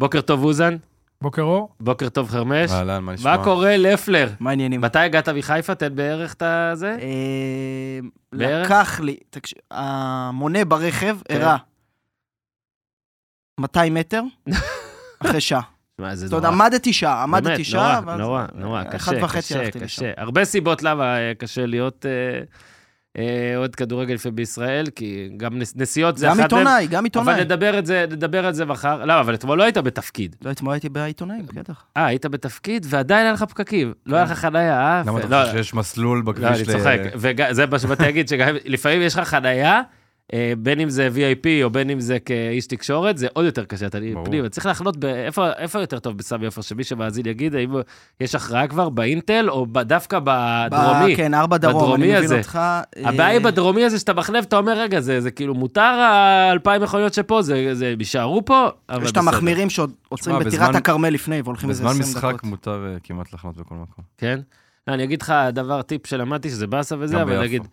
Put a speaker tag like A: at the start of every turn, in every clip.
A: בוקר טוב, אוזן.
B: בוקר אור.
A: בוקר טוב, חרמש.
C: אהלן, מה נשמע?
A: מה קורה, לפלר?
D: מה העניינים?
A: מתי הגעת מחיפה? תן בערך את הזה.
D: אה,
A: בערך?
D: לקח לי, תקשיב, המונה ברכב
A: כן.
D: הראה 200 מטר אחרי שעה.
A: שמע, זה
D: זאת אומרת,
A: נורא.
D: עמדתי שעה, עמדתי
A: באמת,
D: שעה.
A: נורא,
D: ואז-
A: נורא, נורא,
D: אחת
A: קשה,
D: וחצי
A: קשה,
D: הלכתי לשם.
A: קשה. הרבה סיבות למה אה, קשה להיות אה, אה, אוהד כדורגל בישראל, כי גם נס- נסיעות זה
D: גם
A: אחת... מהן.
D: עיתונאי, גם עיתונאי.
A: אבל נדבר את זה, נדבר על זה מחר. לא, אבל אתמול לא היית בתפקיד.
D: לא, אתמול הייתי בעיתונאים, בטח.
A: אה, היית בתפקיד, ועדיין היה לך פקקים.
D: כן.
A: לא היה לך חניה, אה?
C: למה
A: ו-
C: אתה
A: לא,
C: חושב שיש מסלול
A: לא, אני
C: בכביש ל...
A: צוחק. וזה מה שבאתי להגיד, שגם לפעמים יש לך חנייה, אה, בין אם זה VIP או בין אם זה כאיש תקשורת, זה עוד יותר קשה, אתה
C: ברור.
A: פנימה. צריך לחנות ב- איפה איפה יותר טוב בסמי עופר, שמי שמאזין יגיד, האם יש הכרעה כבר באינטל או ב- דווקא בדרומי?
D: ב- כן, ארבע דרום,
A: בדרומי
D: אני
A: הזה.
D: מבין אותך. אה,
A: הבעיה היא בדרומי הזה שאתה מחלב, אתה אומר, רגע, זה זה כאילו מותר האלפיים מכוניות שפה, זה זה- הם יישארו פה, אבל
D: יש את
A: בסדר.
D: המחמירים שעוד עוצרים
C: שמע,
D: בטירת
C: בזמן-
D: הכרמל לפני והולכים איזה
C: בזמן
D: 20 דקות.
C: משחק מותר אה, כמעט לחנות בכל מקום.
A: כן? לא, אני אגיד לך דבר, טיפ שלמדתי, שזה באסה וזה,
C: גם
A: אבל
C: ביפו.
A: נגיד,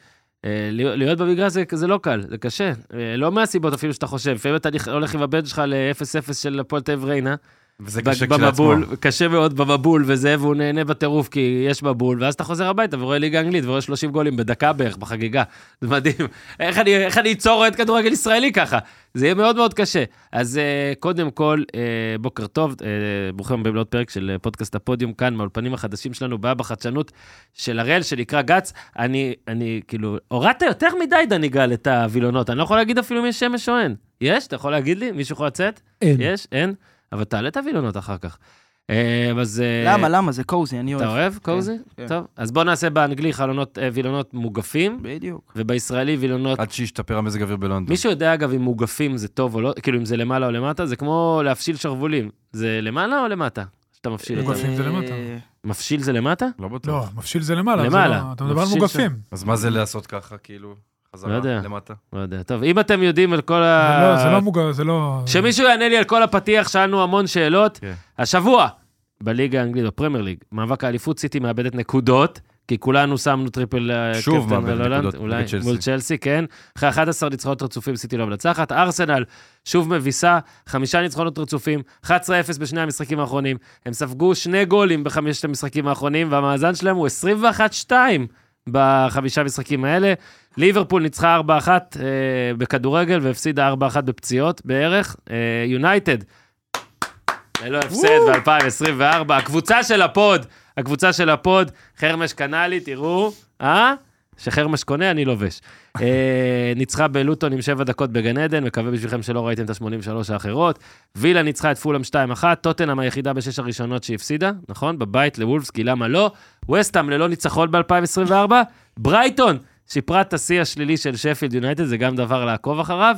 A: אה, להיות להיות במגרש זה, זה לא קל, זה קשה. אה, לא מהסיבות אפילו שאתה חושב. לפעמים אתה נכ- הולך עם הבן שלך ל-0-0 של הפועל תל אביב ריינה,
C: וזה
A: ב-
C: קשה כשלעצמו.
A: במבול, קשה מאוד במבול וזה, והוא נהנה בטירוף כי יש מבול, ואז אתה חוזר הביתה ורואה ליגה אנגלית ורואה 30 גולים בדקה בערך, בחגיגה. זה מדהים. איך אני, איך אני אצור אוהד כדורגל ישראלי ככה? זה יהיה מאוד מאוד קשה. אז אה, קודם כל, אה, בוקר טוב, אה, ברוכים הבאים לעוד פרק של אה, פודקאסט הפודיום כאן, מהאולפנים החדשים שלנו, בעיה בחדשנות של הראל, שנקרא גץ. אני, אני, כאילו, הורדת יותר מדי, דני גל, את הווילונות. אני לא יכול להגיד אפילו אם יש שמש או אין. יש? אתה יכול להגיד לי? מישהו יכול לצאת?
B: אין.
A: יש? אין? אבל תעלה את הווילונות אחר כך. אה, אז... אה,
D: למה, למה? זה קוזי, אני
A: אתה
D: אוהב.
A: אוהב, קוזי?
D: כן.
A: טוב. אז בוא נעשה באנגלי חלונות, אה, וילונות מוגפים,
D: בדיוק.
A: ובישראלי וילונות...
C: עד שישתפר המזג אוויר בלונדון.
A: אוקיי. מישהו יודע, אגב, אם מוגפים זה טוב או לא? כאילו, אם זה למעלה או למטה? זה כמו להפשיל שרוולים. זה למעלה או למטה? שאתה מפשיל אותם.
B: מוגפים. זה למטה.
D: אה,
A: מפשיל זה למטה?
C: לא בטוח.
B: לא, מפשיל זה למעלה. זה
A: למעלה.
B: לא- אתה מדבר על
A: מפשיל
B: מוגפים.
C: אז מה זה לעשות ככה, כאילו,
A: לא
C: חזרה
A: יודע.
C: למטה?
A: לא יודע. טוב, אם אתם יודעים על כל
B: זה
A: ה...
B: לא- זה לא מוגע, זה לא...
A: אה, שמישהו יענה לי על כל הפתיח, שאלנו המון שאלות.
C: כן.
A: השבוע, בליגה האנגלית, בפרמייר ליג, מאבק האליפות סיטי מאבדת נקודות, כי כולנו שמנו טריפל אה,
C: שוב
A: קפטן
C: מאבדת
A: על הולנד,
C: נקודות,
A: אולי,
C: נגד צ'לסי.
A: מול צ'לסי, כן. אחרי 11 ניצחונות רצופים סיטי לא מנצחת. ארסנל, שוב מביסה, חמישה ניצחונות רצופים, 11-0 בשני המשחקים האחרונים. הם ספגו שני גולים בחמשת המשחקים האחרונים, והמאזן שלהם הוא 21-2 בחמישה המשחקים האלה. ליברפול ניצחה 4-1 אה, בכדורגל והפסידה 4-1 בפציעות בערך. אה, יונייטד, ללא הפסד ב-2024. הקבוצה של הפוד, הקבוצה של הפוד, חרמש קנה לי, תראו, אה? שחרמש קונה, אני לובש. אה, ניצחה בלוטון עם שבע דקות בגן עדן, מקווה בשבילכם שלא ראיתם את ה-83 האחרות. וילה ניצחה את פולאם 2-1, טוטנאם היחידה בשש הראשונות שהפסידה, נכון? בבית לוולפס, כי למה לא? וסטאם ללא ניצחון ב-2024, ברייטון שיפרה את השיא השלילי של שפילד יונייטד, זה גם דבר לעקוב אחריו.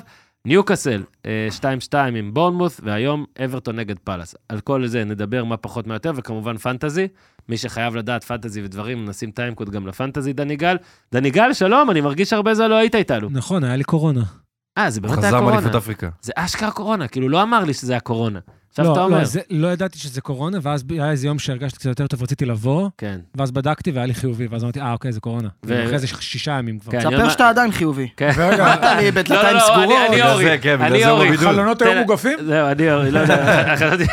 A: ניוקאסל, אה, 2-2 עם בורנמוס, והיום אברטון נגד פאלאס. על כל זה נדבר מה פחות מה יותר, וכמובן פנטזי. מי שחייב לדעת פנטזי ודברים, נשים טיימקוד גם לפנטזי, דני גל. דני גל, שלום, אני מרגיש הרבה זמן לא היית איתנו.
E: נכון, היה לי קורונה.
A: אה, זה באמת היה
C: חזר
A: קורונה.
C: מאליפות אפריקה.
A: זה אשכרה קורונה, כאילו לא אמר לי שזה היה קורונה. עכשיו
E: לא,
A: אתה אומר.
E: לא, זה, לא ידעתי שזה קורונה, ואז היה איזה יום שהרגשתי קצת יותר טוב, רציתי לבוא,
A: כן.
E: ואז בדקתי והיה לי חיובי, ואז אמרתי, אה, אוקיי, זה קורונה.
A: ו-
E: אחרי זה ש- שישה ימים כבר.
A: כן. אני
D: ספר
A: אומר-
D: שאתה עדיין חיובי.
A: כן.
B: ורגע,
D: באת לי
A: לא,
D: בדלתיים
A: לא, אני-
D: סגורות.
A: אני
C: בגלל
A: אורי,
C: זה, כן, בגלל
A: אני
C: זה הוא
A: אורי.
C: בבידוד.
B: חלונות היו מוגפים?
A: זהו, אני אורי, לא יודע, חשבתי-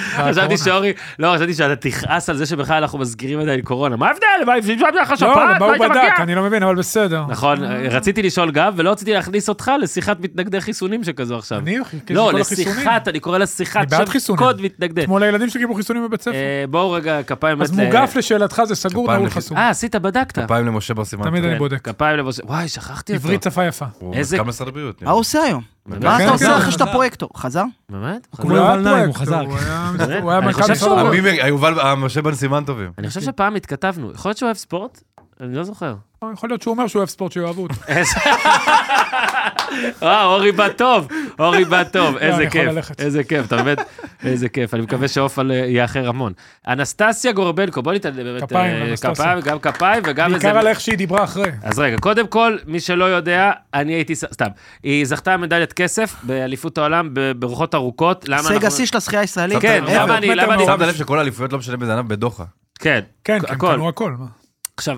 A: חשבתי
B: הקורונה.
A: שאורי, לא, חשבתי שאתה תכעס על זה שבכלל אנחנו מזכירים עדיין קורונה. מה ההבדל? מה, אם היה לך שפעת?
B: לא,
A: לא
B: מה הוא
A: היית
B: בדק?
A: מגיע?
B: אני לא מבין, אבל בסדר.
A: נכון, רציתי לשאול גם, ולא רציתי להכניס אותך לשיחת מתנגדי חיסונים שכזו עכשיו.
B: אני חיכיתי
A: לא,
B: לכל החיסונים.
A: לשיחת, אני קורא לה שיחת
B: אני בעד
A: שם
B: חיסונים.
A: קוד מתנגדי.
B: אתמול הילדים שקיבלו חיסונים בבית ספר.
A: אה, בואו רגע, כפיים.
B: אז
A: באמת,
B: מוגף לשאלתך זה סגור,
C: כפיים
B: נעול
C: לחיסון.
B: חסום.
A: אה, עשית, בדקת.
C: פעם למשה בר סימן.
B: תמיד
C: טוב.
B: אני
A: כן,
B: בודק.
A: כפיים לבוש... וואי, שכחתי אותו.
B: עברית שפה יפה.
C: הוא
A: איזה- אה,
C: מנכ"ל משרד הבריאות.
D: מה
C: נראה
D: הוא
C: לי.
D: עושה היום?
C: מנכ"ל
D: מה
B: כן,
D: אתה
B: כן.
D: עושה אחרי שאתה פרויקטור? חזר?
A: באמת?
E: כמו יובל נעים, הוא חזר.
B: חזר.
A: באמת?
B: לא הוא היה
A: אני
B: מנכ"ל
A: חושב
B: משרד
A: שהוא-
B: הבריאות.
C: מי- יובל, אה, משה בן סימן טובים.
A: אני חושב שפעם התכתבנו. יכול להיות שהוא אוהב ספורט? אני לא זוכר.
B: יכול להיות שהוא אומר שהוא אוהב ספורט שיאהבו אותו.
A: וואו, אה, אורי בא טוב, אורי בא טוב, איזה
B: לא, אני יכול
A: כיף,
B: ללכת.
A: איזה כיף, אתה באמת, איזה כיף, אני מקווה שעופל אה, יאחר המון. אנסטסיה גורבנקו, בוא ניתן באמת, אה,
B: כפיים, אנסטסיה.
A: כפיים, גם כפיים וגם איזה...
B: בעיקר על איך שהיא דיברה אחרי.
A: אז רגע, קודם כל, מי שלא יודע, אני הייתי, ס- סתם, היא זכתה מדליית כסף באליפות העולם ב- ברוחות ארוכות, למה
D: הישג
A: אנחנו...
D: השיא של השחייה הישראלית.
A: כן,
D: אה,
A: למה אני,
B: מטר
A: למה אני,
B: מעורב.
C: שמת לב שכל האליפויות לא משנה באיזה ענף בדוחה.
A: כן,
B: כן, כן,
A: הכל.
B: קנו הכל. מה?
A: עכשיו,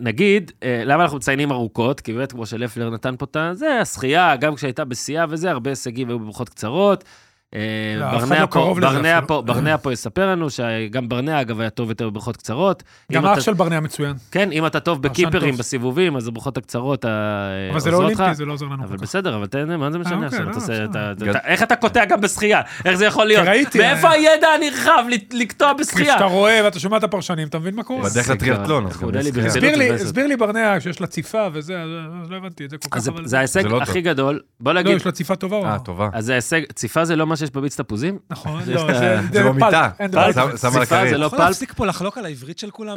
A: נגיד, אה, למה אנחנו מציינים ארוכות? כי באמת, כמו שלפלר נתן פה את ה- זה, השחייה, גם כשהייתה בשיאה וזה, הרבה הישגים היו בבריכות קצרות. אה,
B: לא, אף אחד
A: ברנע
B: לא
A: פה-
B: קרוב לזה
A: ברנע
B: אפילו.
A: פה- ברנע פה יספר לנו שגם ברנע, אגב, היה טוב יותר בבריכות קצרות.
B: גם
A: אם
B: האח
A: אתה-
B: של ברנע מצוין.
A: כן, אם אתה טוב
B: פרשן
A: בקיפרים,
B: טוב.
A: בסיבובים, אז הבריכות הקצרות אה,
B: אבל זה לא
A: עוזרות לך.
B: אולימפי, זה לא עוזר לנו
A: אבל
B: כל כך.
A: בסדר, אבל תן, מה זה משנה
B: אוקיי,
A: עכשיו?
B: לא,
A: אתה עושה-
B: בסדר.
A: אתה- אתה-
C: גד-
A: אתה- איך אתה קוטע גם בשחייה? איך זה יכול להיות?
B: ראיתי,
A: מאיפה
B: אה.
A: הידע הנרחב ל- לקטוע בשחייה?
B: כשאתה רואה ואתה שומע את הפרשנים, אתה מבין מה קורה.
C: בדרך לטריאטלון, אז
A: איך
C: גם
A: הוא יודע לי
C: בשחייה.
A: ברצינות
B: הסביר לי-
A: ובעזרת.
B: הסביר לי ברנע שיש לה ציפה וזה, אז אז לא הבנתי את זה כל
A: אז
B: כך,
A: זה-
B: אבל...
A: זה ההישג
C: זה לא
A: הכי גדול. בוא
B: לא,
A: נגיד,
B: יש לה ציפה טובה. הוא
C: אה,
B: אמר.
C: טובה.
A: אז ההישג, ציפה זה לא מה שיש בביץ תפוזים?
B: נכון,
A: זה-
B: לא, זה...
C: זה
B: פלט,
C: במיטה.
B: אין דבר
C: שם-
B: כזה.
C: שם על
A: ציפה זה
C: הקריירה.
A: לא
E: יכול
A: פלט.
E: להפסיק פה לחלוק על העברית של כולם?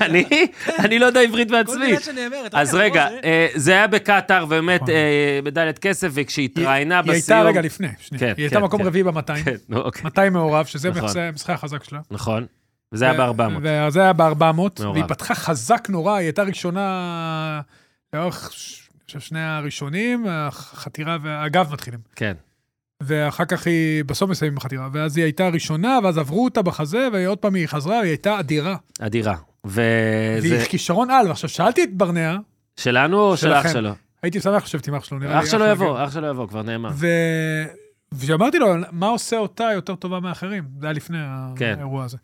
A: אני?
B: כן.
A: אני לא יודע עברית
E: כל
A: בעצמי.
E: מילה שנאמרת.
A: אז
E: אה,
A: רגע,
E: זה-
A: אה, זה היה בקטאר, באמת,
B: נכון.
A: אה, מדליית כסף,
B: היא-
A: וכשהתראיינה
B: היא הייתה
A: בסיום...
B: רגע לפני, שנייה.
A: כן,
B: היא הייתה
A: כן,
B: מקום
A: כן.
B: רביעי ב-200.
A: כן, נו, אוקיי,
B: 200 מעורב, שזה
A: נכון.
B: המחזה- המשחק החזק שלה.
A: נכון. וזה היה ב-400.
B: וזה היה ב-400,
A: מעורב.
B: והיא פתחה חזק נורא, היא הייתה ראשונה לאורך, ש- אני חושב, שני הראשונים, החתירה והגב מתחילים.
A: כן.
B: ואחר כך היא, בסוף מסיימים בחתירה, ואז היא הייתה ראשונה, ואז עברו אותה בחזה, ועוד פעם היא חזרה, היא הייתה אדירה.
A: אדירה.
B: והיא
A: וזה
B: כישרון על, ועכשיו שאלתי את ברנע,
A: שלנו או של אח
B: שלכם.
A: שלו?
B: הייתי שמח לשבת עם אח שלו, נראה לי.
A: אח שלו
B: אחלה
A: יבוא, אח שלו יבוא, כבר נאמר.
B: גבר. ו... ושאמרתי לו, מה עושה אותה יותר טובה מאחרים? זה היה לפני
A: כן.
B: האירוע הזה.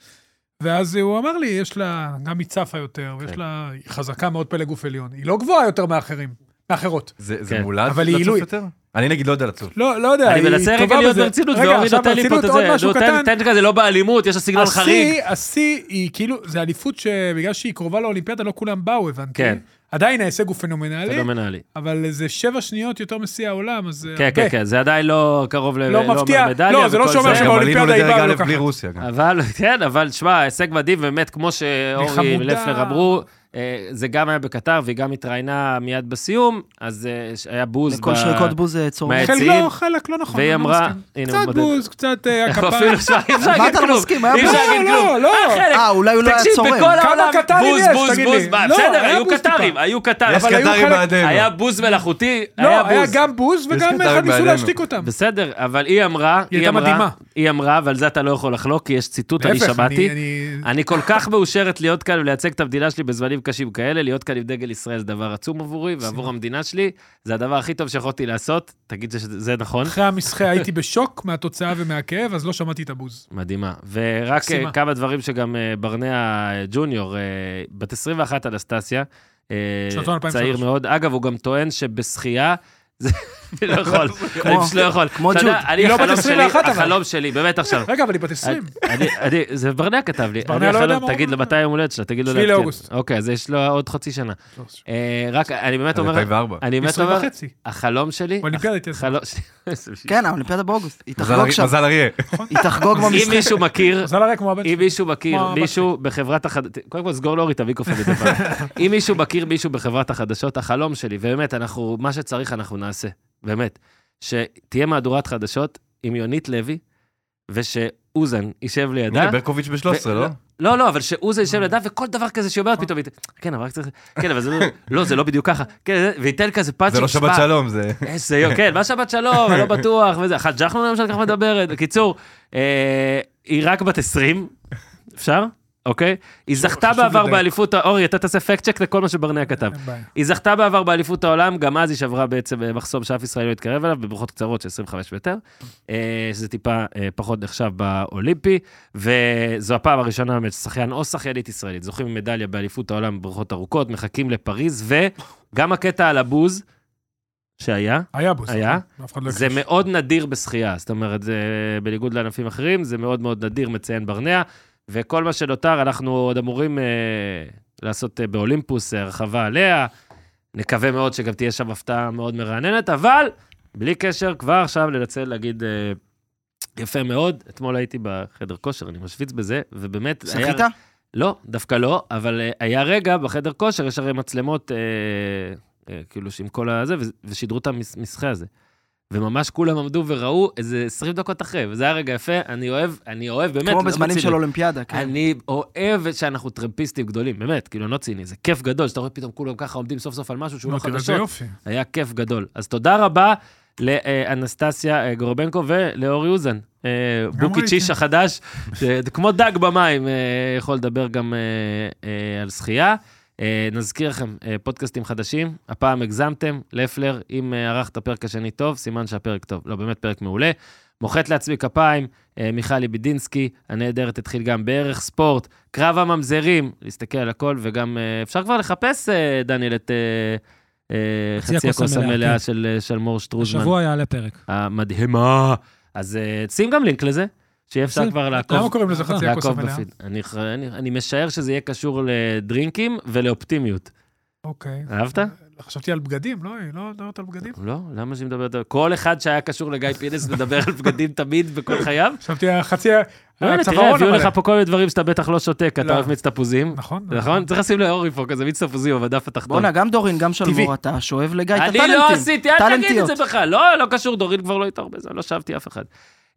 B: ואז הוא אמר לי, יש לה, גם היא צפה יותר, ויש
A: כן.
B: לה, היא חזקה מאוד פלא גוף עליון. היא לא גבוהה יותר מאחרים, מאחרות.
C: זה זה
A: כן.
C: מולד
B: אבל היא עילוי.
C: לצוף יותר? אני נגיד לא יודע לצוף.
B: לא, לא יודע,
A: אני
B: היא
A: מנסה רגע
B: טובה
A: להיות
B: בזה.
A: ברצינות,
B: רגע,
A: ואורי
B: עכשיו
A: נותן לי פה את
B: ברצינות, עוד
A: זה.
B: משהו
A: נו,
B: קטן.
A: תן- תן כזה, לא באלימות, יש לה סגנון חריג.
B: השיא, השיא היא כאילו, זה אליפות שבגלל שהיא קרובה לאולימפיאדה, לא כולם באו, הבנתי.
A: כן.
B: עדיין ההישג הוא פנומנלי,
A: פנומנלי.
B: אבל זה שבע שניות יותר משיא העולם, אז אה, זה
A: כן, כן,
B: הרבה.
A: כן, זה עדיין לא קרוב ל...
B: לא מפתיע.
A: מהמדליה
B: לא, זה לא
A: וכל
B: שאומר
A: זה.
B: שבא-
C: גם עלינו
B: שבאולימפיאדה היא
C: לדרג
B: באה
C: א'
B: לוקחת.
C: בלי רוסיה גם.
A: אבל, כן, אבל שמע, הישג מדהים, באמת, כמו שאורי
B: חמודה.
A: ולפלר אמרו, אה, זה גם היה בקטר והיא גם התראיינה מיד בסיום, אז אה, ש- היה בוז
D: לכל שריקות בוז אה, צורמים.
A: מהיציעים,
B: חלקו, חלק, לא נכון.
A: והיא
B: אני לא
A: אמרה,
B: מסכים.
A: הנה, הוא
B: קצת
A: מודד.
B: בוז, קצת אה, הכפיים.
A: אפילו שמע, אי אפשר
D: מה
A: להגיד
D: אתה לא
A: כלום.
D: מסכים? היה
A: אי אפשר
D: בוז.
A: להגיד
B: לא,
A: כלום.
B: לא.
A: היה חלק.
D: אה, אולי הוא לא היה
A: תקשיב,
D: צורם.
A: בכל
B: כמה
A: העולם,
B: קטרים
A: בוז,
B: יש,
A: בוז,
B: תגיד
A: בוז,
B: לי?
A: מה,
B: לא,
A: בסדר,
B: היה
A: היו
B: בוז
A: קטרים,
B: טיפה.
A: היו קטרים.
C: יש
B: אבל היו
C: קטרים
B: חלק-
C: בעדינו.
A: היה בוז מלאכותי, היה
B: לא, היה
A: בוז.
B: גם בוז וגם
C: קטרים
B: אחד ניסו
C: בעדינו.
B: להשתיק אותם.
A: בסדר, אבל היא אמרה,
B: היא
A: היא
B: הייתה
A: אמרה,
B: מדהימה.
A: היא אמרה, ועל זה אתה לא יכול לחלוק, כי יש ציטוט, אני
B: להפך,
A: שמעתי.
B: אני-
A: אני כל כך מאושרת להיות כאן ולייצג את המדינה שלי בזמנים קשים כאלה, להיות כאן עם דגל ישראל זה דבר עצום עבורי, ועבור המדינה שלי, זה הדבר הכי טוב שיכולתי לעשות, תגיד שזה זה נכון.
B: אחרי המשחק הייתי בשוק מהתוצאה ומהכאב, אז לא שמעתי את הבוז.
A: מדהימה. ורק
B: מקסימה.
A: אה, כמה דברים שגם אה, ברנע אה, ג'וניור, אה, בת 21 אנסטסיה, אה,
B: שנתון 2003.
A: צעיר מאוד. אגב, הוא גם טוען שבשחייה... זה- אני לא יכול, אני פשוט לא יכול.
D: כמו
A: אתה יודע,
D: ג'וד.
A: אני,
B: היא לא בת
A: החלום שלי-
B: 21 אבל.
A: החלום שלי, באמת עכשיו.
B: רגע, אבל היא בת 20.
A: אני- אני- זה ברנע כתב לי.
B: ברנע
A: אני
B: לא יודע
A: החלום-
B: מה הוא
A: תגיד לו
B: אומר.
A: מתי היום הולדת שלה, תגיד לו
B: שביעי
A: לעדכן.
B: לאוגוסט.
A: אוקיי, אז יש לו עוד חצי שנה. אה, רק, אני באמת
C: אז
A: אומר, אה,
C: 2004.
A: אני באמת
B: 20
A: אומר,
B: וחצי.
A: החלום שלי,
B: באולימפיאדה הייתי עשרה.
A: החלום שלי,
D: כן, האולימפיאדה באוגוסט. היא
C: מזל
D: תחגוג
C: אריה-
D: שם,
C: מזל אריה.
D: היא תחגוג
A: אם
D: במשחק.
A: מישהו מכיר,
B: אז על הרקע כמו הבן
A: אם
B: שלי.
A: מישהו מכיר
B: כמו הבת
A: מישהו בחברת החדשות, קודם כל סגור לאורי את המיקרופון מדי פעם. אם מישהו מכיר מישהו בחברת החדשות, החלום שלי, ובאמת, אנחנו, מה שצריך אנחנו נעשה, באמת, שתהיה מהדורת חדשות עם יונית לוי, ושאוזן יישב לידה.
C: הנה, ברקוביץ' ב-13,
A: ו-
C: לא?
A: לא, לא, אבל שאוזה יישב לידה, וכל דבר כזה שהיא אומרת פתאום, היא ת- כן, אבל רק צריך... כן, אבל זה לא... לא, זה לא בדיוק ככה. כן, זה- וייתן כזה פאצ'ים.
C: זה לא שבת שלום, זה...
A: איזה יום, כן, מה שבת שלום, אני לא בטוח, וזה, אחת ג'חנון למשל ככה מדברת. בקיצור, אה, היא רק בת 20, אפשר? אוקיי? היא זכתה
B: חשוב
A: בעבר
B: לדייק.
A: באליפות, ה- אורי, אתה תעשה פקט צ'ק לכל מה שברנע כתב.
B: אין בעיה.
A: היא זכתה בעבר באליפות העולם, גם אז היא שברה בעצם אה, מחסום שאף ישראלי לא התקרב אליו, בבריכות קצרות של 25 מטר, אה, שזה טיפה אה, פחות נחשב באולימפי, וזו הפעם הראשונה באמת ששחיין או שחיינית ישראלית זוכים במדליה באליפות העולם בבריכות ארוכות, מחכים לפריז, וגם הקטע על הבוז שהיה,
B: היה בוז.
A: היה?
B: אף אחד לא
A: זה
B: הכחיש.
A: מאוד נדיר בשחייה, זאת אומרת, זה בניגוד לענפים אחרים, זה מאוד מאוד נדיר, מציין ברנע, וכל מה שנותר, אנחנו עוד אמורים אה, לעשות אה, באולימפוס אה, הרחבה עליה. נקווה מאוד שגם תהיה שם הפתעה מאוד מרעננת, אבל בלי קשר, כבר עכשיו לנצל להגיד... אה, יפה מאוד, אתמול הייתי בחדר כושר, אני משוויץ בזה, ובאמת... היה-
D: שחית?
A: לא, דווקא לא, אבל אה, היה רגע בחדר כושר, יש הרי מצלמות, אה, אה, כאילו שעם כל הזה, ו- ושידרו את המשחק הזה. וממש כולם עמדו וראו איזה 20 דקות אחרי, וזה היה רגע יפה, אני אוהב, אני אוהב, באמת,
D: כמו
A: לא
D: בזמנים
A: ציני.
D: של אולימפיאדה, כן.
A: אני אוהב שאנחנו טרמפיסטים גדולים, באמת, כאילו, אני לא ציני, זה כיף גדול, שאתה רואה פתאום כולם ככה עומדים סוף סוף על משהו שהוא לא
B: נו, תראה איזה
A: חדשות.
B: יופי.
A: היה כיף גדול. אז תודה רבה לאנסטסיה אה, גורבנקו ולאורי אוזן. אה, בוקי
B: ראיתי.
A: צ'יש החדש, זה כמו דג במים, אה, יכול לדבר גם אה, אה, על שחייה. אה, נזכיר לכם, אה, פודקאסטים חדשים, הפעם הגזמתם, לפלר, אם אה, ערכת פרק השני טוב, סימן שהפרק טוב. לא, באמת פרק מעולה. מוחאת לעצמי כפיים, אה, מיכל יבידינסקי, הנהדרת התחיל גם בערך ספורט, קרב הממזרים, להסתכל על הכל, וגם אה, אפשר כבר לחפש, אה, דניאל, את אה, אה,
E: חצי
A: חצי
E: הכוס
A: הכוס
E: המלאה,
A: המלאה
E: כן.
A: של אה, שלמור שטרוזמן.
E: השבוע יעלה פרק.
A: המדהימה. אז אה, שים גם לינק לזה, שיהיה אפשר
E: שים.
A: כבר
B: למה
A: לעקוב.
B: קוראים לזה חצי הכוס
A: לעקוב
B: המלאה?
A: בפיד. אני, ח- אני, אני משער שזה יהיה קשור לדרינקים ולאופטימיות.
B: אוקיי.
E: אה.
A: אהבת?
B: חשבתי על בגדים, לא? היא לא מדברת על בגדים?
A: לא? למה שהיא מדברת על... כל אחד שהיה קשור לגיא פינס מדבר על בגדים תמיד בכל חייו?
B: חשבתי על חצי...
A: לא, הנה, תראה,
B: אה, הצווארון
A: הביאו
B: המלא.
A: לך פה כל מיני דברים שאתה בטח לא שותק, אתה
B: לא.
A: אוהב מיץ תפוזים.
B: נכון.
A: נכון? צריך לשים לאורי פה כזה מיץ תפוזים בדף התחתון.
D: בואנה, גם דורין, גם
A: טבעי.
D: שלמור, אתה שואב לגיא את
A: אני
D: הטאלנטים.
A: לא עשיתי, אל תגיד את
D: טאלנטיות.
A: זה בכלל. לא, לא קשור, דורין כבר לא איתה הרבה זמן, לא שבתי אף אחד.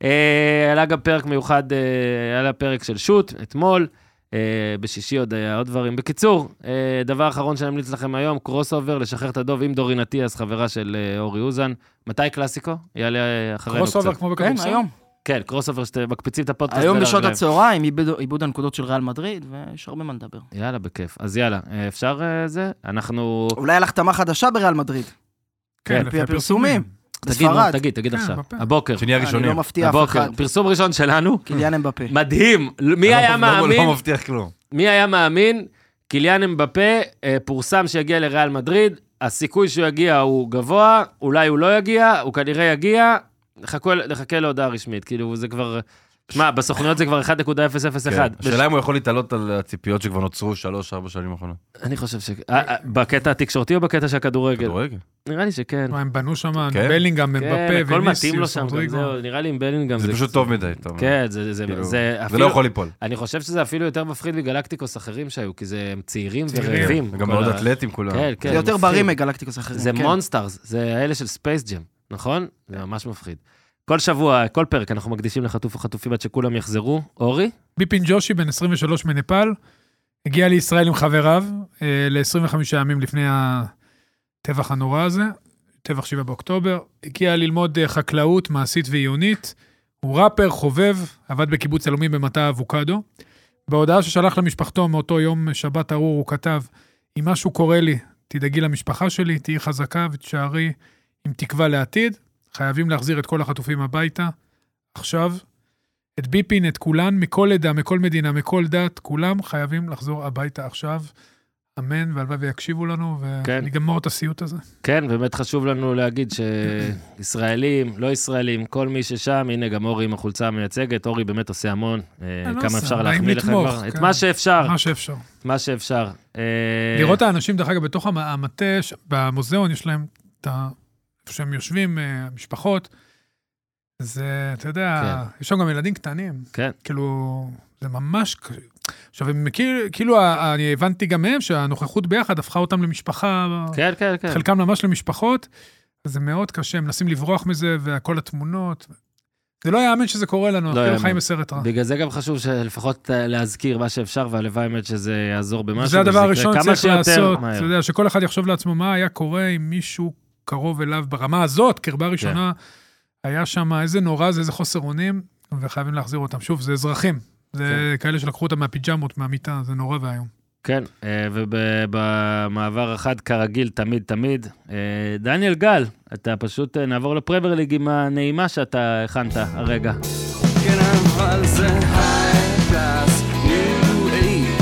A: אה, עלה גם פרק מיוחד, אה, עלה פרק של שו"ת אתמול, אה, בשישי עוד היה עוד דברים. בקיצור, אה, דבר אחרון שאני אמליץ לכם היום, קרוס אובר, לשחרר את הדוב עם דורין אטיאס, חברה של אה, אורי אוזן. מתי קלאסיקו? יעלה אה, אחרינו
B: קרוס
A: קצת.
B: אובר כמו
D: כן,
B: בכדורסל?
D: היום.
A: כן, קרוס אובר, שאתם מקפיצים את הפודקאסט.
D: היום
A: בין
D: בשעות
A: הרגליים.
D: הצהריים, איבד- איבוד הנקודות של ריאל מדריד, ויש הרבה מה לדבר.
A: יאללה, בכיף. אז יאללה, אה, אפשר אה, זה? אנחנו...
D: אולי על החתמה חדשה בריאל מדריד.
A: כן,
B: כן,
D: לפי
B: לפי
D: הפרסומים.
B: הפרסומים.
A: תגיד, נו,
D: בספרד.
A: תגיד, תגיד
B: כן,
A: עכשיו.
B: בפה.
A: הבוקר.
C: שנהיה
D: אני
C: ראשונים.
D: לא מפתיע אף
A: הבוקר.
D: אחד.
A: פרסום ראשון שלנו.
D: קיליאן אמבפה.
A: מדהים, מי
C: לא-
A: היה
C: כן. לא-
A: מאמין,
C: לא מבטיח כלום.
A: מי היה מאמין, קיליאן אמבפה אה, פורסם שיגיע לריאל מדריד, הסיכוי שהוא יגיע הוא גבוה, אולי הוא לא יגיע, הוא כנראה יגיע, חכו- נחכה להודעה רשמית, כאילו זה כבר, שמע, בסוכנויות זה כבר 1.001.
C: כן.
A: בש-
C: השאלה אם הוא יכול להתעלות על הציפיות שכבר נוצרו שלוש-ארבע שנים האחרונות.
A: אני חושב ש... אה, אה, בקטע התקשורתי או בקטע של הכדורגל?
C: כדורגל.
A: נראה לי שכן.
B: מה, הם בנו שם,
C: כן.
B: בלינגהם,
A: כן,
B: מבפה,
A: הכל מתאים לו
B: וניסיוס,
A: שם, גם
B: רודריגו.
A: זהו, נראה לי עם בלינגהם.
C: זה פשוט טוב מדי. אתה אומר.
A: כן, זה- זה...
C: כאילו,
A: זה
C: זה לא
A: אפילו-
C: יכול ליפול.
A: אני חושב שזה אפילו יותר מפחיד מגלקטיקוס אחרים שהיו, כי זה הם צעירים
B: צעירים.
A: ורעבים.
C: כן, גם
A: כל
C: מאוד
A: ה-
C: אתלטים כולם.
A: כן, כן.
D: זה יותר
A: מפחיד.
D: בריא מגלקטיקוס אחרים.
A: זה
D: כן.
A: מונסטארס, זה האלה של ספייס ג'ם, נכון? זה ממש מפחיד. כל שבוע, כל פרק, אנחנו מקדישים לחטוף וחטופים עד שכולם יחזרו. אורי?
B: ביפין ג'ושי, בן 23 מנפאל, הגיע לישראל עם חבריו ל-25 ימים לפני הטבח הנורא הזה, טבח 7 באוקטובר. הגיע ללמוד אה, חקלאות מעשית ועיונית. הוא ראפר, חובב, עבד בקיבוץ עלומים במטע אבוקדו. בהודעה ששלח למשפחתו מאותו יום שבת ארור, הוא כתב, אם משהו קורה לי, תדאגי למשפחה שלי, תהיי חזקה ותישארי עם תקווה לעתיד. חייבים להחזיר את כל החטופים הביתה, עכשיו. את ביפין, את כולן, מכל עדה, מכל מדינה, מכל דת, כולם חייבים לחזור הביתה עכשיו. אמן, והלוואי ויקשיבו לנו,
A: כן.
B: ונגמור את הסיוט הזה.
A: כן, באמת חשוב לנו להגיד שישראלים, לא ישראלים, כל מי ששם, הנה גם אורי עם החולצה המייצגת, אורי באמת עושה המון. אה,
B: אני לא
A: כמה
B: עושה,
A: אפשר
B: באים
A: להחמיא לך
B: לתמוך,
A: כבר? את
B: כן.
A: מה שאפשר,
B: מה שאפשר.
A: מה שאפשר. אה,
B: לראות את האנשים, דרך אגב, בתוך המ- המטה, ש- במוזיאון יש להם את ה... איפה שהם יושבים, אה, המשפחות. זה, אתה יודע, יש שם גם ילדים קטנים.
A: כן.
B: כאילו, זה ממש... ק- עכשיו, הם מכיר, כאילו, ה- אני הבנתי גם מהם שהנוכחות ביחד הפכה אותם למשפחה
A: כן, כן, כן.
B: חלקם ממש למשפחות, אז זה מאוד קשה, הם מנסים לברוח מזה, וכל התמונות. זה לא יאמן שזה קורה לנו, אנחנו כאילו
A: יאמן.
B: חיים בסרט רע.
A: בגלל זה גם חשוב שלפחות אה, להזכיר מה שאפשר, והלוואי באמת שזה יעזור במשהו.
B: זה הדבר
A: וזה יקרה
B: הראשון
A: כמה
B: שצריך
A: שיותר
B: לעשות,
A: מהר.
B: אתה יודע, שכל אחד יחשוב לעצמו מה היה קורה אם מישהו קרוב אליו ברמה הזאת, קרבה ראשונה,
A: כן.
B: היה שם איזה נורא, זה איזה חוסר אונים, וחייבים להחזיר אותם. שוב, זה אזרחים. זה כאלה שלקחו אותם מהפיג'מות, מהמיטה, זה נורא ואיום.
A: כן, אה, ובמעבר החד, כרגיל, תמיד תמיד. אה, דניאל גל, אתה פשוט אה, נעבור לפרמייר ליג עם הנעימה שאתה הכנת הרגע.
F: כן, אבל זה הייטס, ניו אייג',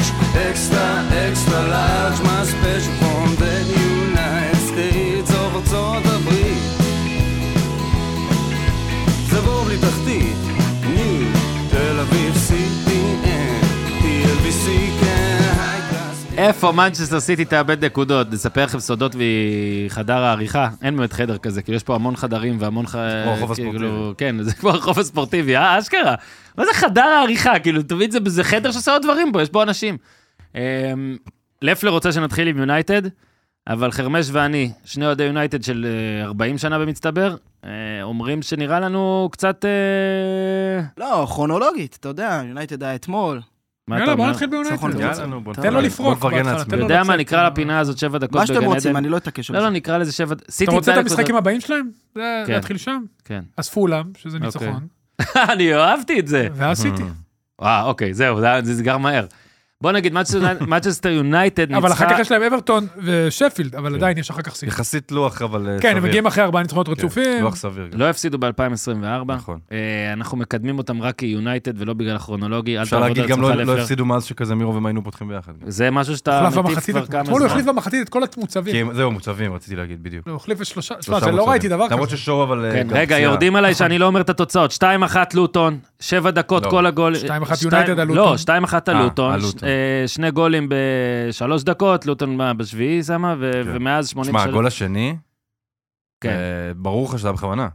F: אקסטרה, אקסטרה לארג', מה ספיישל פרום דה יונייט סטייטס, או ארצות הברית. זה בור בלי תחתית, ניו, תל אביב, CPN, TLBC, כן, הייטס.
A: איפה מנצ'סטר סיטי תאבד נקודות? נספר לכם סודות מחדר העריכה. אין באמת חדר כזה, כאילו יש פה המון חדרים והמון ח...
C: כמו הרחוב
A: כאילו,
C: הספורטיבי.
A: כן, זה כמו הרחוב הספורטיבי, אה, אשכרה. מה זה חדר העריכה? כאילו, תמיד זה, זה חדר שעושה עוד דברים בו, יש בו אנשים. אמ, לפלר רוצה שנתחיל עם יונייטד, אבל חרמש ואני, שני אוהדי יונייטד של אה, 40 שנה במצטבר, אה, אומרים שנראה לנו קצת... אה,
D: לא, כרונולוגית, אתה יודע, יונייטד היה אתמול.
A: מה אתה
B: יאללה, בוא
A: אומר?
B: נתחיל
D: ניצחון
B: ביונייטד.
D: גדול.
C: יאללה, נו, בוא
D: תן
C: נפרגן.
B: לו לפרוק
C: כן, בוא נפרגן
B: בהתחלה,
C: לעצמי.
B: תן לו
A: יודע מה,
B: לצאת.
A: נקרא לפינה הזאת שבע דקות
D: מה שאתם
A: בגן
D: רוצים,
A: עדן.
D: אני לא אתעקש על
A: לא,
D: זה.
A: לא, נקרא לזה שבע... סיטי
B: אתה רוצה את
A: איבדה נקודות.
B: המשחקים הבאים שלהם? זה
A: כן.
B: להתחיל שם?
A: כן.
B: אז פולאם, שזה
A: אוקיי. כן. Mm.
B: ניצחון,
A: אני אהבתי את זה.
B: כן. ואז סיטי.
C: Mm.
A: אה, אוקיי, זהו, זה- זה נסגר מהר. בוא נגיד, מצ'סטר יונייטד
B: אבל אחר
A: ניצחה...
B: כך יש להם אברטון ושפילד,
A: כן.
B: אבל עדיין יש אחר כך סיכוי.
C: יחסית לוח, אבל אה, סביר.
B: כן, הם מגיעים אחרי ארבעה ניצחונות
C: כן,
B: רצופים.
C: לוח סביר. גם.
A: לא הפסידו ב-2024. אה,
C: נכון.
A: אנחנו מקדמים אותם רק כיונייטד ולא בגלל הכרונולוגי, אל
C: אפשר
A: תעבוד
C: להגיד
A: על
C: גם
A: עצמך
C: לא לא
A: לפר.
C: הפסידו מאז שקזמירו והם היינו פותחים ביחד.
B: כן,
A: זה משהו שאתה
B: הוחלף
A: מטיף
B: במחצית,
A: כבר
B: את-
A: כמה
B: אתמול הוא לא החליף
A: זמן.
B: במחצית את כל המוצבים.
C: כי הם- זהו, מוצבים, רציתי להגיד, בדיוק.
B: הוא לא, החליף את שלושה, שמע,
C: שלושה
B: זה לא
C: מוצבים.
B: ראיתי דבר
C: למרות
B: כזה.
C: ששור אבל... אה,
A: כן,
C: גם
A: רגע,
C: פציעה.
A: יורדים עליי שאני לא אומר את התוצאות. 2-1 לוטון, 7 דקות
C: לא.
A: כל הגול.
B: 2-1
A: שתיים-
B: יונייטד על
A: לא,
B: לוטון.
A: 2-1 על
C: אה,
A: לוטון.
C: על
A: ש-
C: לוטון.
A: אה, שני גולים בשלוש דקות, לוטון מה, בשביעי שמה, ו-
C: כן.
A: ומאז 80...
C: שמע, הגול השני,
A: כן. אה.
C: אה, ברור לך שזה היה בכוונה.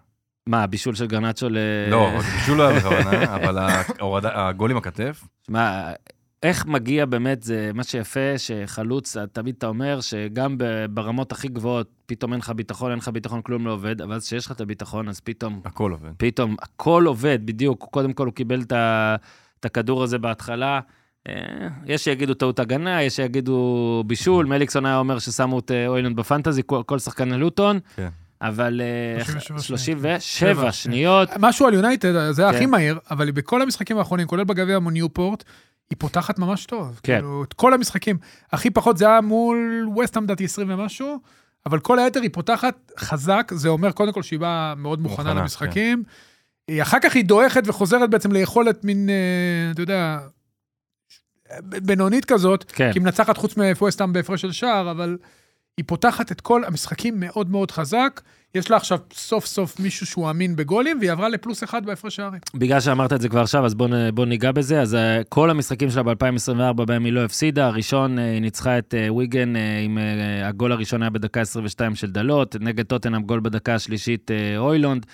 A: מה, הבישול של גרנצ'ו ל...
C: לא, הבישול לא היה בכוונה, אבל ההורדה- הגול עם הכתף,
A: שמע, איך מגיע באמת, זה מה שיפה, שחלוץ, תמיד אתה אומר שגם ב- ברמות הכי גבוהות, פתאום אין לך ביטחון, אין לך ביטחון, כלום לא עובד, אבל אז כשיש לך את הביטחון, אז פתאום,
C: הכל עובד.
A: פתאום הכל עובד, בדיוק. קודם כל הוא קיבל את ה- את הכדור הזה בהתחלה. אה, יש שיגידו טעות הגנה, יש שיגידו בישול, מליקסון היה אומר ששמו את אה, אוילנד בפנטזי, כל, כל שחקן על לוטון,
C: כן.
A: אבל אה,
B: 37
A: 37 שניות,
B: משהו על יונייטד, זה היה הכי
A: כן.
B: מהיר, אבל בכל המשחקים האחרונים, כולל בגביע מול ניופורט, היא פותחת ממש טוב.
A: כן.
B: כאילו, את כל המשחקים. הכי פחות זה היה מול ווסטהאם, דעתי 20 ומשהו, אבל כל היתר היא פותחת חזק, זה אומר קודם כל שהיא באה מאוד מוכנה
C: מוכנה,
B: למשחקים. היא- אחר כך היא דועכת וחוזרת בעצם ליכולת מין, אה, אתה יודע, בינונית כזאת,
A: כן.
B: כי היא מנצחת חוץ מפווסטאם בהפרש של שער, אבל היא פותחת את כל המשחקים מאוד מאוד חזק. יש לה עכשיו סוף סוף מישהו שהוא אמין בגולים, והיא עברה לפלוס אחד בהפרש שערים.
A: בגלל שאמרת את זה כבר עכשיו, אז בוא, נ- בוא ניגע בזה. אז אה, כל המשחקים שלה ב-2024 בהם היא לא הפסידה. הראשון, אה, היא ניצחה את אה, וויגן אה, עם אה, הגול הראשון היה בדקה 22 של דלות, נגד טוטנאם גול בדקה השלישית אה, אוילונד,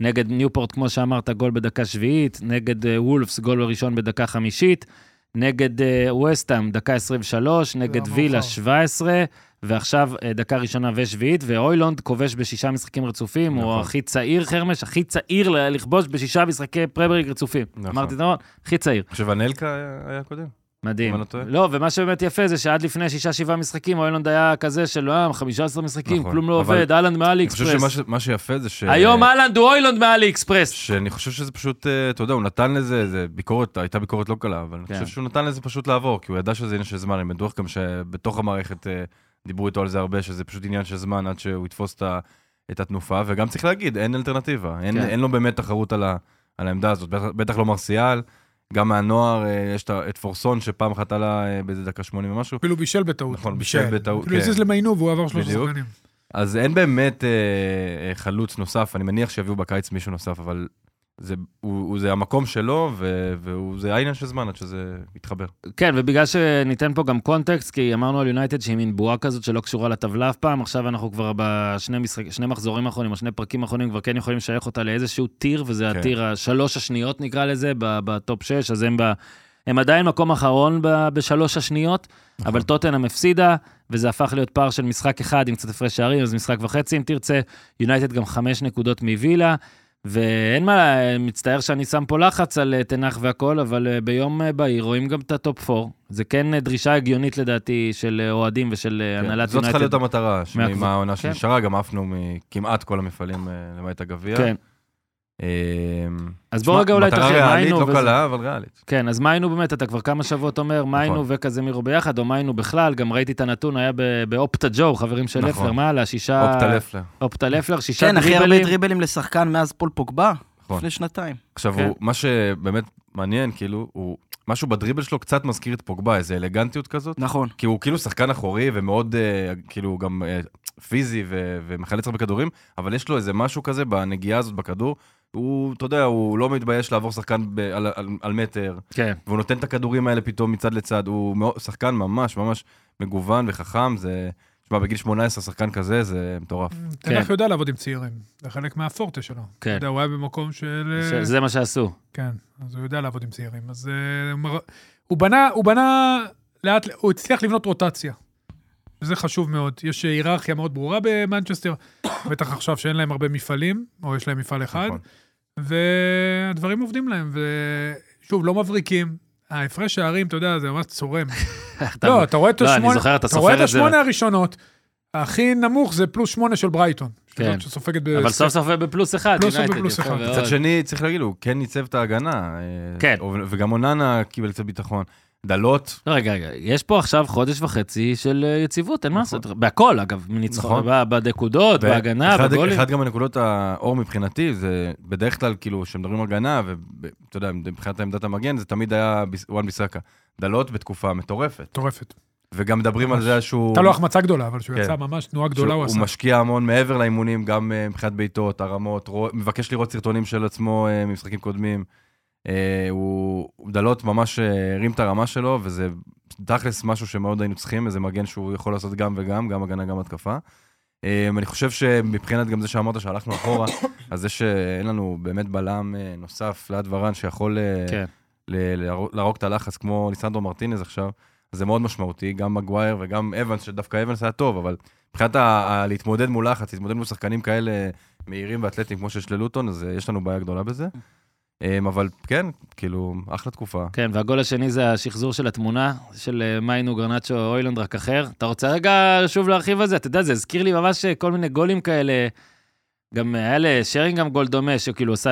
A: נגד ניופורט, כמו שאמרת, גול בדקה שביעית, נגד אה, וולפס, גול ראשון בדקה חמישית, נגד אה, ווסטהאם, דקה 23, נגד
B: המאוחר.
A: וילה, 17. ועכשיו אה, דקה ראשונה ושביעית, ואוילונד כובש בשישה משחקים רצופים, הוא
C: נכון.
A: הכי צעיר, חרמש, הכי צעיר ל- לכבוש בשישה משחקי פרמיירג רצופים.
C: נכון.
A: אמרתי נכון? הכי צעיר,
C: אני חושב אנלקה היה- היה קודם.
A: מדהים.
C: אם אני לא טועה.
A: לא, ומה שבאמת יפה זה שעד לפני שישה, שבעה משחקים, אוילונד היה כזה של אה, 15 משחקים,
C: נכון.
A: כלום לא
C: אבל
A: עובד, אהלנד מעלי
C: אני חושב שמה
A: אקספרס.
C: ש- מה שיפה זה ש...
A: היום אהלנד הוא אוילונד מעלי אקספרס.
C: שאני חושב שזה פשוט, אה, אתה יודע, הוא נתן לזה, זה ביקורת, הייתה ביקורת לא קלה, אבל אני
A: כן.
C: חושב שהוא נתן לזה פשוט לעבור, כי הוא ידע שזה עניין של זמן, אני בטוח גם שבתוך המערכת אה, דיברו איתו על זה הרבה, שזה פשוט עניין של זמן עד שהוא יתפוס את ה- את התנופה, וגם צריך להגיד, אין אלטרנטיבה, אין-
A: כן.
C: אין לו באמת תחרות על ה- על העמדה הזאת, בטח- בטח לא מרסיאל, גם מהנוער אה, יש את ה- את פורסון, שפעם אחת עלה אה, באיזה דקה 80 ומשהו,
B: אפילו בישל בטעות.
C: נכון, בישל בטעות,
B: כאילו
C: כן.
B: הזיז למיינו והוא עבר שלושה
C: בדיוק.
B: שחקנים.
C: אז אין באמת אה, אה, חלוץ נוסף, אני מניח שיביאו בקיץ מישהו נוסף, אבל זה, הוא, הוא, זה המקום שלו, ו, והוא- זה העניין של זמן עד שזה יתחבר.
A: כן, ובגלל שניתן פה גם קונטקסט, כי אמרנו על יונייטד שהיא מין בועה כזאת שלא קשורה לטבלה אף פעם, עכשיו אנחנו כבר בשני משחק, שני מחזורים האחרונים, או שני פרקים האחרונים, כבר כן יכולים לשייך אותה לאיזשהו טיר, וזה
C: כן.
A: הטיר השלוש השניות נקרא לזה, ב- בטופ שש, אז הם, ב, הם עדיין מקום אחרון ב, בשלוש השניות, אבל טוטנאם הפסידה, וזה הפך להיות פער של משחק אחד עם קצת הפרש שערים, אז משחק וחצי אם תרצה, יונייטד גם חמש נקודות מווילה. ואין מה, מצטער שאני שם פה לחץ על אה, תנח והכל, אבל אה, ביום אה, בהיר רואים גם את הטופ 4. זה כן אה, דרישה הגיונית לדעתי של אה, אוהדים ושל אה,
C: כן.
A: הנהלת
C: זאת צריכה להיות המטרה,
A: מהקבוצ-
C: עם העונה
A: כן.
C: שנשארה, גם עפנו מכמעט כל המפעלים אה, למעט הגביע.
A: כן.
C: אה,
A: אז
C: שמע,
A: בוא רגע אולי
C: מטרה
A: תראה, מה
C: ריאלית,
A: היינו...
C: לא
A: וזה-
C: קלה, נכון. אבל ריאלית.
A: כן, אז מה היינו באמת, אתה כבר כמה שבועות אומר, מה היינו וקזמירו ביחד, או מה היינו בכלל, גם ראיתי את הנתון, היה ב- באופטה ג'ו, חברים של
C: נכון.
A: לפלר, מה עלה? שישה...
C: אופטה לפלר.
A: אופטה לפלר, שישה
D: כן, הכי הרבה
A: דריבלים.
D: דריבלים לשחקן מאז פול פוגבה,
C: נכון.
D: לפני שנתיים.
C: עכשיו,
A: כן.
C: הוא- מה שבאמת מעניין, כאילו, הוא... משהו בדריבל שלו קצת מזכיר את פוגבה, איזה אלגנטיות כזאת.
D: נכון.
C: כי הוא כאילו שחקן אחורי ומאוד אה, כאילו גם אה, פיזי ו- ומחלץ הרבה כדורים, אבל יש לו איזה משהו כזה בנגיעה הזאת בכדור. הוא, אתה יודע, הוא לא מתבייש לעבור שחקן ב- על, על, על מטר,
A: כן.
C: והוא נותן את הכדורים האלה פתאום מצד לצד. הוא מאוד, שחקן ממש ממש מגוון וחכם, זה... תשמע, בגיל 18 שחקן כזה, זה מטורף.
B: תנח יודע לעבוד עם צעירים, זה חלק מהפורטה שלו. אתה
D: כן.
B: יודע, הוא היה במקום של...
A: כן. ש- זה מה שעשו.
B: כן, אז הוא יודע לעבוד עם צעירים. אז אה, הוא מר- הוא בנה, הוא בנה לאט, הוא הצליח לבנות רוטציה. זה חשוב מאוד. יש היררכיה מאוד ברורה במנצ'סטר, בטח עכשיו שאין להם הרבה מפעלים, או יש להם מפעל אחד,
C: נכון.
B: והדברים עובדים להם, ושוב, לא מבריקים. ההפרש שערים, אתה יודע, זה ממש צורם. לא, אתה רואה את
A: לא,
B: השמונה...
A: אני זוכר, אתה
B: אתה רואה
A: סופר
B: את
A: את זה.
B: השמונה הראשונות, הכי נמוך זה פלוס שמונה של ברייטון.
A: כן.
B: כן. שסופגת ב...
A: אבל סוף סוף בפלוס אחד,
B: פלוס או
A: יונייטד,
B: בפלוס
A: יפה
B: אחד.
A: מאוד.
C: מצד שני, צריך להגיד, הוא כן ניצב את ההגנה. אה,
A: כן.
C: וגם אוננה קיבל קצת ביטחון. דלות.
A: לא, רגע, רגע, יש פה עכשיו חודש וחצי של אה, יציבות, אין מה
B: נכון.
A: לעשות. בהכל, אגב, מניצחון,
C: נכון.
A: ב- בנקודות, בהגנה,
C: ואחד-
A: בגולים.
C: אחד גם הנקודות האור מבחינתי, זה בדרך כלל, כאילו, כשמדברים על הגנה, ואתה יודע, מבחינת עמדת המגן, זה תמיד היה ביס- וואן ביסאקה. דלות בתקופה מטורפת.
B: מטורפת.
C: וגם מדברים על זה שהוא...
A: לא
B: הייתה לו החמצה גדולה, אבל שהוא
C: כן.
B: יצא ממש תנועה גדולה, הוא
C: שהוא
B: עשה.
C: הוא משקיע המון מעבר לאימונים, גם אה, מבחינת בעיטות, הרמות, רוא- מבקש לראות סרטונים של עצמו אה, ממשחקים קודמים. אה, הוא הוא דלות ממש אה, הרים את הרמה שלו, וזה תכלס משהו שמאוד היינו צריכים, איזה מגן שהוא יכול לעשות גם וגם, גם הגנה, גם התקפה. אה, אני חושב שמבחינת גם זה שאמרת שהלכנו אחורה, אז זה שאין לנו באמת בלם אה, נוסף ליד ורן שיכול אה,
A: כן.
C: ל- להרוג- להרוג את הלחץ כמו ליסנדרו מרטינז עכשיו, אז זה מאוד משמעותי, גם מגווייר וגם אבנס, שדווקא אבנס היה טוב, אבל מבחינת ה- ה- להתמודד מול לחץ, להתמודד מול שחקנים כאלה מהירים ואתלטיים כמו שיש ללוטון, אז אה, יש לנו בעיה גדולה
A: Mm.
C: בזה. אה, אבל כן, כאילו, אחלה תקופה.
A: כן, והגול השני זה השחזור של התמונה של אה, מיינו גרנצ'ו אוילנד, רק אחר. אתה רוצה רגע שוב להרחיב על זה? אתה יודע, זה הזכיר לי ממש אה, כל מיני גולים כאלה. גם אה, היה לשרינגהם גול דומה, שכאילו עשה...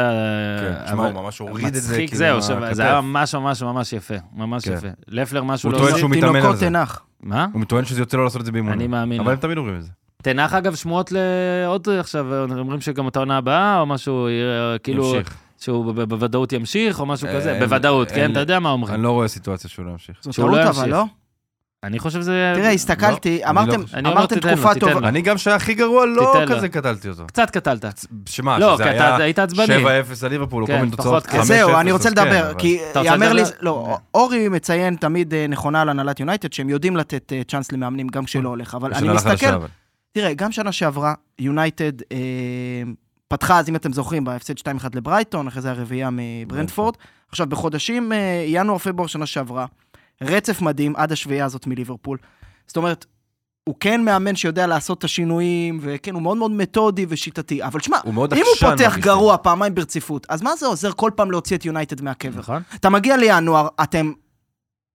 C: כן,
A: אה,
C: שמע,
A: אבל-
C: הוא ממש הוריד את זה,
A: מצחיק
C: כאילו,
A: זהו,
C: עם
A: עכשיו,
C: הכתף.
A: זה היה ממש ממש ממש יפה, ממש
C: כן.
A: יפה. לפלר משהו
C: הוא
A: לא
C: טוען
A: עושה.
C: שהוא מתאמן על
D: תינוקות
C: זה.
D: תנח.
A: מה?
C: הוא טוען שזה יוצא לו לעשות את זה
A: אני
C: באימונים.
A: מאמין.
C: אבל הם תמיד אומרים את זה.
A: תנח אגב שמועות לעוד עכשיו, אומרים שגם את העונה הבאה, או משהו, אה, כאילו,
C: ימשיך.
A: שהוא ב- ב- בוודאות ימשיך, או משהו
C: אה,
A: כזה,
C: אין-
A: בוודאות,
C: אין-
A: כן? אתה יודע מה אומרים.
C: אני לא רואה סיטואציה שהוא לא ימשיך.
D: זו
A: שהוא
D: טעות
A: לא
D: אבל,
A: ימשיך.
D: לא?
A: אני חושב שזה...
D: תראה, הסתכלתי,
C: לא
D: אמרתם
C: חושב.
A: אני אומר,
D: אמרתם
A: תיתן לו,
D: תקופה
A: תיתן לו.
D: טובה.
C: אני גם שהיה הכי גרוע, לא
A: אוקיי. תיתן לו.
C: כזה קטלתי אותו.
A: קצת קטלת.
C: שמה,
A: לא,
C: אה, שזה
A: כי אתה
C: היה
A: היית עצבני.
C: 7-0 על ליברפול, או כל
A: כן,
C: מיני תוצאות
A: פחות כיף.
C: 5-0.
D: זהו, אני רוצה
C: אז כן,
D: לדבר,
C: אבל-
D: כי
A: אתה רוצה
D: יאמר לי,
A: לדבר?
D: לא, אורי מציין תמיד אה, נכונה על הנהלת יונייטד, שהם יודעים לתת אה, צ'אנס למאמנים גם כשלא הולך, אבל
C: נכון. יש
D: אני
C: לנו הלכה
D: מסתכל,
C: לשעבר.
D: תראה, גם שנה שעברה, יונייטד אה, פתחה, אז אם אתם זוכרים, בהפסד 2-1 לברייטון, אחרי זה הרביעייה מברנדפורד. עכשיו, בחודשים, אה, ינואר-פברואר שנה שעברה, רצף מדהים עד השביעייה הזאת מליברפול. זאת אומרת, הוא כן מאמן שיודע לעשות את השינויים, וכן, הוא מאוד מאוד מתודי ושיטתי, אבל שמע,
C: הוא מאוד
D: אם הוא
C: עקשן,
D: פותח
C: מרגיש לי.
D: גרוע פעמיים ברציפות, אז מה זה עוזר כל פעם להוציא את יונייטד מהקבר?
A: נכון.
D: אתה מגיע לינואר, אתם,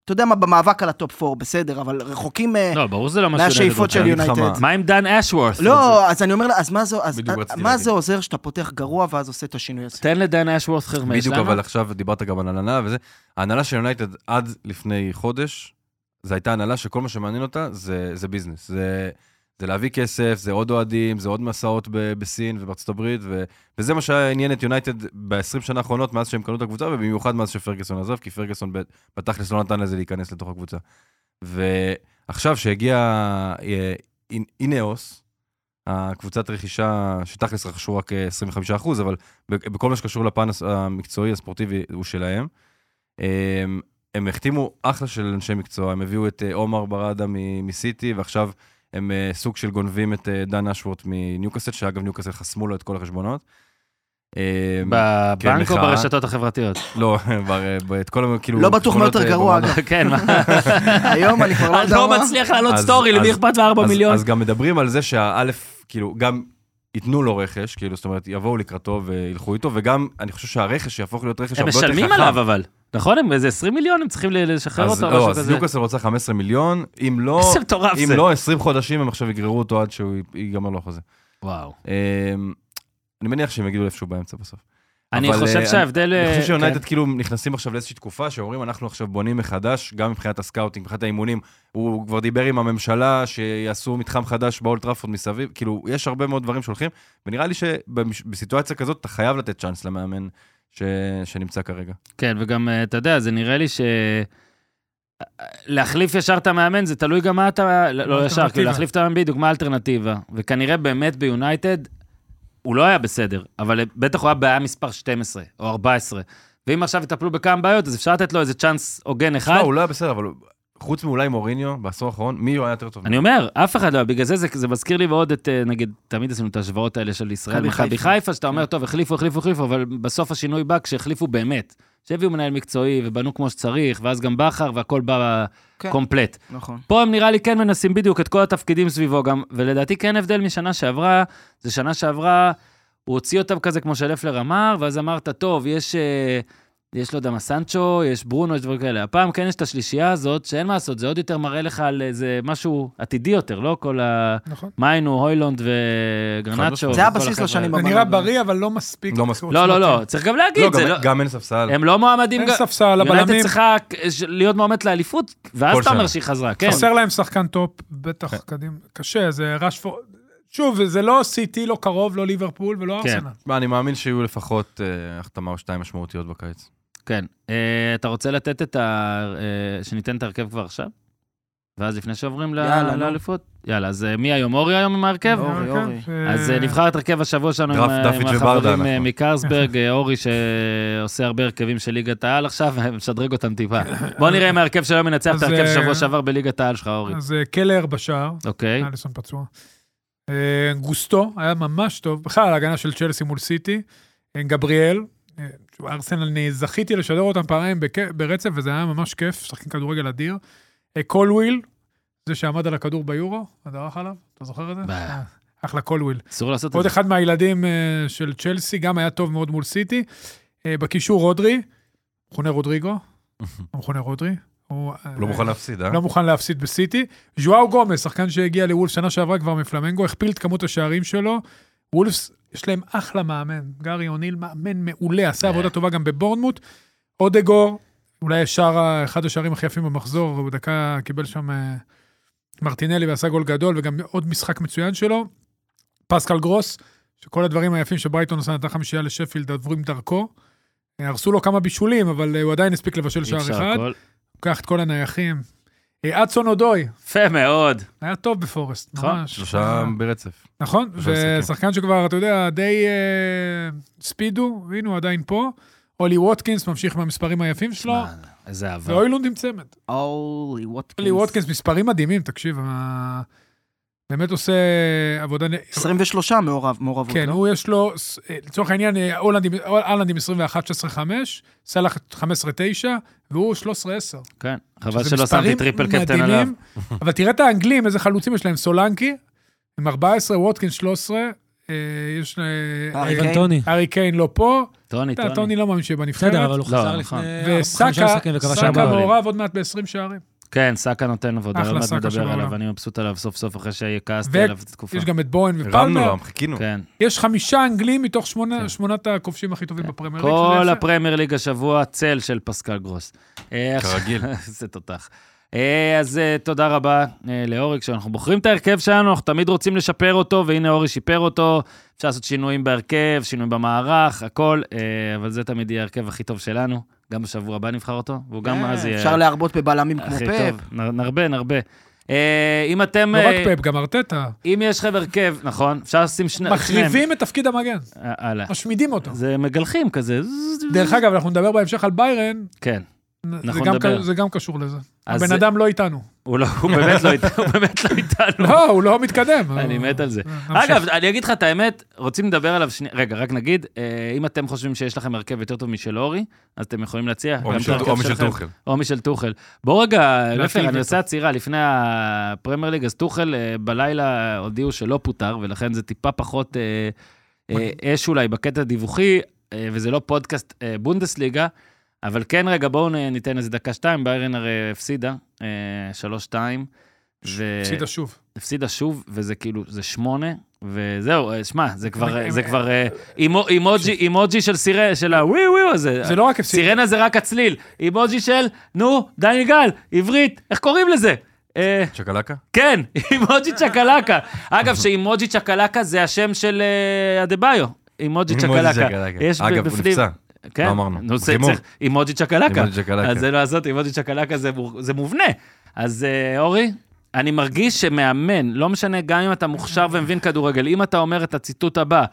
D: אתה יודע מה, במאבק על הטופ 4, בסדר, אבל רחוקים... אה,
A: לא, ברור שזה לא משהו...
D: מהשאיפות של
A: נגד
C: אני איתך
D: יונייטד.
C: מה.
A: אותך. מה עם דן אשוורת?
D: לא, אז אני אומר לה, אז מה זה, אז,
C: בדיוק רציתי
D: מה
C: להגיד.
D: זה עוזר שאתה פותח גרוע ואז עושה את השינוי הזה?
A: תן לדן אשוורת חרמש.
C: בדיוק,
A: למה?
C: אבל עכשיו דיברת גם על הנהלה וזה. ההנהלה של יונייטד עד לפני חודש, זו הייתה הנהלה שכל מה שמעניין אותה זה, זה ביזנס. זה, זה להביא כסף, זה עוד אוהדים, זה עוד מסעות ב- בסין ובארצות הברית, ו, וזה מה שעניין את יונייטד ב-20 שנה האחרונות, מאז שהם קנו את הקבוצה, ובמיוחד מאז שפרגוסון עזב, כי פרגוסון ב- בתכלס לא נתן לזה להיכנס לתוך הקבוצה. ועכשיו שהגיע אה, אינ- אינאוס, הקבוצת רכישה, שתכלס רכשו רק אה, 25%, אבל ב- בכל מה שקשור לפן הס- המקצועי, הספורטיבי, הוא שלהם. הם, הם החתימו אחלה של אנשי מקצוע, הם הביאו את אה, עומר בראדה מ- מסיטי, ועכשיו הם אה, סוג של גונבים את אה, דן אשוורט מניוקאסט, שאגב ניוקאסט חסמו לו את כל החשבונות. אה, כן,
A: בבנק או
C: לך.
A: ברשתות החברתיות?
C: לא, בר- ב- את כל ה... כאילו...
D: לא בטוח מה
C: חשבונות,
D: יותר
C: אה,
D: גרוע,
C: במועדון.
D: אגב.
A: כן, מה?
D: היום אני כבר לא
A: אני
D: יודע
A: לא
D: מה.
A: מצליח לעלות
C: אז-
A: סטורי, למי
C: אז-
A: אכפת מארבע
C: אז-
A: מיליון?
C: אז גם מדברים על זה שהאלף, כאילו, גם ייתנו לו רכש, כאילו, זאת אומרת, יבואו לקראתו וילכו איתו, וגם אני חושב שהרכש יהפוך להיות
A: הם
C: רכש הרבה יותר חכם.
A: משלמים עליו אבל. נכון, הם איזה 20 מיליון, הם צריכים ל- לשחרר
C: אז
A: אותו,
C: לא,
A: משהו
C: אז
A: כזה.
C: ניוקאסל רוצה 15 מיליון, אם לא,
A: איזה מטורף
C: אם
A: זה.
C: לא 20 חודשים הם עכשיו יגררו אותו עד שהוא י- ייגמר לו החוזה.
A: וואו.
C: אמ, אני מניח שהם יגידו איפשהו באמצע בסוף.
A: אני
C: אבל,
A: חושב
C: אה,
A: שההבדל...
C: אני חושב
A: אה,
C: שיונייטד כאילו נכנסים עכשיו לאיזושהי תקופה שאומרים אנחנו עכשיו בונים מחדש, גם מבחינת הסקאוטינג, מבחינת האימונים. הוא כבר דיבר עם הממשלה שיעשו מתחם חדש באולט טראפורד מסביב, כאילו יש הרבה מאוד דברים שהולכים, ונראה לי שבסיטואציה כזאת אתה חייב לתת צ'אנס למאמן ש... שנמצא כרגע.
A: כן, וגם, אה, אתה יודע, זה נראה לי ש... להחליף ישר את המאמן, זה תלוי גם מה אתה... לא, לא ישר, כאילו,
B: האלטרנטיבה.
A: להחליף את המאמן בדיוק, מה האלטרנטיבה. וכנראה באמת ביונייטד, הוא לא היה בסדר, אבל בטח הוא היה בעיה מספר 12 או 14. ואם עכשיו יטפלו בכמה בעיות, אז אפשר לתת לו איזה צ'אנס הוגן
C: לא,
A: אחד.
C: הוא לא היה בסדר, אבל הוא- חוץ מאולי מוריניו, בעשור האחרון, מי הוא היה יותר טוב?
A: אני אומר, אף אחד לא, היה. בגלל זה, זה זה מזכיר לי מאוד את, אה, נגיד, תמיד עשינו את ההשוואות האלה של ישראל,
D: מכבי
A: מכבי
D: חיפה. כן.
A: חיפה, שאתה אומר, טוב, החליפו, החליפו, החליפו, אבל בסוף השינוי בא כשהחליפו באמת. שהביאו מנהל מקצועי ובנו כמו שצריך, ואז גם בכר, והכל בא
D: כן.
A: קומפלט.
D: נכון.
A: פה הם נראה לי כן מנסים בדיוק את כל התפקידים סביבו גם, ולדעתי כן הבדל משנה שעברה, זה שנה שעברה, הוא הוציא אותם כזה כמו שלפלר אמר, ואז אמרת, טוב, יש... אה, יש לו דמה סנצ'ו, יש ברונו, יש דברים כאלה. הפעם כן יש את השלישייה הזאת, שאין מה לעשות, זה עוד יותר מראה לך על איזה משהו עתידי יותר, לא כל ה...
B: נכון.
A: מיינו, הוילונד
C: חד
A: וגרנצ'ו.
C: משמעית.
A: וכל
D: זה הבסיס
A: החבר'ה
D: לשנים
A: האלה.
D: אבל-
B: זה נראה בריא, אבל לא מספיק.
C: לא מספיק.
A: לא, לא, לא,
B: עוצמתי.
A: צריך גם להגיד,
C: לא,
A: זה
C: גם-
A: לא...
C: גם אין ספסל.
A: הם לא מועמדים...
B: כן. אין
A: ג-
B: ספסל,
A: יונייטד
B: הבלמים.
A: צריכה כ- להיות מועמדת לאליפות, ואז
C: כל
A: אתה אומר
C: שנה.
A: שהיא חזרה, כן.
B: חסר להם שחקן טופ, בטח קדימה. קשה, זה רשפורד. שוב, זה לא סיטי, לא קרוב, לא ליברפול ולא
A: כן.
B: ארסנל.
C: מה, אני מאמין שיהיו לפחות אה, החתמה או שתיים משמעותיות בקיץ.
A: כן. אה, אתה רוצה לתת את ה... אה, שניתן את ההרכב כבר עכשיו? ואז לפני שעוברים ל-
D: יאללה, נו.
A: לאליפות? יאללה, אז אה, מי היום? אורי היום עם ההרכב?
B: לא,
D: אורי.
A: כן.
B: כן,
A: אז אה, נבחר את הרכב השבוע שלנו עם
C: דרף-
A: ה- עם
C: דפיץ' וברדה
A: החברים אה,
C: אנחנו.
A: מקרסברג, אה, אורי שעושה הרבה הרכבים של ליגת העל עכשיו, אה, משדרג אותם טיפה. בוא נראה אם ההרכב שלו מנצח את
B: אז,
A: ההרכב
B: אה,
A: שבוע שעבר בליגת העל שלך, אורי.
B: אז אה, קלר בשער,
A: אוקיי.
B: אליסון פצוע. אה, גוסטו היה ממש טוב, בכלל ההגנה של צ'לסי מול סיטי. אה, גבריאל, אה, שוב, ארסנל, אני זכיתי לשדר אותם פעמיים בק- ברצף, וזה היה ממש כיף, משחקים כדורגל אדיר. אה, קולוויל, זה שעמד על הכדור ביורו, הדרך עליו, אתה זוכר את זה?
A: ביי.
B: אה, אחלה קולוויל.
A: אסור לעשות את
B: עוד
A: זה.
B: אחד מהילדים אה, של צ'לסי, גם היה טוב מאוד מול סיטי. אה, בקישור רודרי, מכונה רודריגו, המכונה רודרי. הוא אה,
C: לא מוכן להפסיד, אה?
B: לא מוכן להפסיד בסיטי. ז'ואאו גומס, שחקן שהגיע לוולף שנה שעברה כבר מפלמנגו, הכפיל את כמות השערים שלו. וולפס, יש להם אחלה מאמן. גארי אוניל, מאמן מעולה, עשה
A: אה.
B: עבודה טובה גם בבורנמוט. אודגור, אולי השער, אחד השערים הכי יפים במחזור, הוא דקה קיבל שם אה, מרטינלי ועשה גול גדול, וגם עוד משחק מצוין שלו. פסקל גרוס, שכל הדברים היפים שברייטון עשה, נתן חמישייה לשפילד, עברו עם דרכו. אה, הרסו לו כמה בישולים, אבל אה, הוא עדיין הספיק לבשל
A: אי
B: שער
A: אפשר
B: אחד.
A: הכל.
B: לוקח את כל הנייחים. אה, אדסון אודוי,
A: יפה מאוד.
B: היה טוב בפורסט,
A: נכון,
B: ממש. אה,
C: שלושה ברצף.
B: נכון,
C: ושחקים.
B: ושחקן שכבר, אתה יודע, די אה, הספידו, והנה הוא עדיין פה. אולי ווטקינס ממשיך מהמספרים היפים שלו,
A: מה, איזה אהבה.
B: ואוילונד עם צמד.
D: אולי
B: אולי
D: ווטקינס.
B: ווטקינס, מספרים מדהימים, תקשיב, ה- באמת עושה עבודה... נ-
D: 23 מעורב, מעורבות.
B: כן,
D: לא?
B: הוא יש לו, ס- אה, לצורך העניין, אה, הולנד עם- הולנד עם 21-16-5, סאלח 15-9, והוא 13-10.
A: כן, חבל
B: שזה
A: שלא שמתי
B: מספרים
A: טריפל קפטן
B: מדהימים,
A: עליו.
B: אבל תראה את האנגלים, איזה חלוצים יש להם. סולנקי, עם 14, ווטקין 13, אה, יש לה-
D: הארי
B: אה,
E: איבן כן, טוני.
B: הארי קיין לא פה,
A: טוני,
B: אתה יודע,
A: טוני.
B: טוני לא מאמין שבנבחרת.
E: בסדר, אבל הוא
A: לא,
E: חזר
A: נכון.
E: לפני ארבע- חמישה
B: וסאקה,
E: משחקים וכבש
B: סאקה
E: ארבע גולים.
B: מעורב עוד מעט ב-20 שערים.
A: כן, סאקה נותן עבודה,
B: אחלה
A: עוד מעט
B: סאקה
A: נדבר
B: שבעולם.
A: עליו, אני מבסוט עליו סוף סוף אחרי שכעסתי עליו את התקופה.
B: יש גם את בוהן
C: הרמנו
B: ופלמר.
C: להם, חיכינו.
A: כן.
B: יש חמישה אנגלים מתוך שמונה- שמונת הכובשים הכי טובים בפרמייר ליג. שזה
A: כן. כל
B: יפה.
A: הפרמייר ליג השבוע, צל של פסקל גרוס. אה,
C: כרגיל.
A: זה תותח. אה, אז אה, תודה רבה אה, לאורי, כשאנחנו בוחרים את ההרכב שלנו, אנחנו תמיד רוצים לשפר אותו, והנה אורי שיפר אותו, אפשר לעשות שינויים בהרכב, שינויים במערך, הכל, אה, אבל זה תמיד יהיה ההרכב הכי טוב שלנו, גם בשבוע הבא נבחר אותו, והוא
B: כן.
A: גם
D: אה,
A: אז יהיה
D: אפשר להרבות בבלמים כמו
A: הכי
D: פאפ.
A: כן. טוב. נ- נרבה, נרבה. אה, אם אתם,
B: לא
A: אה,
B: רק פאפ, גם ארטטה.
A: אם יש לכם הרכב, נכון, אפשר לשים שני- שניהם.
B: מחריבים את תפקיד המגן,
A: אה, הלאה.
B: משמידים אותו.
A: זה מגלחים כזה. זז,
B: דרך אגב, אנחנו נדבר בהמשך על ביירן,
A: כן.
B: זה
A: אנחנו
B: גם
A: נדבר.
B: ק- זה גם קשור לזה.
A: אז
B: הבן
A: זה-
B: אדם לא איתנו.
A: הוא לא, הוא באמת לא איתנו, הוא באמת לא איתנו.
B: לא, הוא לא מתקדם.
A: אני
B: הוא- אה,
A: מת על זה.
B: נמשיך.
C: אה,
A: אגב, אני אגיד לך את האמת, רוצים לדבר עליו שנייה, רגע, רק נגיד, אה, אם אתם חושבים שיש לכם הרכב יותר טוב משל אורי, אז אתם יכולים להציע.
C: או
A: גם את
C: משל-
A: ההרכב
C: או משל
A: שלכם.
C: טוחל.
A: או משל טוחל. בוא רגע, לפר, אני
B: אותו.
A: עושה עצירה לפני הפרמייר ליג, אז טוחל אה, בלילה הודיעו שלא פוטר, ולכן זה טיפה פחות אה,
B: אוקיי.
A: אה, אש אולי בקטע הדיווחי, אה, וזה לא פודקאסט אה, בונדסליגה, אבל כן, רגע, בואו נ- ניתן איזה דקה-שתיים, ביירן הרי הפסידה, אה, 3-2. ו-
B: הפסידה שוב.
A: הפסידה שוב, וזה כאילו, זה שמונה, וזהו, אה, שמע, זה כבר, זה כבר אה, אימו- אימוג'י, אימוג'י של סירן, של הווי ווי הזה.
B: זה לא רק הפסיד.
A: סירנה זה רק הצליל, אימוג'י של, נו, דני גל, עברית, איך קוראים לזה? אה,
C: צ'קלקה?
A: כן, אימוג'י צ'קלקה. אגב, שאימוג'י צ'קלקה זה השם של אה, אדה-ביו. אימוג'י צ'קלקה. יש ב-
C: אגב, הוא
A: בפנים-
C: נפצע.
A: כן,
C: לא אמרנו.
A: נו, זה
C: חימום.
A: צריך, אימוג'י צ'קלקה.
C: אימוג'י צ'קלקה.
A: אז זה לא לעשות, אימוג'י צ'קלקה זה מור- זה מובנה. אז אה, אורי, אני מרגיש שמאמן, לא משנה, גם אם אתה מוכשר ומבין כדורגל, אם אתה אומר את הציטוט הבא,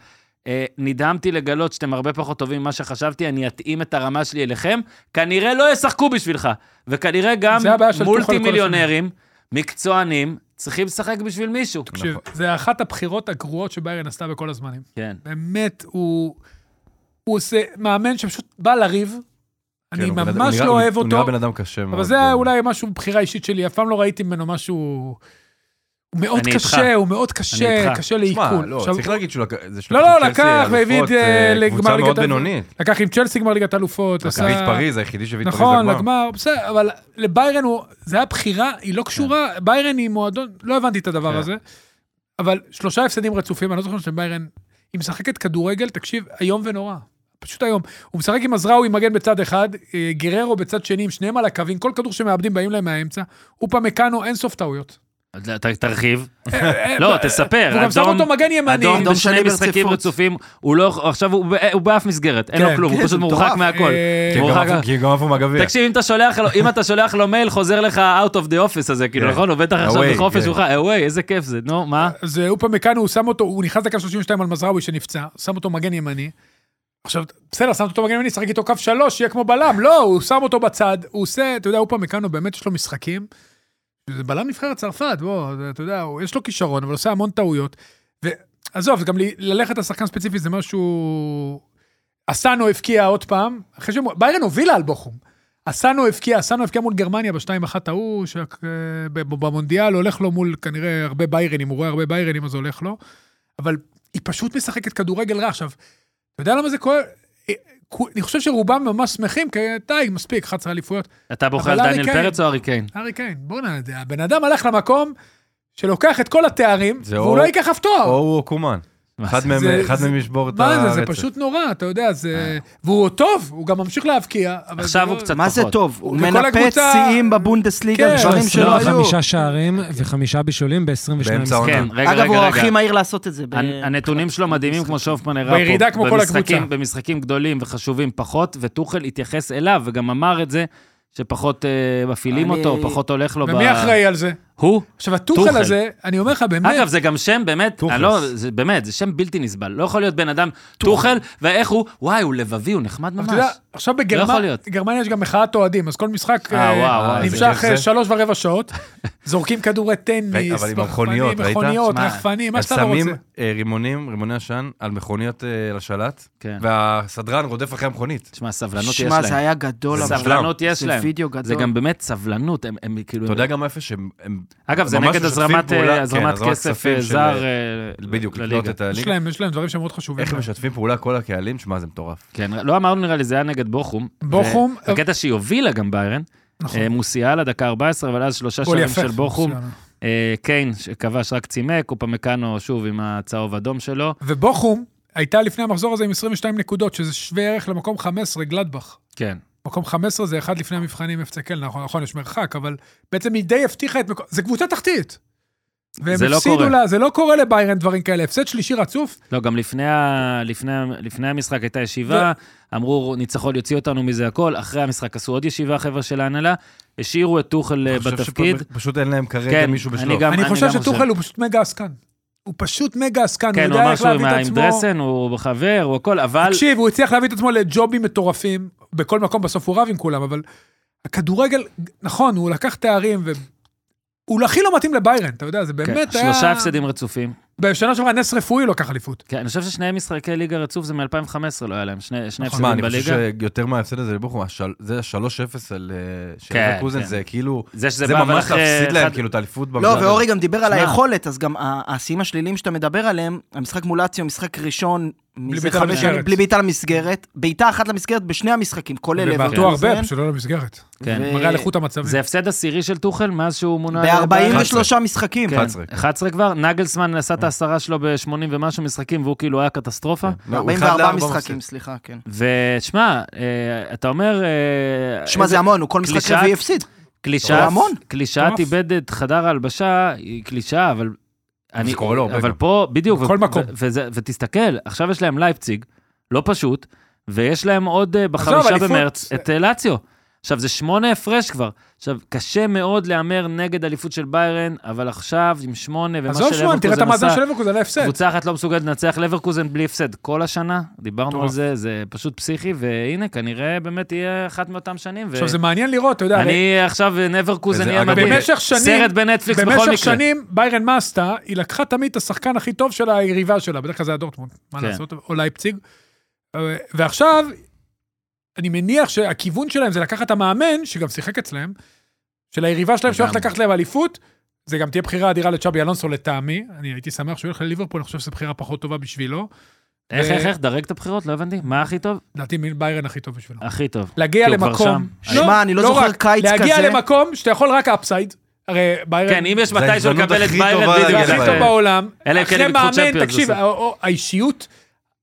A: אה, נדהמתי לגלות שאתם הרבה פחות טובים ממה שחשבתי, אני אתאים את הרמה שלי אליכם, כנראה לא ישחקו בשבילך. וכנראה גם
B: זה הבעיה של טוחל כל
A: מולטי מיליונרים, מקצוענים, צריכים לשחק בשביל מישהו.
B: תקשיב,
C: נכון.
B: זה אחת הבחירות הגרועות שביירן עשתה בכל הזמנים.
A: כן.
B: באמת, הוא... הוא עושה... מאמן שפשוט בא לריב.
C: כן,
B: אני
C: הוא בן אדם- הוא
B: ממש
C: נראה-
B: לא אוהב
C: הוא נראה
B: אותו,
C: בן אדם קשה מאוד.
B: אבל זה היה אולי משהו, בחירה אישית שלי, אף פעם לא ראיתי ממנו משהו... הוא מאוד
A: אני
B: קשה,
A: איתך.
B: הוא מאוד קשה,
A: איתך.
B: קשה
C: תשמע,
B: לעיכול.
C: לא,
B: עכשיו,
C: צריך להגיד שהוא לקח... זה
B: לא,
C: שלב
B: לא,
C: של צ'לסי,
B: לקח והביא את
C: אלופות,
B: זה
C: אה,
B: לגמר
C: קבוצה
B: ליגת
C: מאוד
B: האל-
C: בינונית.
B: לקח עם צ'לסי גמר ליגת אלופות,
C: לקח את פריז, היחידי שהביא את פריז לגמר.
B: נכון, לגמר, בסדר, אבל לביירן הוא, זה היה בחירה, היא
A: כן.
B: לא קשורה, ביירן היא מועדון, לא הבנתי את הדבר
C: כן.
B: הזה, אבל שלושה הפסדים רצופים, אני לא זוכר שביירן, היא משחקת כדורגל, תקשיב, איום ונורא. פשוט היום. הוא משחק עם עזראוי מגן בצד אחד, אה, גררו בצד שני, עם שניהם על הקווים, כל כדור שמאבדים באים להם מהאמצע, אופמקאנו אין סוף טעויות.
A: אז ת- תרחיב.
B: אה,
A: לא,
B: אה,
A: תספר.
B: הוא גם שם
A: אדום-
B: אותו מגן ימני.
A: אדום
D: אדום
A: בשני
D: שני
A: משחקים
D: ברציפות.
A: רצופים, הוא לא, עכשיו הוא ב- הוא באף מסגרת, אין לו
B: כן,
A: כלום, הוא
D: כן,
A: פשוט
D: זה
A: מורחק
D: מטורף. כן,
A: מהכל.
B: אה,
C: כי
A: הוא
C: גם
A: מורחק-
C: עפו- כי גם עפו מהגביע.
A: תקשיב, אם אתה שולח לו, אם אתה שולח לו מייל, חוזר לך out of the office הזה, כאילו,
C: כן.
A: נכון? הוא בטח עכשיו
C: Away,
A: בחופש,
C: כן.
A: הוא חי, away, איזה כיף זה, נו, מה?
B: אז אופה מקאנו, הוא שם אותו, הוא נכנס לקו 32 על מזרעוי שנפצע, שם אותו מגן ימני. עכשיו, בסדר, שמת אותו מגן ימני, שחק איתו קו שלוש, שיהיה כמו בלם. לא, הוא שם אותו בצד, הוא עושה, אתה יודע, אופה מקאנו, באמת יש לו משחקים. זה בלם נבחרת צרפת, בוא, זה, אתה יודע, הוא- יש לו כישרון, אבל עושה המון טעויות. ועזוב, גם ל- ללכת לשחקן ספציפי זה משהו... אסנו הבקיע עוד פעם, אחרי שביירן הובילה על בוכום. אסנו הבקיע, אסנו הבקיע מול גרמניה בשתיים אחת ההוא, שבמונדיאל הולך לו מול כנראה הרבה ביירנים, הוא רואה הרבה ביירנים אז הולך לו, אבל היא פשוט משחקת כדורגל רע. עכשיו, אתה יודע למה זה כואב? אה, כו- אני חושב שרובם ממש שמחים, כי די, מספיק, 11 אליפויות.
A: אתה בוחר על
D: לא
B: אבל הארי
A: דניאל
B: קיין.
A: פרץ או ארי קיין?
B: הארי קיין, בוא'נה, זה- הבן אדם הלך למקום שלוקח את כל התארים,
C: זה
B: והוא
C: או-
B: לא ייקח אף תואר.
C: או הוא או קומן. אחד מהם-
B: זה-
C: אחד
B: זה-
C: מהם ישבור את הרצף.
B: מה זה, זה פשוט נורא, אתה יודע,
E: אה.
B: זה... והוא עוד טוב, הוא גם ממשיך להבקיע. אבל
A: עכשיו
B: זה
A: הוא
B: לא-
A: קצת
D: מה זה
A: פחות.
D: טוב? הוא
B: וכל
D: מנפץ
B: הקבוצה-
D: שיאים בבונדסליגה,
B: כן,
D: דברים
B: עשרים
D: שלא היו.
E: לא, חמישה שערים וחמישה בישולים ב-22
C: באמצע העונה.
A: כן, רגע, רגע,
D: אגב, הוא אה,
A: רגע.
D: הכי מהיר לעשות את זה. ב-
A: הנ- הנתונים שלו מדהימים, כמו שהופמן הראה פה.
B: בירידה כמו כל
A: במשחקים-
B: הקבוצה.
A: במשחקים גדולים וחשובים פחות, וטוחל התייחס אליו, וגם אמר את זה, שפחות אה, מפעילים
D: אני-
A: אותו, פחות הולך לו ב...
B: ומי אחראי על זה?
A: הוא.
B: עכשיו, הטוחל
A: טוחל.
B: הזה, אני אומר לך, באמת,
A: אגב, זה גם שם באמת,
C: טוחלס.
A: אה, לא, זה באמת, זה שם בלתי נסבל. לא יכול להיות בן אדם טוחל, ואיך הוא, וואי, הוא לבבי, הוא נחמד
B: אבל
A: ממש.
B: אתה יודע, עכשיו
A: לא יכול
B: בגרמניה
A: להיות.
B: גרמניה יש גם מחאת אוהדים, אז כל משחק
A: אה,
B: אה,
A: וואו, וואו,
C: איזה
B: נמשך
C: כיף
B: אה,
C: זה.
B: שלוש ורבע שעות, זורקים כדורי
C: ו-
B: טניס,
C: אבל עם
B: רחפנים,
C: המכוניות, ראית?
B: מכוניות,
A: שמע,
B: רחפנים, מה
C: הם
B: שאתה לא רוצה.
C: שמים אה, רימונים, רימוני עשן, על מכוניות אה, לשלט,
A: כן.
C: והסדרן רודף אחרי
B: כן.
C: המכונית.
A: תשמע, סבלנות יש
D: שמע, זה
A: להם.
D: היה גדול. אבל-
A: סבלנות יש
D: זה
A: להם.
D: וידאו גדול.
A: זה גם באמת סבלנות, הם- הם כאילו...
C: אתה יודע גם איפה שהם... הם-
A: אגב, זה
C: ממש
A: נגד
C: משתפים
A: הזרמת
C: פעולה-
A: אה,
C: כן,
A: הזרמת
C: הזרמת
A: כסף
C: כספים
A: אה,
C: של-
A: זר אה,
C: בדיוק, לא לקנות
A: לליגה.
C: את
B: יש
C: הליגה.
B: להם, יש להם דברים שהם מאוד חשובים.
C: איך הם משתפים פעולה כל הקהלים, שמע, זה מטורף.
A: כן, לא אמרנו נראה לי, זה היה נגד בוכום.
B: בוכום,
A: ו- בקטע שהיא הובילה גם ביירן.
B: נכון.
A: אה, מוסיאלה, דקה 14, אבל אז שלושה
B: גול
A: שערים
B: יפה.
A: של בוכום.
B: מצוין.
A: אה, קיין, שכבש רק צימק, ופמקאנו שוב עם הצהוב אדום שלו.
B: ובוכום הייתה לפני המחזור הזה עם 22 נקודות, שזה שווה ערך למקום 15, גלדבך.
A: כן.
B: מקום 15 זה אחד לפני המבחנים הפסקל, נכון, נכון, יש מרחק, אבל בעצם היא די הבטיחה את מקום... זה קבוצה תחתית. והם
A: זה לא
B: הפסידו
A: קורה.
B: לה, זה לא קורה לביירן דברים כאלה. הפסד שלישי רצוף,
A: לא, גם לפני, ה... לפני, ה- לפני המשחק הייתה ישיבה, אמרו, ניצחון יוציא אותנו מזה הכל. אחרי המשחק עשו עוד ישיבה, חבר'ה של ההנהלה, השאירו את טוחל אה,
C: אני חושב
A: בתפקיד.
C: שפשוט אין להם כרגע
A: כן,
C: מישהו
A: אני
C: בשלוף.
A: גם
B: אני חושב
A: גם
B: שטוחל הוא פשוט מגה עסקן. הוא פשוט מגה עסקן, הוא
A: כן, הוא
B: יודע
A: אמר
B: איך
A: שהוא
B: להביא
A: עם
B: את
A: עם
B: עצמו.
A: דרסן, הוא חבר, הוא הכל, אבל...
B: תקשיב, הוא הצליח להביא את עצמו לג'ובים מטורפים, בכל מקום, בסוף הוא רב עם כולם, אבל הכדורגל, נכון, הוא לקח תארים, והוא הכי לא מתאים לביירן, אתה יודע, זה
A: כן,
B: באמת היה...
A: שלושה הפסדים רצופים.
B: בשנה שעברה נס רפואי לא לקח אליפות.
A: כן, אני חושב ששני משחקי ליגה רצוף זה מ-2015, לא היה להם, שני שני
C: שמע,
A: הפסדים
C: נכון, אני חושב
A: בליגה.
C: שיותר מההפסד הזה לבוכום, השל- זה ה-3-0 על אה, של
A: כן,
C: קוזן,
A: כן.
C: זה כאילו...
A: זה שזה
C: זה
A: בא
C: ממש
A: ואחרי
C: להפסיד להם,
A: אחד-
C: כאילו, את האליפות
D: לא,
C: במזרח.
D: ואורי גם דיבר על
A: שמע.
D: היכולת, אז גם ה- השיאים השליליים שאתה מדבר עליהם, המשחק מול לאציו, משחק ראשון מזה
B: בעיטה
D: חמש שנים,
B: למסגרת.
D: בלי בעיטה למסגרת, בעיטה אחת למסגרת בשני המשחקים, כולל
B: ובעטו הרבה,
D: לברקוזן.
B: פשוט לא למסגרת.
A: כן.
D: ו-
B: מראה על איכות המצבים.
A: זה הפסד עשירי של טוחל מאז שהוא מונה...
B: לא
A: לביירן.
D: ב-43 משחקים.
A: כן,
C: 11.
A: 11 כבר, נגלסמן עשה
D: אה.
A: את העשרה שלו ב-80 ומשהו משחקים, והוא כאילו היה קטסטרופה.
D: כן.
C: לא, הוא אחד
D: 44
C: לארבע
D: משחקים,
C: מפסיד.
D: סליחה, כן.
A: ושמע, אה, אתה אומר... אה,
D: שמע,
A: איזה-
D: זה המון, הוא כל משחק
A: קלישאת-
D: רביעי הפסיד.
B: כן.
A: קלישאת,
D: זה המון.
A: קלישאת
B: מטורף.
A: איבד את חדר ההלבשה, היא קלישאה, אבל... אני,
C: קורה לו הרבה
A: אבל
C: גם.
A: פה, בדיוק.
B: בכל מקום.
A: וזה, ותסתכל, עכשיו יש להם לייפציג, לא פשוט, ויש להם עוד אה, בחמישה
B: אליפות.
A: במרץ את אה, לאציו. עכשיו, זה שמונה הפרש כבר. עכשיו, קשה מאוד להמר נגד אליפות של ביירן, אבל עכשיו עם שמונה, ומה
B: עזוב שמואל, תראה את
A: שלברקוזן
B: המאזן
A: עשה,
B: של לברקוזן, היה הפסד.
A: קבוצה אחת לא מסוגלת לנצח לברקוזן בלי הפסד כל השנה, דיברנו
B: מטורף.
A: על זה, זה פשוט פסיכי, והנה, כנראה באמת תהיה אחת מאותם שנים. ו-
B: עכשיו, זה מעניין לראות, אתה יודע,
A: אני עכשיו נברקוזן
C: וזה,
A: יהיה
C: אגב,
A: מדהים.
B: במשך שנים-
A: סרט בנטפליקס בכל
B: במשך
A: מקרה.
B: שנים, ביירן מה עשתה? היא לקחה תמיד את השחקן הכי טוב של היריבה שלה, בדרך כלל זה היה דורטמונד, מה
A: כן.
B: לעשות, או לייפציג. אה, ועכשיו, אני מניח שהכיוון שלהם זה לקחת את המאמן, שגם שיחק אצלהם, של היריבה שלהם שהולכת
A: לגמרי.
B: לקחת להם אליפות, זה גם תהיה בחירה אדירה לצ'אבי אלונסו לטעמי. אני הייתי שמח שהוא ילך לליברפול, אני חושב שזו בחירה פחות טובה בשבילו.
A: איך,
B: אה,
A: איך, איך, דרג את הבחירות? לא הבנתי. מה הכי טוב?
B: לדעתי מין ביירן הכי טוב בשבילו.
A: הכי טוב.
B: להגיע
A: כי הוא כבר
B: למקום...
A: שם.
B: לא,
D: שמע, אני לא זוכר
B: רק,
D: קיץ כזה.
B: להגיע למקום שאתה יכול רק אפסייד. הרי ביירן...
A: כן, אם יש
C: זה
A: מתישהו
C: ההזדמנות
A: לקבל את
C: הכי טובה
A: ביירן, בדיוק.
C: להגיע
B: זה הכי
A: זה.
B: טוב
C: לביירן.
B: בעולם.
A: אלא אם כן
B: אחרי
A: הם יקחו צ'מפיונס
B: מאמן, תקשיב,
A: בסוף.
B: ה- ה- האישיות,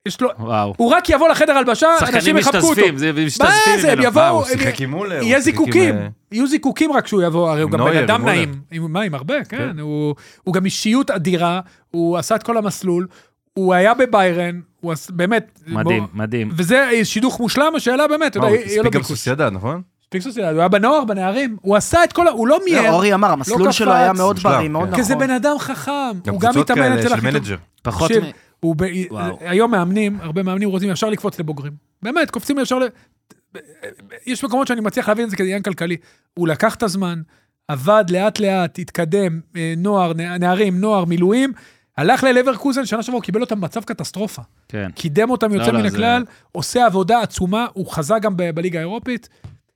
B: יש לו...
A: וואו.
B: הוא רק יבוא לחדר הלבשה,
A: שחקנים
B: אנשים יחבקו אותו.
A: משתזפים, זה
B: מה
A: משתזפים
B: זה, הם
A: ממנו.
B: יבואו...
C: מה, הוא
B: הם-
C: שיחק עם מולר? הוא שיחק
B: יהיה
C: עם,
B: זיקוקים,
C: אה,
B: יהיו זיקוקים רק שהוא יבוא, הרי הוא גם בן
C: נויר,
B: אדם
C: עם מולר.
B: נעים. עם- מה, עם הרבה, כן. הוא הוא גם אישיות אדירה, הוא עשה את כל המסלול, הוא היה בביירן, הוא עש- באמת...
A: מדהים,
B: בוא-
A: מדהים.
B: וזה שידוך מושלם, השאלה באמת, אתה
C: מה,
B: יודע,
C: הוא
B: יהיה לו
C: הספיק גם
B: ביקוש.
C: סוסיידד, נכון?
B: הספיק סוסיאל, הוא היה בנוער, בנערים, הוא עשה את כל ה... הוא לא
D: לא,
B: מיהר,
D: אורי אמר, המסלול
B: קפץ.
D: שלו היה מאוד
C: מושלם,
D: בריא, מאוד
C: כן.
D: נכון.
B: כי זה בן אדם חכם,
C: גם
B: הוא גם
C: קבוצות
B: מתאמן
C: כאלה
B: אצל
C: של
B: הכי טוב.
C: מנג'ר.
A: פחות
B: תקשיב,
A: מ...
B: הוא ב...
A: וואו.
B: היום מאמנים, הרבה מאמנים רוצים ישר לקפוץ לבוגרים. באמת, קופצים ישר ל... יש מקומות שאני מצליח להבין את זה כעניין כלכלי. הוא לקח את הזמן, עבד לאט-לאט, התקדם, אה, נוער, נע- נערים, נוער, מילואים, הלך ללברקוזן, שנה שעברה הוא קיבל אותם במצב קטסטרופה.
A: כן.
B: קידם אותם יוצא
A: לא,
B: מן
A: לא, זה-
B: הכלל, עושה עבודה עצומה, הוא חזק גם ב- בליגה האירופית.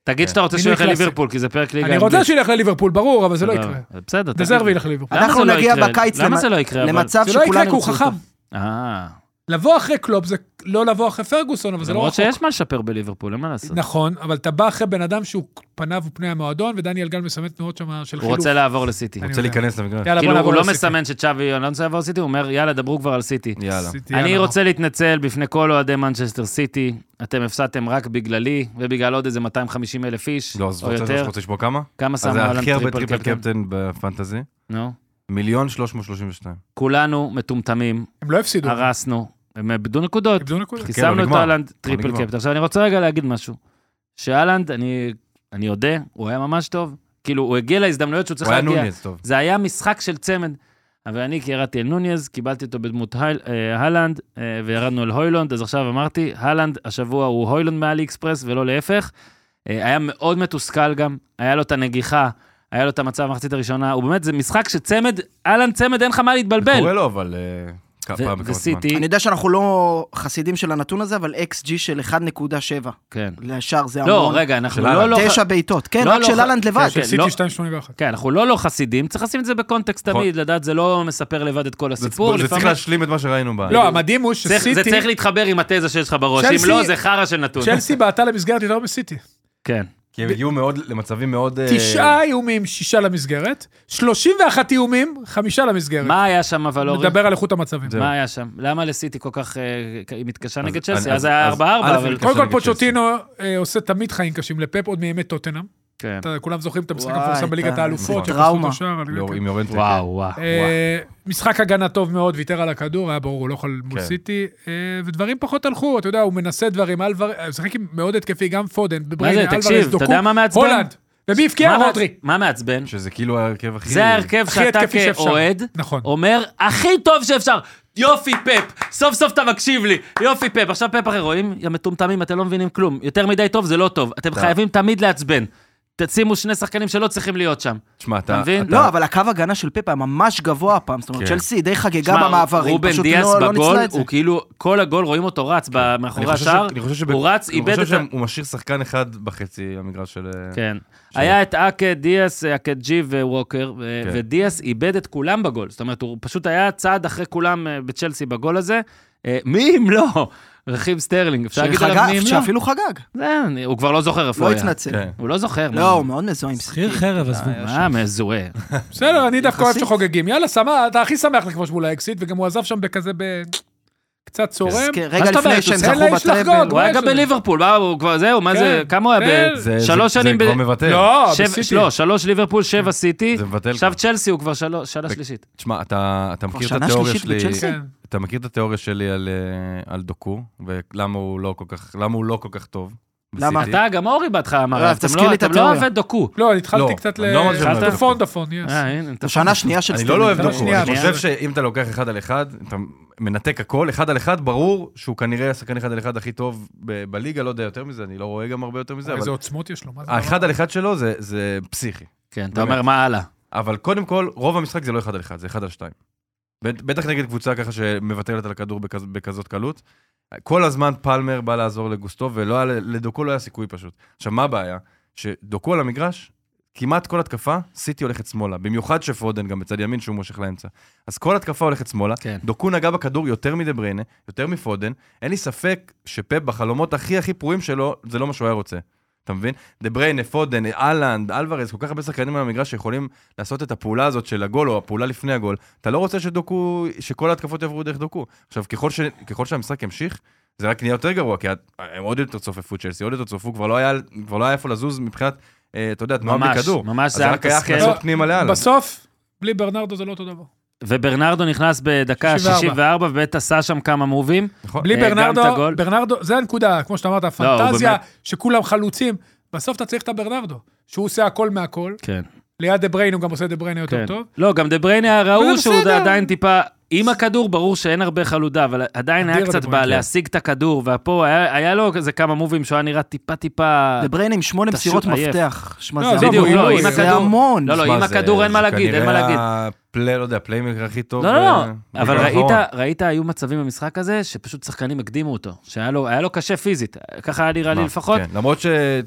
A: תגיד שאתה רוצה שהוא
B: מינוי
A: ילך
B: קלאסי.
A: לליברפול, כי זה פרק ליגה.
B: אני רוצה שילך לליברפול, ברור, אבל זה לא יקרה.
A: בסדר. תגיד.
B: דזרבי ילך לליברפול.
A: למה
D: אנחנו
A: זה לא
D: נגיע
A: יקרה?
D: בקיץ
A: למה
D: למ-
A: זה לא יקרה? אבל?
D: למצב
B: זה לא יקרה
D: שכולם
B: כי הוא
D: ירצו אותו.
B: חכם.
A: אה,
B: לבוא אחרי קלופ זה לא לבוא אחרי פרגוסון, אבל זה לא
A: למרות
B: רחוק.
A: שיש מה לשפר בליברפול, אין מה לעשות.
B: נכון, אבל אתה בא אחרי בן אדם שהוא פניו הוא פני המועדון, ודניאל גל מסמן תנועות שם של
A: הוא
B: חילוף.
A: רוצה לעבור לסיטי.
C: הוא
B: אני
C: כאילו- רוצה
B: יודע.
C: להיכנס למגרש.
B: יאללה,
A: כאילו, הוא לא
B: לסיטי.
A: מסמן שצ'אבי אלונסו יעבור סיטי, הוא אומר, יאללה, דברו כבר על סיטי.
C: יאללה.
B: סיטי,
A: אני
B: יאללה,
A: רוצה להתנצל בפני כל אוהדי מנצ'סטר סיטי, אתם הפסדתם רק בגללי, ובגלל עוד איזה 250 אלף איש,
C: לא, אז
A: או
C: רוצה-
A: יותר.
C: רוצה לשמוע כמה?
A: כמה
C: אז
A: שמו
C: זה
A: עליהם
C: הכי הרבה
A: טריפל
C: טריפל
A: קפטן?
C: קפטן בפנטזי.
A: נו.
C: מיליון שלוש מאות שלושים ושתיים.
A: כולנו מטומטמים,
B: הם לא הפסידו.
A: הרסנו, הם איבדו נקודות,
B: איבדו נקודה.
A: כי
C: כן, לא
A: שמנו את
C: נגמר.
A: אהלנד טריפל
C: נגמר.
A: קפטן. עכשיו אני רוצה רגע להגיד משהו. שאהלנד, אני אני אודה, הוא היה ממש טוב, כאילו, הוא הגיע להזדמנויות שהוא צריך
C: הוא היה
A: להגיע.
C: נוניז, טוב.
A: זה היה משחק של צמד. אבל אני, כי ירדתי אל נוניז, קיבלתי אותו בדמות הייל- אה, הלנד, אה, וירדנו אל הוילונד, אז עכשיו אמרתי, הלנד השבוע הוא הוילונד מאלי אקספרס ולא להפך. אה, היה מאוד מתוסכל גם, היה לו את הנגיחה, היה לו את המצב במחצית הראשונה, הוא באמת, זה משחק שצמד, הלנד צמד, אין לך מה
C: זה
A: להתבלבל.
C: קורה לו, אבל... אה, כ-
A: ו-
C: פעם בכמה זמן.
A: וסיטי,
D: אני יודע שאנחנו לא חסידים של הנתון הזה, אבל XG של 1.7
A: כן.
D: לשאר זה המון.
A: לא, רגע, אנחנו
C: של
A: לא
C: אהלנד.
A: לא...
D: תשע בעיטות, כן,
A: לא,
D: רק
A: לא,
D: של
A: ח-
D: אהלנד לבד.
A: כן,
B: אה, של
A: לא-
B: סיטי 281.
A: כן, אנחנו לא לא חסידים, צריך לשים את זה בקונטקסט
C: נכון.
A: תמיד, לדעת זה לא מספר לבד את כל
C: זה-
A: הסיפור.
C: זה צריך
A: לפעמים-
C: להשלים את מה שראינו ב...
B: לא, המדהים הוא
A: אה, אוקיי. צריך- זה
B: שסיטי,
A: צריך להתחבר עם התזה שיש לך בראש, אם
B: צ'לסי-
A: לא, זה חרא של נתון.
B: צ'לסי בעטה למסגרת לא יותר מסיטי.
A: כן.
C: כי הם הגיעו מאוד, למצבים מאוד... אה,
B: תשעה איומים, שישה למסגרת, 31 איומים, חמישה למסגרת.
A: מה לא היה שם אבל אורי?
B: מדבר על איכות המצבים.
C: זהו.
A: מה היה שם? למה לסיטי כל כך, אה, היא מתקשה
C: אז-
A: נגד צ'לסי?
C: אז-
A: אז היה
C: אז-
A: 4-4,
C: א',
A: אבל...
C: מתקשה.
B: קודם כל
C: נגד
B: פוצ'וטינו אה, עושה תמיד חיים קשים לפאפ, עוד מימי טוטנאם.
A: כן.
B: אתה- כולם זוכרים את המשחק
D: וואי,
B: המפורסם בליגת
D: אתה-
B: האלופות.
D: זה
B: שהם
D: טראומה.
B: עשו אותו שער,
C: לא, עם יורנטה. כן.
A: וואו, וואו, וואו.
B: אה, משחק הגנה טוב מאוד, ויתר על הכדור, היה ברור, הוא לא יכול מול
C: כן.
B: סיטי, אה, ודברים פחות הלכו, אתה יודע, הוא מנסה דברים, אלוור, אה, משחק עם- מאוד התקפי, גם פודן,
A: מה
B: בריינה,
A: זה,
B: אלוורס,
A: תקשיב, אתה
B: דוקו,
A: יודע מה מעצבן?
B: הולנד, ומי הבקיע?
A: מה מעצ-
B: רודרי.
A: מה מעצבן?
C: שזה כאילו ההרכב הכי...
A: זה ההרכב
B: הכי
A: שאתה
B: התקפי שאפשר.
A: כאוהד,
B: נכון.
A: אומר, הכי טוב שאפשר. יופי פאפ, סוף סוף אתה מקשיב לי, יופי פאפ. עכשיו פאפ אחר, רואים? יא מטומטמים, אתם לא מבינים כלום. יותר מדי טוב זה לא טוב. אתם חייבים תמיד לעצבן. תשימו שני שחקנים שלא צריכים להיות שם.
C: תשמע, אתה...
A: אתה מבין?
C: אתה-
D: לא, אבל הקו הגנה של פפה היה ממש גבוה הפעם, זאת אומרת,
C: כן.
D: צ'לסי די חגגה
A: תשמע,
D: במעברים,
A: רובן
D: פשוט
A: דיאס
D: לא לא
A: בגול,
D: ניצלה את זה.
A: הוא כאילו, כל הגול רואים אותו רץ ב-
C: כן. אני
A: מאחורי
C: חושב ש-
A: השער,
C: אני חושב שב-
A: הוא רץ, איבד
C: אני
A: את ה...
C: חושב שהוא משאיר שחקן אחד בחצי המגרש של... אה,
A: כן. היה את אקה, דיאס, אקה ג'י וווקר, ו-
C: כן.
A: ודיאס איבד את כולם בגול. זאת אומרת, הוא פשוט היה צעד אחרי כולם אה, בצ'לסי בגול הזה. אה, מי אם לא? רכיב סטרלינג, אפשר להגיד עליו
D: שחגג-
A: מי אם לא?
D: שאפילו חגג,
A: זה, אני- הוא כבר לא זוכר איפה
D: לא
A: הוא היה.
D: התנצל.
C: כן.
A: הוא לא זוכר.
D: לא, הוא לא. מאוד מזוהה עם
E: שכיר
D: סכין.
E: חרב, עזבו.
A: מה מזוהה.
B: בסדר, אני דווקא אוהב
D: יחסית.
B: שחוגגים. יאללה, שמח, אתה הכי שמח לכבוש מול האקסיט, וגם הוא עזב שם בכזה ב... קצת צורם.
D: כן,
A: מה
D: רגע
A: זאת
D: לפני
A: אומרת?
D: שהם
A: הוא
B: תן
D: זכו
B: לאיש לחגוג,
D: בטראבל.
A: הוא היה גם
B: שזה-
A: בליברפול, מה, הוא כבר זהו, מה זה,
B: כן,
A: כמה הוא היה?
B: כן.
A: ב-
C: זה-
A: שלוש
C: זה-
A: שנים ב-
C: זה כבר מבטל.
B: לא,
A: שבע-
B: בסיטי.
A: לא, שלוש ליברפול, שבע סיטי.
C: כן. זה מבטל
A: עכשיו
C: כבר.
A: צ'לסי הוא כבר שלוש- שנה שלישית.
C: תשמע, אתה אתה מכיר את
D: שנה
C: התיאוריה
D: שלישית
C: שלי...
D: בצ'לסי?
B: כן.
C: אתה מכיר את התיאוריה שלי על, אה, על דוקו, ולמה הוא לא כל כך, למה הוא לא כל כך טוב?
D: למה?
C: בסיטי?
A: אתה, גם אורי בהתחלה
D: לא,
A: אמר,
D: אז
A: אתם
D: תזכיר
A: לא-
D: לי את
A: אתם לא
D: התיאוריה.
A: אוהבי דוקו.
B: לא, אני התחלתי
C: לא,
B: קצת
C: אני לא אמרתי שאני
A: אוהב
B: ל...
A: דוקו.
B: דפון, דפון, יס.
A: אה, הנה, אתה-
D: שנה שנייה של
C: אני לא לא אוהב
B: שנייה,
C: דוקו,
B: שנייה.
C: אני חושב שאם אתה לוקח אחד על אחד, אתה מנתק הכל, אחד על אחד, ברור שהוא כנראה השחקן אחד על אחד הכי טוב ב- בליגה, לא יודע יותר מזה, אני לא רואה גם הרבה יותר מזה, אבל
B: איזה עוצמות יש לו, מה זה? הדבר
C: האחד על אחד שלו זה- זה פסיכי.
A: כן, אתה אומר, מה הלאה?
C: אבל קודם כל, רוב המשחק זה לא אחד על אחד, זה אחד על שתיים. בט- בטח נגד קבוצה ככה שמוותרת על הכדור בכז, בכזאת קלות. כל הזמן פלמר בא לעזור לגוסטו, ולדוקו לא היה סיכוי פשוט. עכשיו, מה הבעיה? שדוקו על המגרש, כמעט כל התקפה, סיטי הולכת שמאלה. במיוחד שפודן גם בצד ימין, שהוא מושך לאמצע. אז כל התקפה הולכת שמאלה.
A: כן.
C: דוקו נגע בכדור יותר מדה בריינה, יותר מפודן. אין לי ספק שפפ בחלומות הכי הכי פרועים שלו, זה לא מה שהוא היה רוצה. אתה מבין? דה בריינה, פודן, אהלנד, אלוורז, כל כך הרבה שחקנים על המגרש שיכולים לעשות את הפעולה הזאת של הגול, או הפעולה לפני הגול. אתה לא רוצה שדוקו, שכל ההתקפות יעברו דרך דוקו. עכשיו, ככל, ש, ככל שהמשחק ימשיך, זה רק נהיה יותר גרוע, כי ה- הם עוד יותר צופפו צ'לסי, עוד יותר צופפו, כבר לא היה, כבר לא היה איפה לזוז מבחינת, אה, אתה יודע, תנועה
A: ממש,
C: בכדור.
A: ממש,
C: אז
A: זה היה
C: רק היה
A: מתסכל.
C: הכנסות פנימה
B: לא,
C: לאללה.
B: בסוף, בלי ברנרדו זה לא אותו דבר.
A: וברנרדו נכנס בדקה
B: 64.
A: 64, ובאמת עשה שם כמה מובים.
C: נכון.
B: בלי
A: אה, גם את
B: ברנרדו,
A: הגול. לא,
B: ברנרדו, זה הנקודה, כמו שאתה אמרת, הפנטזיה,
A: באמת-
B: שכולם חלוצים. בסוף אתה צריך את הברנרדו, שהוא עושה הכל מהכל.
A: כן,
B: ליד דה בריינה הוא גם עושה דה בריינה יותר
A: כן.
B: טוב.
A: לא, גם דה בריינה ראו
B: זה
A: שהוא
B: בסדר.
A: עדיין טיפה... עם הכדור ברור שאין הרבה חלודה, אבל עדיין היה
B: אדיר דה
A: קצת
B: בריינה,
A: בא
B: כן.
A: להשיג את הכדור, ופה היה היה לו איזה כמה מובים שהוא היה נראה טיפה-טיפה...
D: דה בריינה עם שמונה
A: אתה
D: מסירות
A: שוב עייף.
D: מפתח. שמע,
B: לא,
D: זה
B: בדיוק,
D: המון.
B: לא, עם
D: זה
A: הכדור.
D: המון.
A: לא, לא,
C: שמע,
A: עם
C: זה-
A: הכדור אין מה
C: זה
A: להגיד, אין מה
C: כנראה
A: להגיד.
C: הפלי, לא יודע, הפליימקר הכי טוב.
A: לא, לא,
C: אה,
A: לא, אבל
C: בגלל האחרון.
A: ראית, ראית, היו מצבים במשחק הזה, שפשוט שחקנים הקדימו אותו, שהיה לו, היה לו קשה פיזית, ככה היה נראה לי
C: מה,
A: לפחות.
C: כן, למרות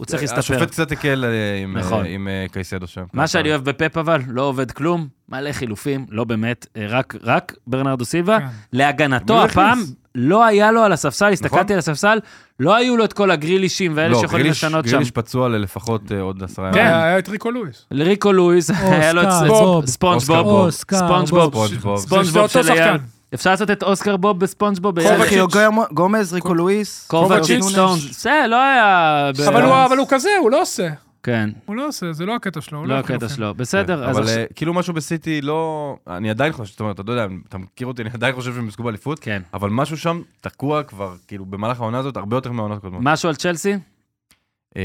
A: צריך להסתפר.
C: שהשופט קצת הקל אה, עם, אה,
A: נכון.
C: עם אה, קייסדו שם.
A: מה שאני אוהב בפאפ אבל, לא עובד כלום, מלא חילופים, לא באמת, אה, רק, רק ברנרדו סילבה.
B: כן.
A: להגנתו
C: מי הוא
A: הפעם,
C: הכניס?
A: לא היה לו על הספסל, הסתכלתי
C: נכון.
A: על הספסל, לא היו לו את כל הגרילישים ואלה
C: לא,
A: שיכולים
C: גריליש-
A: לשנות שם.
C: גריליש פצוע ללפחות אה, עוד עשרה
B: כן,
C: ימים.
B: היה את ריקו לואיס.
A: לריקו לואיס, היה לו את
E: אוסקר,
A: ספ-
E: בוב.
A: ספונג'בוב.
C: אוסקר בוב.
E: אוסקר,
A: ספונג'בוב.
E: בוב.
C: ספונג'בוב.
B: זה- זה
A: ספונג'בוב
B: אותו
A: של אייל.
B: שחקן.
A: אפשר לעשות את אוסקר בוב בספונג'בוב ביחד.
B: קובצ'יץ'.
D: סרחיו גרמו- גומז, ריקו לואיס.
A: קובצ'יץ'
D: סטונס.
A: סטונס. זה לא היה... ב-
B: אבל הוא- אבל הוא כזה, הוא לא עושה.
A: כן,
B: הוא לא עושה, זה לא הקטע שלו. הוא
A: לא
B: לחילופין.
A: הקטע שלו. בסדר, אז
C: אבל
A: עכשיו...
C: אה, כאילו משהו בסיטי לא... אני עדיין חושב, זאת אומרת, אתה לא יודע, אתה מכיר אותי, אני עדיין חושב שהם יזכו באליפות,
A: כן.
C: אבל משהו שם תקוע כבר, כאילו, במהלך העונה הזאת, הרבה יותר מהעונות הקודמות.
A: משהו על צ'לסי?
C: אה,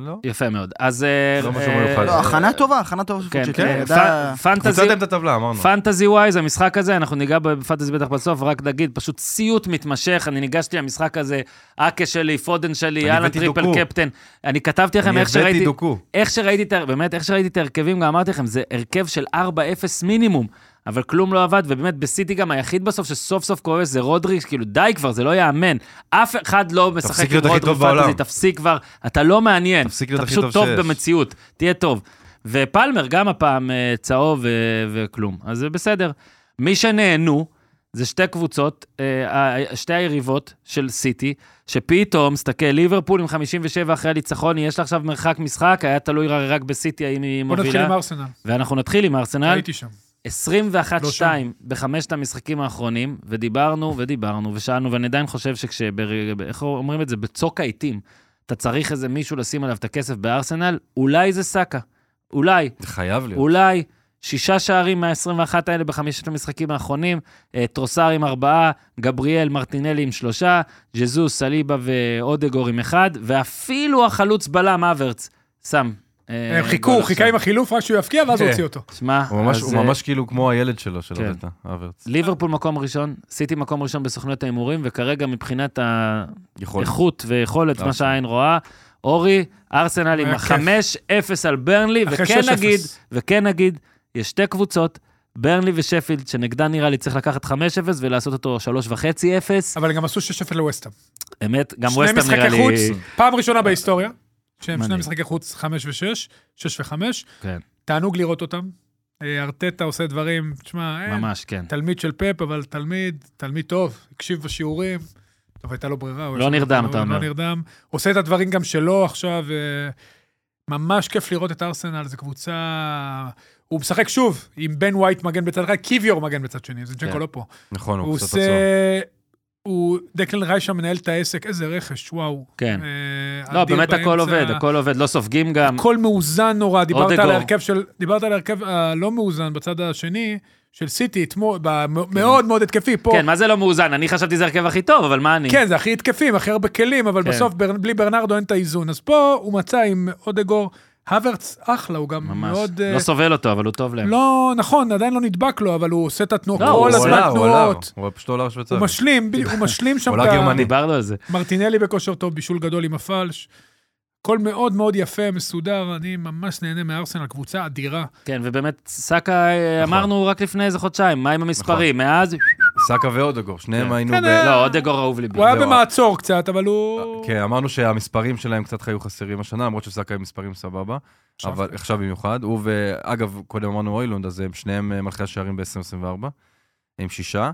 C: לא.
A: יפה מאוד. אז... אה,
C: לא משהו
A: אה,
C: מיוחד.
D: לא, הכנה טובה, הכנה טובה. של
A: כן,
D: פוצ'טינו,
A: כן.
D: ידע-
A: פ- פנטזי...
C: חוצתם את הטבלה, אמרנו.
A: פנטזי ווייז, המשחק הזה, אנחנו ניגע בפנטזי בטח בסוף, רק נגיד, פשוט סיוט מתמשך, אני ניגשתי למשחק הזה, אקה שלי, פודן שלי,
C: אני
A: אהלן
C: הבאתי
A: טריפל
C: דוקו.
A: קפטן. אני כתבתי לכם
C: אני
A: איך
C: הבאתי
A: שראיתי,
C: דוקו.
A: איך שראיתי את, ה- באמת, איך שראיתי את ההרכבים, גם אמרתי לכם, זה הרכב של 4-0 מינימום, אבל כלום לא עבד, ובאמת, בסיטי גם היחיד בסוף שסוף סוף כועס זה רודריק, כאילו, די כבר, זה לא ייאמן. אף אחד לא משחק
C: תפסיק
A: עם
C: להיות הכי
A: רודריק
C: טוב בעולם.
A: פנטזי, תפסיק כבר, אתה לא מעניין.
C: תפסיק להיות
A: אתה
C: הכי
A: פשוט
C: טוב
A: טוב
C: שיש.
A: במציאות, תהיה טוב. ופלמר גם הפעם אה, צהוב אה, וכלום, אז זה בסדר. מי שנהנו זה שתי קבוצות, אה, ה- שתי היריבות של סיטי, שפתאום, תסתכל, ליברפול עם 57 אחרי הניצחון, יש לה עכשיו מרחק משחק, היה תלוי רק רק בסיטי האם היא
B: בוא נתחיל
A: מובילה. אה,
B: עם ארסנל.
A: ואנחנו נתחיל עם ארסנל,
B: הייתי שם.
A: 21-2
B: לא שם.
A: בחמשת המשחקים האחרונים, ודיברנו ודיברנו ושאלנו, ואני עדיין חושב שכש... איך אומרים את זה? בצוק העיתים, אתה צריך איזה מישהו לשים עליו את הכסף בארסנל, אולי זה סאקה. אולי.
C: זה חייב
B: כן.
C: להיות.
A: אולי שישה שערים מה-21 האלה בחמשת המשחקים האחרונים, אה, טרוסר עם ארבעה, גבריאל מרטינלי עם שלושה, ז'זוס, סליבה ואודגור עם אחד, ואפילו החלוץ בלם אברץ, שם. אה,
B: הם חיכו,
A: גול
B: הוא חיכה
A: עכשיו.
B: עם החילוף רק שהוא יבקיע, ואז הוא
C: כן.
B: הוציא אותו.
A: שמע,
C: הוא ממש-
A: אז,
C: הוא
A: אה,
C: ממש כאילו כמו הילד שלו, של
A: כן.
C: הרטה, אברץ.
A: ליברפול מקום ראשון, סיטי מקום ראשון בסוכנויות ההימורים, וכרגע מבחינת
C: יכול.
A: האיכות ויכולת, מה
C: ארסנל.
A: שהעין רואה, אורי, ארסנל עם
B: היה כיף.
A: ה-5-0 על ברנלי,
B: אחרי
A: וכן
B: 6-0.
A: נגיד, וכן נגיד, יש שתי קבוצות, ברנלי ושפילד, שנגדן נראה לי צריך לקחת 5-0 ולעשות אותו 3.5-0.
B: אבל הם גם עשו 6-0 לווסטהאם.
A: אמת, גם
B: שני
A: ווסטהאם נראה
B: משחקי
A: לי... כן.
B: חוץ, פעם ראשונה בהיסטוריה, שהם שני
A: מדהים.
B: משחקי חוץ, 5 ו-6, 6 ו-5.
A: כן.
B: תענוג לראות אותם. אה, ארטטה עושה דברים, תשמע, אין,
A: ממש, כן.
B: תלמיד של פאפ, אבל תלמיד, תלמיד טוב, הקשיב בשיעורים. טוב, הייתה לו ברירה. הוא
A: לא
B: ישב-
A: נרדם,
B: לא-
A: אתה אומר.
B: לא נרדם. עושה את הדברים גם שלו עכשיו. אה, ממש כיף לראות את ארסנל, זו קבוצה... הוא משחק שוב עם בן ווייט מגן בצד אחד, קיוויור מגן בצד שני, זה ג'קו
A: כן.
B: לא פה.
C: נכון,
B: הוא
C: הוא קצת
B: עושה...
C: עצור.
B: הוא... דקלן ריישה מנהל את העסק, איזה רכש, וואו.
A: כן.
B: אה,
A: לא,
B: אדיר
A: באמת הכל
B: באמצע.
A: עובד, הכל עובד, לא סופגים גם.
B: הכל מאוזן נורא, דיברת על
A: אודגור.
B: ההרכב של, דיברת על ההרכב הלא מאוזן בצד השני, של סיטי, אתמול, ב- מאוד מאוד התקפי, פה,
A: כן, מה זה לא מאוזן? אני חשבתי זה הרכב הכי טוב, אבל מה אני?
B: כן, זה הכי התקפים, הכי הרבה כלים, אבל
A: כן.
B: בסוף בר- בלי ברנרדו אין את האיזון. אז פה הוא מצא עם אודגור, הוורץ אחלה, הוא גם
A: ממש.
B: מאוד... אה,
A: לא סובל אותו, אבל הוא טוב להם.
B: לא, נכון, עדיין לא נדבק לו, אבל הוא עושה את התנועות,
A: לא,
B: כל
C: הוא עלה,
B: הזמן
C: הוא עלה,
B: תנועות.
C: הוא פשוט עולה שוויצרי.
B: הוא משלים, בדיוק, הוא משלים שם
C: עולה
B: את ה...
C: גרמני.
A: דיברנו על זה.
B: מרטינלי בכושר טוב, בישול גדול עם הפלש. הכל מאוד מאוד יפה, מסודר, אני ממש נהנה מארסנל, קבוצה אדירה.
A: כן, ובאמת, סאקה, אה,
C: נכון.
A: אמרנו רק לפני איזה חודשיים, מה עם המספרים? מאז
C: סאקה ואודגור, שניהם
A: כן.
C: היינו
B: כן,
C: ב...
B: אה,
A: לא, אודגור אהוב ליבי.
B: הוא היה
C: זהו, אה.
B: במעצור קצת, אבל הוא...
C: כן, אמרנו שהמספרים שלהם קצת היו חסרים השנה, למרות שסאקה עם מספרים סבבה,
B: עכשיו.
C: אבל עכשיו במיוחד. הוא ו... אגב, קודם אמרנו אוילונד, אז הם שניהם אה, מלכי השערים ב-2024, עם שישה.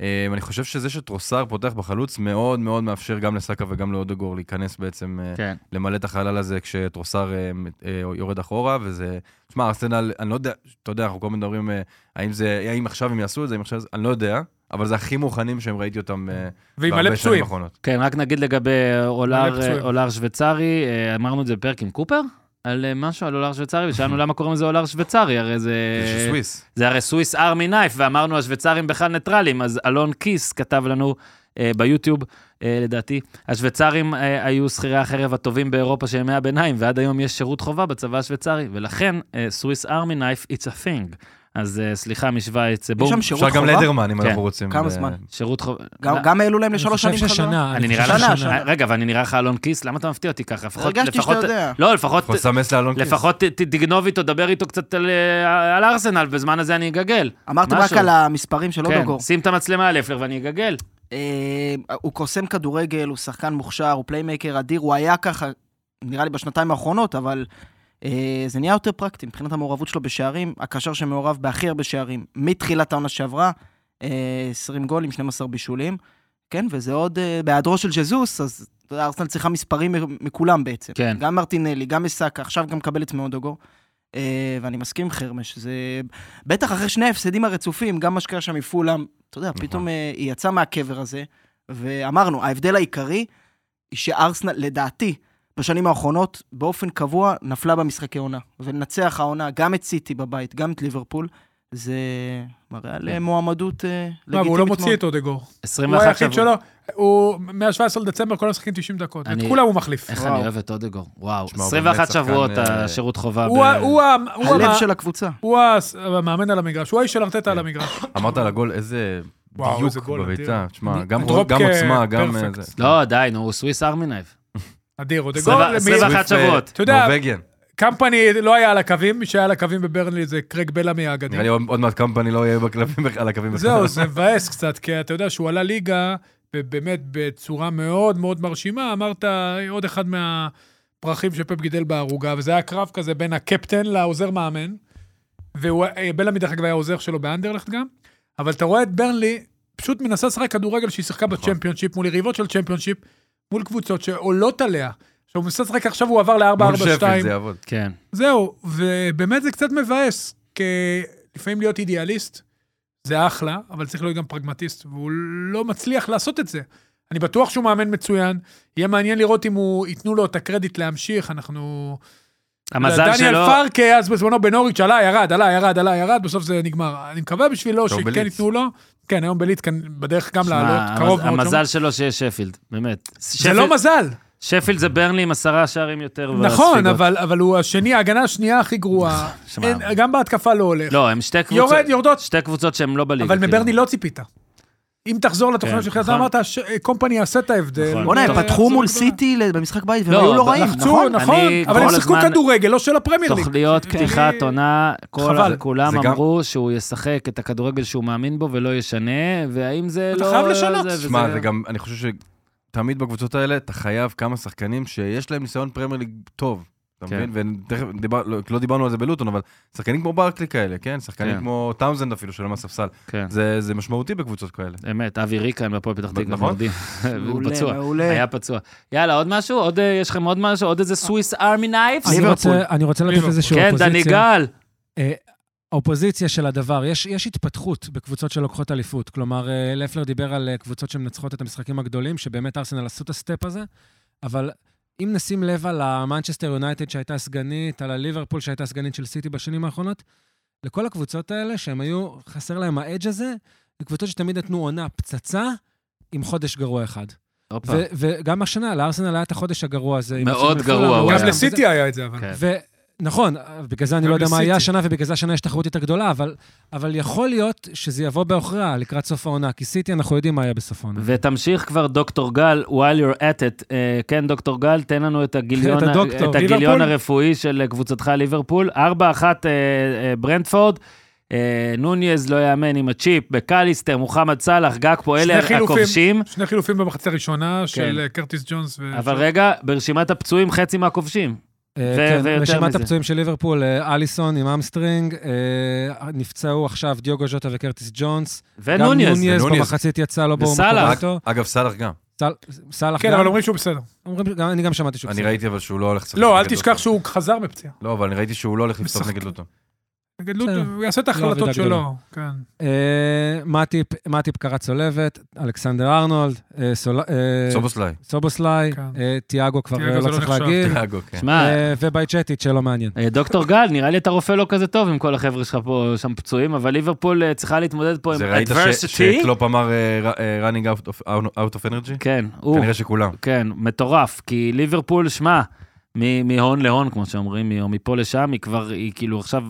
C: אה, אני חושב שזה שטרוסר פותח בחלוץ מאוד מאוד מאפשר גם לסאקה וגם לאודגור להיכנס בעצם, אה,
G: כן.
C: למלא את החלל הזה כשטרוסר אה, אה, יורד אחורה, וזה... תשמע, ארסנל, אני לא יודע, אתה יודע, אנחנו כל הזמן מדברים, אה, האם זה, האם עכשיו הם יעשו את זה, האם עכשיו, זה- אני לא יודע, אבל זה הכי מוכנים שהם ראיתי אותם אה,
B: ועם מלא
C: בהרבה שנים
B: פצועים.
C: האחרונות.
A: כן, רק נגיד לגבי אולר-
B: מלא פצועים.
A: אולר שוויצרי, אה, אמרנו את זה בפרק עם קופר? על אה, משהו, על אולר שוויצרי, ושאלנו למה קוראים לזה אולר שוויצרי, הרי זה...
D: אה,
C: זה של סוויס.
A: זה הרי סוויס ארמי נייף, ואמרנו השוויצרים בכלל ניטרלים, אז אלון קיס כתב לנו אה, ביוטיוב, אה, לדעתי, השוויצרים אה, היו שכירי החרב הטובים באירופה של ימי הביניים, ועד היום יש שירות חובה בצבא השוויצרי, ולכן אה, סוויס ארמי נייף, it's a thing. אז אה, סליחה משוויץ, אה,
D: יש
A: בואו,
D: שם
C: אפשר
D: שירות
C: גם
D: חובה?
C: לדרמן, אם
A: כן.
C: אנחנו רוצים.
D: כמה
C: אה,
D: זמן?
A: שירות חובה. לא,
D: גם- גם העלו להם לשלוש שנים
E: אני חושב ששנה.
A: אני
E: חושב
A: נראה לך,
D: שנה,
E: ששנה.
D: שנה.
A: רגע, אבל אני נראה לך אלון קיס, למה אתה מפתיע אותי ככה? לפחות,
D: הרגשתי שאתה
A: לפחות,
D: יודע.
A: לא, לפחות,
C: יכול לסמס לאלון קיס.
A: לפחות ת- ת- תגנוב איתו, דבר איתו קצת על, אה, על ארסנל, בזמן הזה אני אגגל.
D: אמרתם רק
A: משהו.
D: על המספרים של
A: כן,
D: אודוגור.
A: שים את המצלמה על אפלר ואני אגגל.
D: אה, הוא קוסם כדורגל, הוא שחקן מוכשר, הוא פליימייקר אדיר, הוא היה ככה, נראה לי בשנתיים האחרונות, אבל אה, זה נהיה יותר פרקטי מבחינת המעורבות שלו בשערים, הקשר שמעורב בהכי הרבה שערים מתחילת העונה שעברה, אה, 20 גולים, 12 בישולים, כן, וזה עוד, אה, בהיעדרו של ז'זוס, אז אתה יודע, ארסנל צריכה מספרים מ- מכולם בעצם.
A: כן.
D: גם מרטינלי, גם מסאקה, עכשיו גם מקבלת מאודוגו. אה, ואני מסכים עם חרמש, זה... בטח אחרי שני ההפסדים הרצופים, גם מה שקרה שם מפולם, אתה יודע,
C: נכון.
D: פתאום אה, היא יצאה מהקבר הזה, ואמרנו, ההבדל העיקרי, היא שארסנל, לדעתי, בשנים האחרונות, באופן קבוע, נפלה במשחקי עונה. ולנצח העונה, גם את סיטי בבית, גם את ליברפול, זה מראה
A: כן.
D: על אה, מועמדות אה,
B: לא, אבל הוא לא
D: לגיטימית
B: מוציא
D: מאוד.
B: את אודגור. הוא
A: 21
B: היחיד
A: שבועות.
B: שלו, הוא מה-17 לדצמבר, כל המשחקים 90 דקות, את
A: אני-
B: כולם הוא מחליף.
A: איך
D: וואו.
A: אני אוהב את אודגור, וואו.
C: שמע, הוא
A: 21
C: באמת שחקן,
A: שבועות
C: אה,
A: השירות חובה.
B: הוא ה-
A: ב-
B: הוא ה- הוא
D: הלב
B: המ-
D: של הקבוצה.
B: הוא הס- המאמן על המגרש, הוא האיש של ארטטה על המגרש.
C: אמרת על הגול, איזה
B: וואו, איזה
C: דיוק
B: גול
C: בביתה.
B: אדיר.
C: תשמע, גם
B: דרופ
C: גם
B: כ-
C: עוצמה, גם...
B: פרפקט.
C: אה, זה-
A: לא, די, נו, הוא סוויס ארמי נייף.
B: אדיר, אודגור.
A: עשרה-
B: מי-
A: 21
C: אה,
A: שבועות.
B: אתה יודע-
C: נורבגיאן.
B: קמפני לא היה על הקווים, מי שהיה על הקווים בברנלי זה קרג בלעמי האגדי.
C: נראה לי עוד עוד מעט קמפני לא יהיה בקלפים בכלל, על הקווים בכלל.
B: זהו, זה מבאס קצת, כי אתה יודע שהוא עלה ליגה, ובאמת בצורה מאוד מאוד מרשימה, אמרת עוד אחד מהפרחים שפפ גידל בערוגה, וזה היה קרב כזה בין הקפטן לעוזר מאמן, ובלעמי דרך אגב היה עוזר שלו באנדרלכט גם, אבל אתה רואה את ברנלי פשוט מנסה לשחק כדורגל שהיא שיחקה
C: נכון.
B: בצ'מפיונשיפ, מול יריבות של צ'מפיונשיפ, מול קבוצות שעולות עליה. עכשיו הוא מנסה לשחק עכשיו, הוא עבר
C: מול שפילד
B: ל-4-4-2.
C: זה יעבוד.
A: כן.
B: זהו, ובאמת זה קצת מבאס, כי לפעמים להיות אידיאליסט זה אחלה, אבל צריך להיות גם פרגמטיסט, והוא לא מצליח לעשות את זה. אני בטוח שהוא מאמן מצוין, יהיה מעניין לראות אם הוא, ייתנו לו את הקרדיט להמשיך, אנחנו...
A: המזל
B: דניאל
A: שלו...
B: פרקה, אז בזמנו בנוריץ' עלה, ירד, עלה, ירד, עלה, ירד, בסוף זה נגמר. אני מקווה בשבילו
C: טוב,
B: שכן
C: בליץ.
B: ייתנו לו. כן, היום בליט כאן בדרך גם
A: שמע,
B: לעלות, קרוב
A: המז-
B: מאוד. שם.
A: המזל שלו שיש שפילד, באמת.
B: זה
A: שפילד-
B: לא מזל,
A: שפילד זה ברנלי עם עשרה שערים יותר.
B: נכון,
A: בספיגות.
B: אבל אבל הוא השני, ההגנה השנייה הכי גרועה.
A: שמע,
B: אין- גם בהתקפה לא הולך.
A: לא, הם שתי קבוצות...
B: יורד, יורדות.
A: שתי קבוצות שהן לא בליגה.
B: אבל
A: כאילו.
B: מברני לא ציפית. אם תחזור
A: כן,
B: לתוכניות שלך, אתה
A: נכון.
B: אמרת, ש- קומפני יעשה את ההבדל.
A: נכון.
D: בוא'נה, הם
B: ואתה
D: פתחו
B: תחזור
D: מול
B: לגמרי.
D: סיטי ל- במשחק בית, והם
A: לא,
D: היו לא
A: אבל
D: רעים.
B: לחצו,
A: נכון.
B: נכון,
A: אני
B: אבל הם
A: כל
B: שיחקו
A: הזמן-
B: כדורגל, לא של הפרמייר ליג.
A: תוכניות פתיחת עונה, כל-
B: חבל.
A: כולם
C: זה גם-
A: אמרו שהוא ישחק את הכדורגל שהוא מאמין בו ולא ישנה, והאם זה
B: אתה
A: לא...
B: חייב לשנות.
A: וזה-
C: תשמע, זה גם, אני חושב שתמיד בקבוצות האלה, אתה חייב כמה שחקנים שיש להם ניסיון פרמייר ליג טוב. אתה
A: כן.
C: מבין? ותכף, דיבר- לא- לא דיברנו על זה בלוטון, אבל שחקנים כמו ברקלי כאלה, כן? שחקנים
A: כן.
C: כמו טאונזנד אפילו, שלא מהספסל.
A: כן.
C: זה זה משמעותי בקבוצות כאלה.
A: אמת, אבי ריקן בהפועל פתח תקווה,
C: נכון?
A: מורדים. הוא
D: מעולה,
A: פצוע,
D: מעולה.
A: היה פצוע. יאללה, עוד משהו? עוד, אה, יש לכם עוד משהו? עוד איזה סוויס ארמי נייפס?
E: אני רוצה-
B: ליברפול.
E: אני רוצה לתת
B: ליברפול.
E: איזושהי
A: כן, דני
E: אופוזיציה.
A: גל.
E: האופוזיציה של הדבר, יש, יש התפתחות בקבוצות שלוקחות אליפות. כלומר, אה, לפלר דיבר על אה, קבוצות שמנצחות את המשחקים הגדולים, שבאמת ארסנל עשו את הסטפ הזה, אבל אם נשים לב על המנצ'סטר יונייטד שהייתה סגנית, על הליברפול שהייתה סגנית של סיטי בשנים האחרונות, לכל הקבוצות האלה, שהם היו, חסר להם האדג' הזה, זה קבוצות שתמיד נתנו עונה פצצה עם חודש גרוע אחד.
A: הופה.
E: ו- וגם השנה, לארסנל היה את החודש הגרוע הזה. עם
A: מאוד
E: הפסד לפולהאם,
A: גרוע הוא
E: וגם
B: גם
A: היה.
E: וזה-
B: לסיטי היה את זה, אבל.
A: כן.
E: ו... נכון, בגלל זה אני
B: גם
E: לא יודע מה
B: לסיטי.
E: יהיה השנה, ובגלל זה השנה יש תחרות יותר גדולה, אבל, אבל יכול להיות שזה יבוא בעוכריה לקראת סוף העונה, כי סיטי, אנחנו יודעים מה יהיה בסוף העונה.
A: ותמשיך כבר, דוקטור גל, while you're at it. אה, כן, דוקטור גל, תן לנו את הגיליון,
E: את הדוקטור.
A: את הגיליון
B: ליברפול?
A: הרפואי של אה, קבוצתך ליברפול. 4-1 אה, אה, ברנדפורד. אה, אה, נוניז לא יאמן עם הצ'יפ, בקליסטר, מוחמד סאלח, גג פה, אלה
B: שני חילופים.
A: הכובשים.
B: שני חילופים במחצית הראשונה של אה, קרטיס ג'ונס.
E: כן.
B: ו-
A: כן. אבל רגע, ברשימת הפצועים חצי מהכובשים.
E: אה,
A: ו-
E: כן,
A: ויותר
E: רשימת
A: מזה.
E: הפצועים של ליברפול, אה, אליסון עם אמסטרינג, אה, נפצעו עכשיו דיוגו ז'וטה וקרטיס ג'ונס. גם
A: ונוניז.
E: נוניז
C: ונוניז.
E: במחצית יצא, לא ברור מה
A: וסאלח.
E: קורה
A: סלח.
C: רק-
E: איתו.
C: אגב, סאלח גם.
E: סל- סאלח
B: כן,
E: גם.
B: אבל אומרים שהוא בסדר.
E: אומרים- גם- אני גם שמעתי שהוא
C: אני
E: בסדר.
C: ראיתי אבל שהוא לא הולך לשחק
B: לא, אל
C: נגד
B: תשכח
C: לוטון.
B: שהוא חזר מפציעה.
C: לא, אבל אני ראיתי שהוא לא הולך לפתוח
B: משחק.
C: נגד לוטון.
B: נגד
E: בסדר. לא,
B: לוטון, הוא יעשה את
E: אבידה
B: ההחלטות
E: גדולה.
B: שלו. כן.
E: אה, מטיפ, מטיפ קרא צולבת, אלכסנדר ארנולד, אה, סול- אה,
C: סובוסליי.
E: סובוסליי,
B: כן.
E: אה, תיאגו כבר
B: תיאגו
E: אה,
B: זה
E: לא
B: לא
E: צריך
B: נחשב.
E: להגיד,
C: תיאגו, כן.
A: שמע,
E: אה, ובייצ'טיץ' שלא מעניין.
A: אה, דוקטור גל, נראה לי אתה רופא לא כזה טוב עם כל החבר'ה שלך פה שם פצועים, אבל ליברפול אה, צריכה להתמודד פה עם
C: זה ראית ש-
A: adversity.
C: שקלופ אמר אה, running out of- out of energy?
A: כן, הוא,
C: כנראה שכולם.
A: כן, מטורף, כי ליברפול, שמע, מ- מהון להון, כמו שאומרים, מ- או מפה לשם, היא כבר, היא כאילו עכשיו,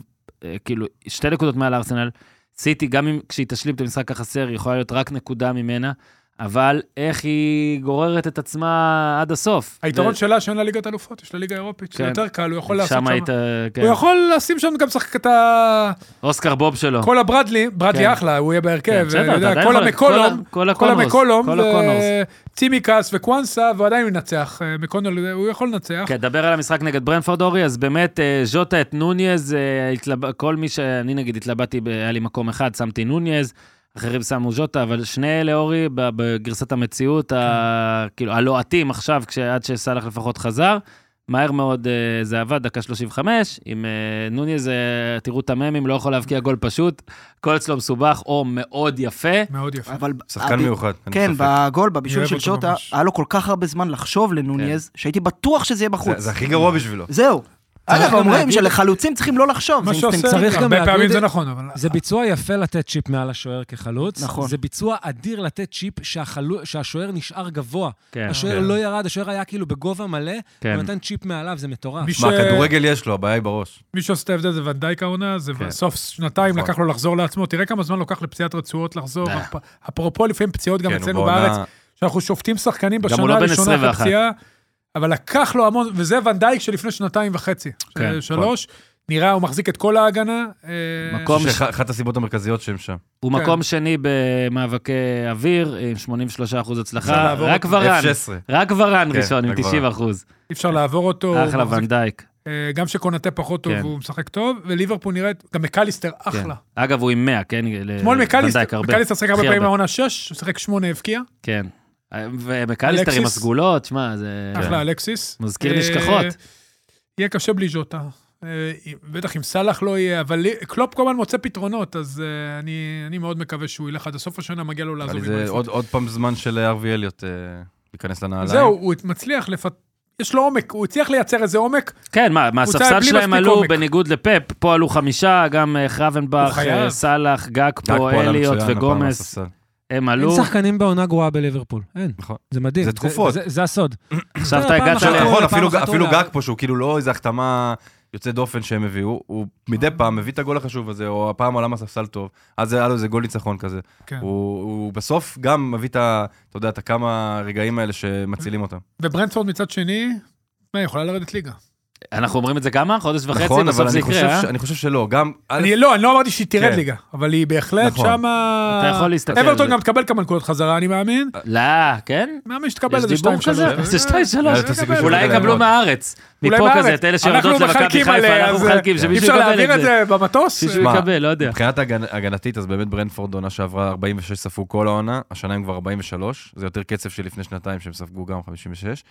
A: אה, כאילו, שתי נקודות מעל ארסנל. סיטי, גם אם כשהיא תשלים את המשחק החסר, היא יכולה להיות רק נקודה ממנה, אבל איך היא גוררת את עצמה עד הסוף?
B: היתרון
A: זה-
B: שלה שאין לה ליגת אלופות, יש לה ליגה אירופית, שזה
A: כן.
B: יותר קל, הוא יכול לעשות
A: שם היית,
B: שם...
A: כן,
B: הוא יכול לשים שם גם שחק את ה...
A: אוסקר בוב שלו.
B: כל הברדלי,
A: כן.
B: ברדלי אחלה, הוא יהיה בהרכב,
A: כן, בסדר,
B: אני
A: אתה
B: יודע,
A: עדיין
B: כל
A: יכול-
B: המקולום,
A: כל
B: כל אה,
A: הקונורס,
B: המקולום,
A: כל הקונורס.
B: וצימקס וקוואנסה, ועדיין הוא ינצח, אה, מקונול, הוא יכול לנצח.
A: כן, דבר על המשחק נגד ברנפורד אורי, אז באמת, אה, ז'וטה את נוניז, אה, התלב- כל מי שאני נגיד התלבטתי, ב- היה לי מקום אחד, שמתי נוניז, אחרים שמו ז'וטה, אבל שני אלה אורי, ב- בגרסת המציאות, ה-
B: כן.
A: כאילו, הלוהטים עכשיו, כש- עד שסאלח לפחות חזר. מהר מאוד אה, זה עבד, דקה 35, עם אה, נוניז, אה, תראו את הממים, לא יכול להבקיע גול פשוט, כל אצלו מסובך או מאוד יפה.
B: מאוד יפה.
D: אבל...
C: שחקן
D: הב-
C: מיוחד. אין
D: כן,
C: ספק.
D: בגול, בבישול
B: אני
D: של
B: אוהב אותו
D: שוטה,
B: ממש.
D: היה לו כל כך הרבה זמן לחשוב לנוניז, שהייתי בטוח שזה יהיה
C: זה-
D: בחוץ.
C: זה הכי גרוע בשבילו.
D: זהו. אגב,
E: גם
D: אומרים
E: להגיד-
D: שלחלוצים צריכים לא לחשוב, זה
B: מה שעושה,
D: אינסטינקט.
E: צריך גם
B: הרבה פעמים
E: להגיד-
B: זה נכון, אבל...
E: זה ביצוע יפה לתת צ'יפ מעל השוער כחלוץ.
D: נכון.
E: זה ביצוע אדיר לתת צ'יפ שהחלו- שהשוער נשאר גבוה.
A: כן,
E: השוער
C: כן.
E: לא ירד, השוער היה כאילו בגובה מלא,
A: כן.
E: הוא נתן צ'יפ מעליו, זה מטורף.
B: מי ש-
C: מה, כדורגל יש לו, הבעיה היא בראש.
B: מי שעושה את ההבדל זה ונדייק העונה, זה
A: כן.
B: סוף שנתיים
C: נכון.
B: לקח לו לחזור לעצמו. תראה כמה זמן לוקח לפציעת רצועות לחזור.
A: אה.
B: אפ- אפרופו לפעמים פציעות גם
C: כן,
B: אצלנו
C: בעונה-
B: בארץ, שאנחנו שופטים שחקנים
A: גם הוא
B: בשנה
A: לא בן
B: הראשונה
A: 21.
B: לפציעה, אבל לקח לו המון, וזה ונדייק שלפני שנתיים וחצי,
A: כן,
B: אה, שלוש, נראה, הוא מחזיק את כל ההגנה. אה,
A: מקום
C: אני חושב שאחת הסיבות המרכזיות שהם שם.
A: הוא
B: כן.
A: מקום שני במאבקי אוויר, עם 83 אחוז
B: אפשר
A: הצלחה,
B: לעבור
A: רק ורן,
C: F16.
A: רק ורן
C: כן,
A: ראשון עם
C: רק ורן.
A: 90 אחוז.
B: אי אפשר לעבור אותו. הוא
A: אחלה כן.
B: מחזיק-
A: ונדייק.
B: אה, גם שקונטה פחות טוב,
A: כן.
B: הוא משחק טוב, וליברפול נראית, גם מקליסטר
A: כן.
B: אחלה.
A: אגב, הוא עם 100, כן? ל-
B: אתמול
A: ונדייק
B: מקליסטר,
A: הרבה.
B: מקליסטר שיחק הרבה
A: הכי
B: פעמים
A: הרבה.
B: העונה 6, הוא שיחק 8 הבקיע,
A: כן. ומקליסטר עם
B: אלקסיס.
A: הסגולות, שמע, זה
C: כן.
B: אחלה אלקסיס.
A: מזכיר
B: אה,
A: נשכחות.
B: יהיה קשה בלי ז'וטה. אה, בטח אם סאלח לא יהיה, אבל לי- קלופ כל הזמן מוצא פתרונות, אז אה, אני, אני מאוד מקווה שהוא ילך עד הסוף השנה, מגיע לו
C: נראה
B: לעזוב.
C: לי
B: עם
C: זה
B: האליפות.
C: עוד- עוד פעם זמן של ארווי אליוט אה, להיכנס לנעליים.
B: זהו, הוא מצליח לפת... יש לו עומק, הוא הצליח לייצר איזה עומק,
A: כן, מה, מהספסל
B: בלי
A: שלהם
B: מספיק
A: עלו,
B: עומק.
A: בניגוד לפאפ, פה עלו חמישה, גם אה,
B: הוא
A: חרבנבך,
B: חייב.
A: אה, סאלח, גג
C: רק
A: פה,
C: פה עלה
A: אליוט
C: מצוין, הפעם
A: וגומס,
C: מהספסל.
A: הם
E: אין
A: עלו.
E: שחקנים בעונה גרועה בליברפול, אין.
C: נכון.
E: זה מדהים.
C: זה תקופות.
E: זה- זה הסוד.
A: עכשיו
E: אתה
A: אתה
E: יודע,
A: הגעת
E: פעם אחת
A: ל...
E: הוא-
C: נכון,
B: אה,
E: פעם
C: אפילו-
E: אחת הוא
C: אפילו
E: עלה.
C: גג פה, שהוא כאילו לא איזה החתמה יוצאת דופן שהם הביאו, הוא מדי פעם מביא את הגול החשוב הזה, או הפעם הוא עלה מהספסל טוב, אז היה לו איזה גול ניצחון כזה.
B: כן.
C: הוא הוא בסוף גם מביא את ה... אתה יודע, את הכמה רגעים האלה שמצילים אותם.
B: וברנדפורד מצד שני, מה, יכולה לרדת ליגה.
A: אנחנו אומרים את זה כמה? חודש וחצי,
C: נכון, אבל
A: בסוף זה
C: אני חושב
A: יקרה, אה?
C: ש- אני חושב שלא, גם... א',
B: אני לא, אני לא אמרתי שהיא תרד
C: כן.
B: ליגה, אבל היא בהחלט
C: נכון.
B: שמה...
A: אתה יכול להסתכל על
B: אברטון
A: זה.
B: גם תקבל כמה נקודות חזרה, אני מאמין.
C: אה,
A: לא, כן?
B: מאמין שתקבל
A: יש
B: איזה אה, 2-3.
A: דיבור כזה? זה שתיים, שלוש.
C: יש את הסיכוי שהוא
A: אולי
C: יקבל
A: יקבלו
C: מאוד.
A: מהארץ.
B: אולי
A: מפה
B: בארץ.
A: כזה, את אלה
B: אנחנו
A: שיורדות למכבי
B: מחלקים
A: חיפה,
B: עליה,
A: אנחנו
B: זה-
A: מחלקים,
B: אי
A: שמישהו
B: אפשר
A: יקבל
B: להעביר
A: את
B: את
A: זה.
B: זה במטוס?
A: מישהו
C: שמע,
A: יקבל, לא יודע.
C: מבחינת הגנ- הגנתית, אז באמת ברנפורד עונה שעברה 46 ספגו כל העונה, השנה הם כבר 43, זה יותר קצב שלפני שנתיים שהם ספגו גם 56.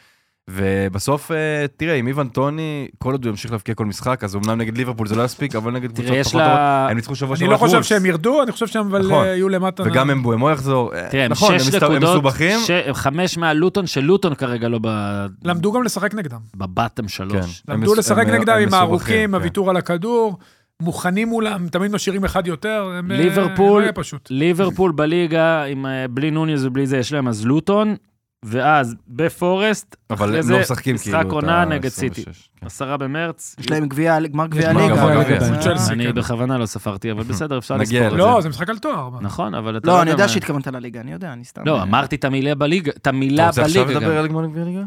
C: ובסוף, אה, תראה, עם איוון טוני, כל עוד הוא ימשיך להבקיע כל משחק, אז אמנם נגד ליברפול זה לא יספיק, אבל נגד
A: תראה,
C: קבוצות
A: יש
C: פחות
A: לה-
C: טובות, הם ניצחו שבוע
B: אני
C: שעבר
B: לא
C: את
B: חושב
C: וולפס,
B: שהם ירדו, אני חושב שהם אבל
C: נכון.
B: אה, יהיו למטה.
C: וגם אמבואמו יחזור. אה,
A: תראה, הם
C: נכון,
A: שש
C: מסת- הם
A: נקודות,
C: מסובכים.
A: ש- הם חמש מהלוטון, שלוטון כרגע לא ב-
B: למדו גם לשחק נגדם.
A: בבטם שלוש.
C: כן. הם
B: למדו
C: מס-
B: לשחק
C: הם-
B: נגדם
C: הם
B: עם
C: מסובכים,
B: הארוכים,
C: כן.
B: הוויתור על הכדור, מוכנים מולם, תמיד משאירים אחד יותר. הם, אה,
A: ליברפול-
B: לא יהיה פשוט.
A: ליברפול בליגה, עם, אה, בלי נוניז ובלי זה, יש להם אז לוטון, ואז בפורסט,
C: אבל
A: אחרי
C: הם
A: זה
C: לא משחקים כאילו.
A: משחק
C: את
A: עונה
C: ה-
A: נגד
C: 26,
A: סיטי.
C: כן.
A: עשרה במרץ.
D: יש להם גביע, גמר גביע
E: גמר
D: הליגה.
C: גביע הליגה,
D: אה,
B: צ'לסי.
A: אני
B: כן.
A: בכוונה לא ספרתי, אבל בסדר, אפשר
C: נגיע
A: לספור את
B: לא,
A: זה.
B: זה משחק על תואר. מה.
A: נכון, אבל אתה
D: לא, אני יודע
A: מה-
D: שהתכוונת לליגה, אני יודע, אני סתם...
A: לא, אמרתי לא, את המילה בליגה, את
C: אתה
A: המילה
C: רוצה עכשיו
A: בליגה גם.
C: לדבר על גמר גביע הליגה?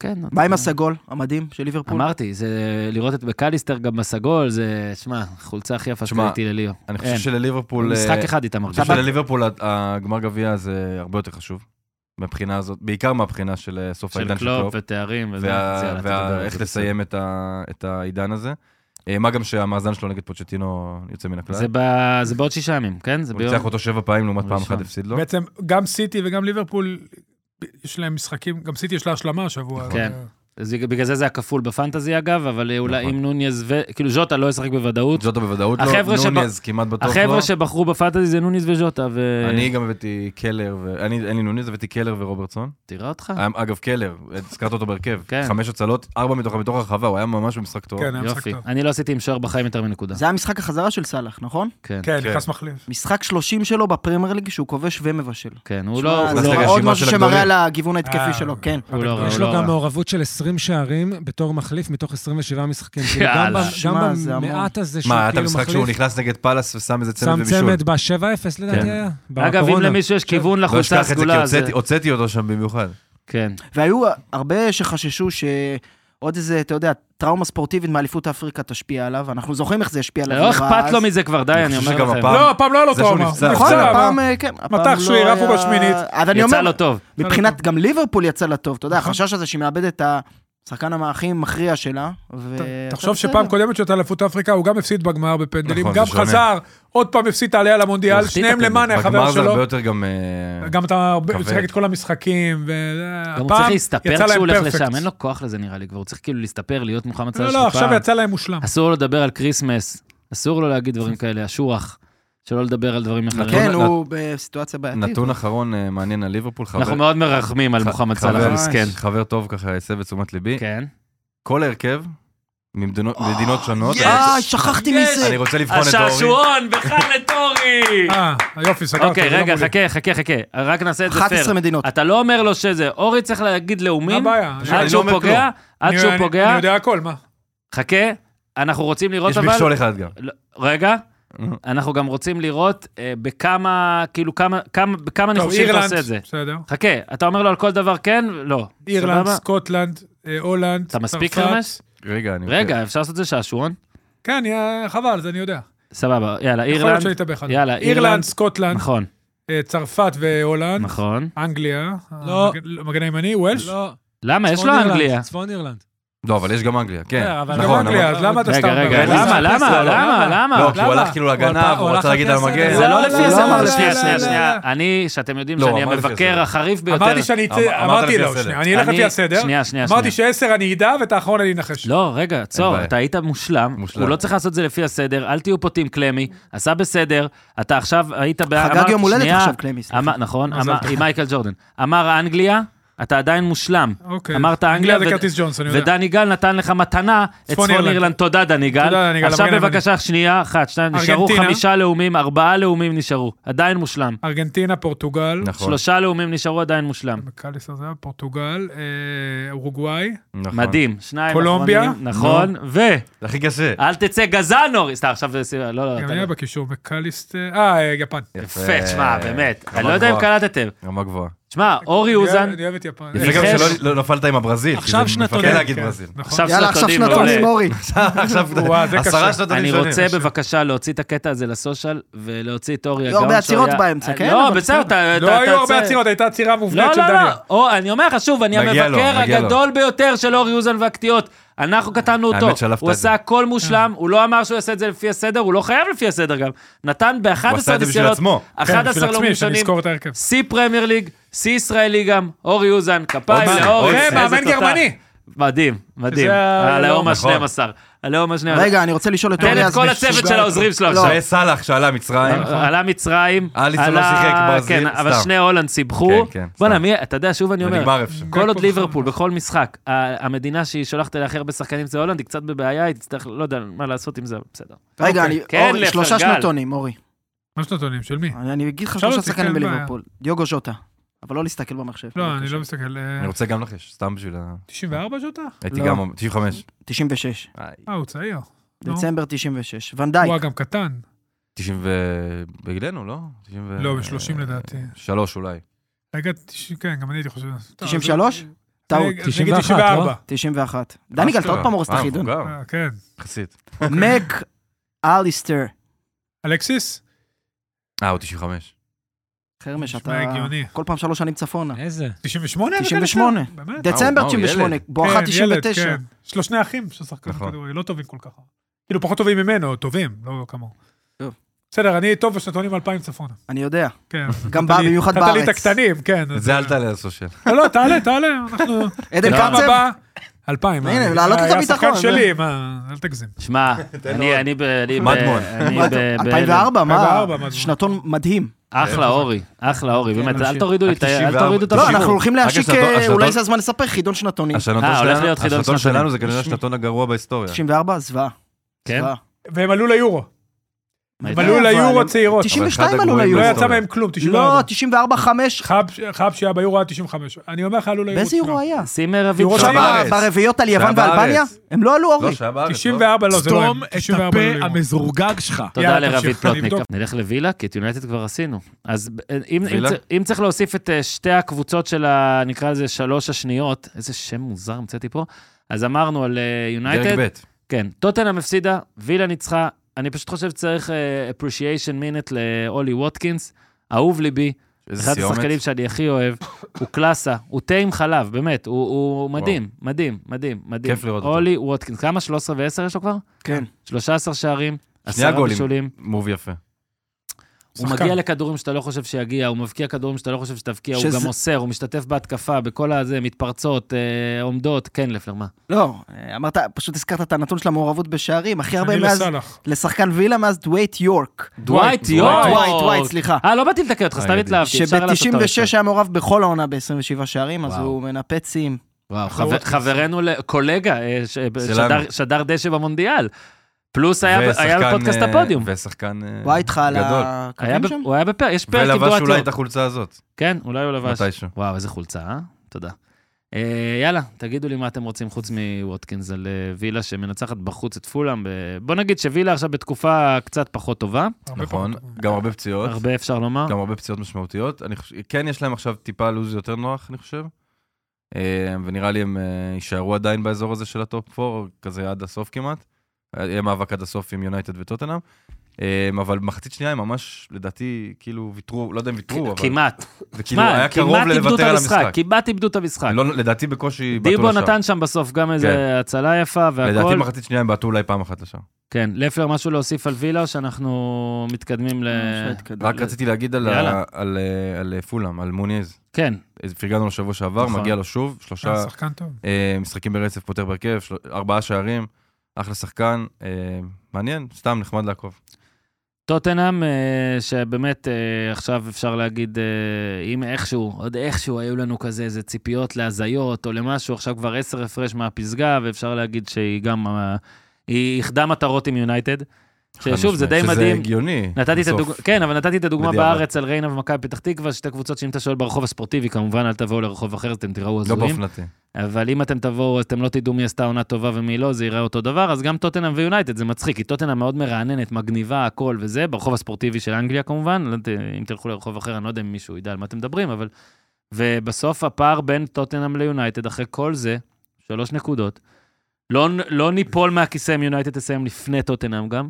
A: כן.
D: מה עם הסגול המדהים של ליברפול?
A: אמרתי, זה לראות את מקליסטר גם בסגול, זה, שמע, החולצה הכי יפה
C: שמע,
A: שראיתי לליאו.
C: אני
A: אין.
C: חושב שלליברפול...
A: משחק
C: אה,
A: אחד איתם
C: אני חושב
A: עכשיו.
C: שלליברפול הד- הגמר גביע זה הרבה יותר חשוב. מהבחינה הזאת, בעיקר מהבחינה של אה, סוף
A: של
C: העידן של קלופ.
A: קלופ ותארים וזה.
C: וה-
A: יאללה, תדבר על
C: וה-
A: זה,
C: איך
A: בסדר.
C: לסיים את ה- את העידן הזה. אה, מה גם שהמאזן שלו נגד פוצ'טינו יוצא מן הכלל.
A: זה ב- זה בעוד שישה ימים, כן? זה
C: הוא
A: ביום...
C: ניצח אותו שבע פעמים לעומת פעם
A: ראשון.
C: אחת הפסיד לו.
B: בעצם גם סיטי וגם ליברפול, יש להם משחקים, גם סיטי יש לה השלמה השבוע. אה,
A: נכון. כן. אז בגלל זה זה הכפול בפנטזי אגב, אבל אולי
C: נכון.
A: אם נוניז ו... כאילו ז'וטה לא ישחק בוודאות.
C: ז'וטו בוודאות
A: החבר'ה
C: לא,
A: שבא-
C: נוניז כמעט בטוח לא.
A: החבר'ה שבחרו בפנטזי זה נוניז וז'וטה, ו...
C: אני גם הבאתי קלר, ו- אני- אין לי נוניז, הבאתי קלר ורוברטסון.
A: תראה אותך.
C: אגב, קלר, הזכרת אותו בהרכב.
A: אה. כן.
C: חמש הצלות, ארבע מתוך מתוך הרחבה, הוא היה ממש במשחק טוב.
B: כן, היה משחק
A: יופי.
B: טוב.
A: אני לא עשיתי עם שוער בחיים יותר מנקודה.
D: זה היה משחק החזרה של סאלח, נכון?
A: כן,
B: כן,
C: כן.
B: נכנס מחליף.
D: משחק 30 שלו בפרמייר ליג שהוא כובש ומבשל.
A: כן, הוא
D: שמע,
A: לא... הוא
D: זה
A: לא-
C: רגע,
D: עוד
C: רשימה
D: משהו
C: של
D: שמראה על
C: הגדולים.
D: הגיוון ההתקפי
B: אה,
D: שלו, כן.
A: הוא לא רע,
E: יש
A: הוא
E: לו
A: לא
E: גם
A: רע.
E: מעורבות של 20 שערים בתור מחליף מתוך 27 משחקים. כאילו, גם
A: יאללה.
E: ב-
D: שמע,
E: גם
D: זה המון.
E: במעט הזה שהוא
C: מה, היה את
E: כאילו
C: המשחק שהוא
E: מחליף,
C: נכנס נגד פאלאס ושם איזה צמד
E: שם
C: ובישול.
E: צמד ב-7-0 לדעתי
A: כן.
E: היה.
A: אגב, אם
E: בקורונה.
A: למישהו יש כיוון
C: לא
A: לחולצה
C: אשכח את זה, כי
A: הסגולה, זה...
C: הוצאתי- הוצאתי אותו שם במיוחד.
A: כן.
D: והיו הרבה שחששו שעוד איזה, אתה יודע, טראומה ספורטיבית מאליפות אפריקה תשפיע עליו, אנחנו זוכרים איך זה השפיע עליו.
A: לא אכפת
D: אז-
A: לו מזה כבר, די,
C: אני
A: אני
C: חושב
A: אומר
C: שגם
A: לכם.
C: הפעם-
B: לא, הפעם לא היה לו
C: זה שהוא
B: טראומה.
C: נפצע.
B: הוא
D: נכון,
B: נפצע,
D: הפעם,
B: אבל-
D: אה, כן. הפעם
B: מתח
D: לא
B: שהוא עירף
D: היה-
B: הוא בשמינית.
D: אז אני
A: יצא
D: אומר,
A: לו טוב.
D: מבחינת גם ליברפול יצא לה טוב, אתה יודע,
B: נכון.
D: החשש הזה שהיא מאבדת את השחקן הכי מכריע שלה. ו- אתה
B: תחשוב
D: בסדר.
B: שפעם קודמת שהייתה לאליפות אפריקה, הוא גם הפסיד בגמר בפנדלים,
C: נכון,
B: גם
C: זה שונה.
B: חזר, עוד פעם הפסיד את העלייה למונדיאל,
A: הוא החטיא את
B: שניהם
A: הפנדל.
E: כן,
B: למאנה,
C: בגמר
B: החבר
C: זה
B: שלו.
C: הרבה יותר גם... אה,
B: גם אתה הרבה- הוא
C: כבד.
B: שיחק את כל המשחקים, והפעם
A: גם הוא צריך להסתפר
B: יצא
A: כשהוא
B: להם
A: הולך
B: פרפקט.
A: לשם, אין לו כוח לזה נראה לי כבר, הוא צריך כאילו להסתפר, להיות מוחמד סלאח
B: לא,
A: של
B: לא, עכשיו
A: פעם.
B: יצא להם מושלם.
A: אסור לו לדבר על כריסמס, אסור לו להגיד דברים כאלה, אשוח, שלא לדבר על דברים אחרים.
D: כן,
C: נתון-
D: הוא בסיטואציה בעייתית.
C: נתון אחרון אה, מעניין על ליברפול, חבר-
A: אנחנו מאוד מרחמים על
C: ח-
A: מוחמד
C: חבר-
A: סלאח המסכן.
C: חבר טוב ככה הסב את תשומת ליבי.
A: כן.
C: כל ההרכב, ממדינות ממדינות שונות.
D: אה, שכחתי
A: יש.
D: מזה.
C: אני רוצה לבחון את אורי.
A: השעשועון בחאלד אורי!
B: אה, יופי, סגרת.
A: אוקיי,
B: זה לא
A: רגע,
B: מולי.
A: חכה, חכה, חכה, רק נעשה את זה
D: 11
A: פייר.
D: מדינות.
A: אתה לא אומר לו שזה, אורי צריך להגיד
B: מה
A: לאומים,
B: הבעיה?
A: עד
C: אני
A: שהוא
C: לא אומר
A: פוגע,
C: כלום.
A: עד
B: אני-
A: שהוא
B: אני- אני
A: פוגע,
B: יודע הכל, מה?
A: חכה, אנחנו רוצים לראות
C: יש
A: אבל...
C: מכשול אחד גם.
A: לא, רגע,
C: נו.
A: אנחנו גם רוצים לראות אה, בכמה, כאילו, כמה, כמה, בכמה
B: טוב,
A: ניחושים אתה
B: אירלנד,
A: עושה את זה.
B: בסדר.
A: חכה, אתה אומר לו על כל דבר כן? לא.
B: אירלנד,
A: סבבה?
B: סקוטלנד, אה, הולנד,
A: אתה מספיק,
B: צרפת.
A: חרמש?
C: רגע, אני...
A: רגע, אפשר לעשות את זה שעשועון?
B: כן, יא- חבל, זה אני יודע.
A: סבבה, יאללה,
B: יכול להיות
A: אירלנד.
B: שאני אתאבך. עליו.
A: יאללה,
B: אירלנד,
A: אירלנד.
B: סקוטלנד,
A: נכון,
B: אה, צרפת והולנד,
A: נכון.
B: אנגליה,
E: לא.
B: המגן- המגן הימני, וולש.
E: לא,
A: למה? יש
E: צפון
A: לו
E: אירלנד,
A: אנגליה.
E: צפון אירלנד.
C: לא, אבל יש גם אנגליה, כן.
E: אה, אבל-
B: גם
C: נכון,
B: אנגליה,
C: אבל...
B: אז למה אתה סתם...
A: רגע, רגע,
B: מדבר?
A: למה,
E: למה?
A: למה,
E: לא, לא,
A: למה,
C: לא,
A: למה?
C: כי הוא
B: למה?
C: הלך כאילו
E: הוא הלך-
C: להגנה,
E: הוא
C: והוא רצה
E: הלך
C: להגיד
E: לפי
C: על
E: הסדר.
C: מגן.
A: זה לא
E: לא,
A: לפי
E: לא,
A: הסדר,
E: לא,
A: שנייה,
E: לא,
A: שנייה,
E: לא,
A: שנייה.
E: לא.
A: אני, שאתם יודעים
C: לא,
A: שאני
C: אמרתי לפי
A: המבקר
C: הסדר.
A: החריף ביותר.
B: אמרתי שאני
C: אמר-
B: אצא,
C: אמרת
B: אמרתי
C: לפי
B: לו,
C: הסדר.
B: שנייה, אני אלך
A: אני-
B: לפי הסדר.
A: שנייה, שנייה,
B: אמרתי
A: שנייה.
B: שעשר אני אדע ואת האחרון אני אנחש.
A: לא, רגע, עצור,
C: בעיה.
A: אתה היית מושלם.
C: מושלם.
A: הוא לא צריך לעשות את זה לפי הסדר, אל תהיו פוטים, קלמי. עשה בסדר, אתה עכשיו היית... ב-
D: חגג
A: אמרתי,
D: יום הולדת
A: שנייה,
D: עכשיו, קלמי, סליחה.
A: אמר- נכון,
B: מזל
A: אמר-
B: טוב.
A: עם מייקל ג'ורדן. אמר אנגליה, אתה עדיין מושלם.
B: אוקיי.
A: אמרת אנגליה,
B: זה
A: ו-
B: כרטיס ג'ונס, אני יודע.
A: ודני גל נתן לך מתנה את
B: צפון
A: צפון
B: אירלנד.
A: אירלנד. תודה, דני גל.
B: תודה, דני גל,
A: עכשיו
B: המגן הימני.
A: בבקשה, שנייה אחת, שתיים, נשארו
B: ארגנטינה.
A: חמישה לאומים, ארבעה לאומים נשארו. עדיין מושלם.
B: ארגנטינה, פורטוגל.
C: נכון,
A: שלושה לאומים נשארו עדיין מושלם.
D: נכון.
B: מקליסר זה היה פורטוגל, אה, אורוגוואי.
C: נכון.
A: מדהים, שניים
B: קולומביה?
A: אחרונים, נכון, ואל
C: זה הכי קשה.
A: תצא גזאנור, סתם עכשיו זה, לא, לא,
B: גם
A: אתה
B: היה
A: לא,
B: בקישור מקליסטר, אה, אה, יפן.
A: יפה, תשמע, באמת,
C: רמה
A: אני לא יודע אם
C: גבוהה.
A: קלטתם,
C: רמה גבוהה.
A: תשמע, אורי אוזן,
B: אני אוהב את יפן.
C: יפה גם
A: ניחש.
C: שלא לא נפלת עם הברזיל. כי
E: עכשיו
C: זה
E: שנתונים.
C: מפקד
E: כן,
C: להגיד
B: כן,
C: ברזיל.
B: נכון.
A: עכשיו לא
D: יאללה, עכשיו
A: שנתונים
D: שנתונים,
A: מעולה.
D: אורי.
C: עכשיו
B: וואו, זה
C: עשרה
B: קשה.
C: שנתונים
A: אני
C: שונים.
A: רוצה בבקשה להוציא את הקטע הזה לסושיאל ולהוציא את אורי
D: היו
A: הגאון.
D: הרבה
A: שהוא
D: עצירות
A: היה-
D: באמצע,
A: אני-
D: כן,
A: לא,
D: אבל
A: בסדר, אתה...
B: לא
A: אתה-
B: היו
A: אתה-
B: הרבה
A: אתה-
B: עצירות, הייתה עצירה מובנית
A: לא,
B: של
A: לא, לא.
B: דניאל.
A: או, אני אומר לך שוב, אני
C: מגיע לו,
A: המבקר
C: מגיע לו.
A: הגדול ביותר של אורי אוזן והקטיעות. אנחנו קטענו
C: האמת,
A: אותו.
C: שלפת
A: הוא
C: את זה.
A: עשה הכל מושלם, הוא לא אמר שהוא יעשה את זה לפי הסדר, הוא לא חייב לפי הסדר גם. נתן
C: הוא עשה
A: ב-11
C: את זה בשביל
A: ניסיונות,
C: עצמו.
B: כן, בשביל
A: 11 לא
B: עצמי, שאני
A: ראשונים,
B: אזכור את ההרכב.
A: שיא פרמייר ליג, שיא ישראלי גם, אורי אוזן, כפיים
C: עוד
A: לאורי.
C: שיא,
A: איזה
B: מאמן
A: תותח.
B: גרמני.
A: מדהים, מדהים.
B: שזה ה-
A: הלאום
C: נכון.
A: ה-12. הלאום ה-12.
D: רגע, אני רוצה לשאול את
A: תן
D: אורי
A: את
D: אז
A: כל
D: מישהו-
A: הצוות של העוזרים שלו
D: לא.
A: עכשיו.
C: זה סאלח שעלה מצרים.
A: עלה מצרים,
C: אליסון נכון. לא
A: עלה-
C: שיחק, ברזיל,
A: כן, אבל
C: סתם.
A: שני הולנד סיבכו.
C: כן, כן,
A: בואנה,
C: סתם.
A: מי, אתה יודע, שוב אני
C: זה
A: אומר,
C: נגמר איפשהו.
A: כל עוד
B: הכל
A: ליברפול בכל משחק, ה- המדינה שהיא שולחת אליה הכי הרבה שחקנים זה הולנד, היא קצת בבעיה, היא תצטרך, לא יודע מה לעשות עם זה, אבל בסדר.
D: רגע,
B: אוקיי.
D: אני-
A: כן,
D: אורי,
A: לפרגן.
D: שלושה שנתונים, אורי.
B: מה שנתונים, של מי? לא,
D: אני אני אגיד לך
B: אפשר
D: שלושה
B: להוציא,
D: שחקנים
B: כן, בעיה.
D: בליברפול. דיוגו ז'וטה. אבל לא להסתכל במחשב.
B: לא, אני
D: בבקשה.
B: לא מסתכל. אה,
C: אני רוצה גם לחש, סתם בשביל ה...
B: 94 ז'וטה?
C: הייתי
D: לא.
C: גם... 95.
D: 96.
B: אה, הוא צעיר. נו.
D: דצמבר 96. ונדייק.
B: הוא גם קטן.
C: 90 ו... בגילנו, לא? 90 ו...
B: לא, ב- 30 לדעתי.
C: שלוש אולי.
B: רגע, 90, כן, גם אני הייתי חושב. טוב,
D: 93?
B: אז-
D: טעות.
B: נגיד
E: 91,
B: 94.
E: לא?
D: 91.
A: אה,
D: דני גל, אתה עוד פעם הורס את החידון.
C: אה, מבוגר,
B: אה, כן.
C: יחסית.
D: מק אליסטר.
B: אלכסיס?
C: אה, הוא 95.
D: חרמש,
B: נשמע
D: אתה...
B: הגיוני.
D: כל פעם שלוש שנים
A: אה,
D: צפונה.
E: איזה?
B: 98?
D: 98.
B: כן, באמת?
D: דצמבר
C: אה, הוא
D: 98,
C: ילד.
D: בואכה
B: כן, ילד,
D: 99.
B: כן. יש לו שני אחים ששחקנים
C: נכון.
B: כדורגל, לא טובים כל כך. כאילו, פחות טובים ממנו, טובים, לא כמוהו.
D: טוב.
B: בסדר, אני טוב בשנתונים 2000 צפונה.
D: אני יודע.
B: כן.
D: גם
B: נתת
D: בא-
B: לי-
D: במיוחד
B: נתת לי את
D: בארץ.
B: הקטנים, כן.
C: את זה אל תעלה לסושיאל.
B: לא, לא, תעלה, תעלה, אנחנו...
D: עדן
B: פעם
D: קרצב?
B: הבאה, 2000.
D: הנה,
B: אה,
D: להעלות את
B: היה
D: הביטחון,
B: שחקן
D: זה-
B: שלי, מה, אל תגזים.
A: שמע, אני, אני, ב- אני, ב-
C: מדמון.
A: אני,
D: מה
A: ב-
D: זה?
A: ב-
D: 2004, מה?
B: 2004, מה זה?
D: שנתון מדהים.
A: אחלה אורי, אחלה אורי, באמת, אל
D: נמשיך.
A: תורידו לי את ה... אל
C: 94.
A: תורידו את
D: לא,
A: השיעור.
D: אנחנו הולכים
C: רק
D: להשיק,
C: השנתון-
D: אה,
C: השנתון-
D: אולי זה הזמן לספר חידון שנתונים.
C: השנתון
A: אה, הולך
C: שלנו,
A: להיות חידון
C: השנתון
A: שנתונים.
C: שלנו זה כנראה השנתון הגרוע בהיסטוריה.
D: 94, זוועה.
A: כן?
D: זוועה.
B: והם עלו ליורו.
A: מה,
B: הם עלו
D: אה, אבל
B: ליורו
D: הם-
B: צעירות.
D: 92
C: אחד
D: עלו
C: הגרועים
B: לא
D: ליורו.
B: יצא מהם כלום,
D: לא,
B: 94.
D: 94, 5.
B: חאב- חאב שהיה ביורו עד 95. אני אומר לך, עלו ליורו.
D: באיזה יורו
B: תשמע.
D: היה?
A: שימר רביד
B: יורו
A: שם.
B: שמה.
D: שמה, ברביעיות על יוון
C: שהיה
D: ואלבניה?
C: בארץ.
D: הם לא עלו,
C: לא,
D: אורי.
C: שהיה בארץ, לא?
B: 94 לא, זה לא הם.
G: סתום את
B: 94 לא
G: הפה
B: ליורו.
G: המזורגג שלך.
A: תודה
B: יאללה,
A: לרביד
B: תמשיך,
A: פלוטניק.
B: נבדוק.
A: נלך לווילה, כי את יונייטד כבר עשינו. אז ב- אם- אם
C: וילה?
A: צר- אם צריך להוסיף את אה, שתי הקבוצות של ה... נקרא לזה שלוש השניות, איזה שם מוזר המצאתי פה, אז אמרנו על אה, יונייטד,
C: דרג ב'.
A: כן, טוטנאם הפסידה, וילה ניצחה. אני פשוט חושב שצריך אה, appreciation minute לאולי ווטקינס, אהוב ליבי,
C: איזה
A: אחד השחקנים
C: סיומת.
A: שאני הכי אוהב, הוא קלאסה, הוא תה עם חלב, באמת, הוא, הוא מדהים, מדהים, מדהים, מדהים.
C: כיף לראות אותו.
A: אולי ווטקינס, כמה? 13 ו-10 יש לו כבר?
D: כן.
A: 13 שערים,
C: שני
A: 10
C: הגולים.
A: בישולים.
C: מוב יפה.
A: הוא
B: שחקן.
A: מגיע לכדורים שאתה לא חושב שיגיע, הוא מבקיע כדורים שאתה לא חושב שתבקיע, הוא
D: שזה-
A: גם מוסר, הוא משתתף בהתקפה, בכל הזה, מתפרצות, אה, עומדות, כן, לפלר, מה?
D: לא, אמרת, פשוט הזכרת את הנתון של המעורבות בשערים, הכי הרבה
B: אני
D: מאז,
B: לסאלח.
D: לשחקן וילה מאז דווייט יורק.
A: דווייט, יואו!
D: דווייט,
C: לא
D: דווייט, סליחה.
A: אה, לא באתי לתקן אותך, סתם
C: ידידי.
A: התלהבתי, אפשר לעשות את
D: שב-96 היה מעורב בכל העונה ב-27 שערים, אז
A: וואו. אה,
D: הוא מנפץ שיאים.
A: וואו, חבר- חברנו, ל- קולגה, אה, ש-
C: שלנו.
A: שדר- שדר דשא במונדיאל. פלוס היה ב- היה
C: ושחקן,
A: בפודקאסט
C: אה,
A: הפודיום.
C: ושחקן אה,
D: הוא היה איתך על
C: גדול.
A: היה
D: הקווים
A: ב-
D: שם?
A: הוא היה בפרק, יש פרק עם
C: ולבש
A: דואט
C: אולי
A: יורק.
C: את החולצה הזאת,
A: כן, אולי הוא לבש.
C: מתישהו.
A: וואו, איזה חולצה, אה? תודה. אה, יאללה, תגידו לי מה אתם רוצים חוץ מווטקינס על אה, וילה שמנצחת בחוץ את פולאם. ב... בוא נגיד שווילה עכשיו בתקופה קצת פחות טובה,
B: הרבה
C: נכון.
B: פחות.
C: גם הרבה פציעות.
A: הרבה אפשר לומר.
C: גם הרבה פציעות משמעותיות. אני חושב, כן, יש להם עכשיו טיפה לו"ז יותר נוח, אני חושב. אה, ונראה לי הם אה, יישארו עדיין באזור הזה של הטופ 4, כזה עד הסוף כמעט. אה, יהיה מאבק עד הסוף עם יונייטד וטוטנאם. אה, אבל מחצית שנייה הם ממש, לדעתי, כאילו ויתרו, לא יודע אם ויתרו, אבל...
A: כמעט.
C: זה כאילו
A: שמע,
C: היה קרוב
A: כמעט איבדו את
C: ללוותר על
A: המשחק,
C: המשחק.
A: כמעט איבדו את המשחק.
C: לא, לדעתי בקושי בעטו לשער.
A: דיבו נתן שם בסוף גם איזה הצלה יפה
C: לדעתי
A: והכל.
C: מחצית שנייה הם בעטו אולי פעם אחת לשער.
A: כן, לפלר, משהו להוסיף על וילה, או שאנחנו מתקדמים ל...
D: אה,
A: אה,
C: רק רציתי להגיד על,
A: יאללה.
C: ה- על, אה, על אה, פולאם, על מוניז.
A: כן,
C: אז פרגנו לו שבוע שעבר,
A: נכון.
C: מגיע לו שוב, שלושה
B: אה, שחקן טוב.
C: אה, משחקים ברצף, פותר בהרכב, של- ארבעה שערים, אחלה שחקן, אה, מעניין, סתם נחמד לעקוב.
A: טוטנאם, אה, שבאמת אה, עכשיו אפשר להגיד, אה, אם איכשהו, עוד איכשהו היו לנו כזה איזה ציפיות להזיות או למשהו, עכשיו כבר עשר הפרש מהפסגה, ואפשר להגיד שהיא גם, אה, היא איחדה מטרות עם יונייטד. ששוב, זה די
C: שזה שזה
A: מדהים.
C: הגיוני.
A: נתתי את
C: בסוף. לא
A: הדוגמה, כן, אבל נתתי את הדוגמה
C: בדיעבד.
A: בארץ על ריינה ומכבי פתח תקווה, שתי קבוצות שאם אתה שואל ברחוב הספורטיבי, כמובן אל תבואו לרחוב אחר, אתם תראו
C: לא
A: הזויים.
C: באופנתי.
A: אבל אם אתם תבואו, אז אתם לא תדעו מי עשתה עונה טובה ומי לא, זה ייראה אותו דבר. אז גם טוטנאם ויונייטד, זה מצחיק, כי טוטנאם מאוד מרעננת, מגניבה, הכל וזה, ברחוב הספורטיבי של אנגליה כמובן, לא יודע, אם תלכו לרחוב אחר, אני לא יודע אם מישהו ידע על מה אתם מדברים, אבל... ובסוף הפער בין טוטנאם ליונייטד, אחרי כל זה, שלוש נקודות. לא, לא ניפול מהכיסא אם יונייטד תסיים לפני טוטנאם גם.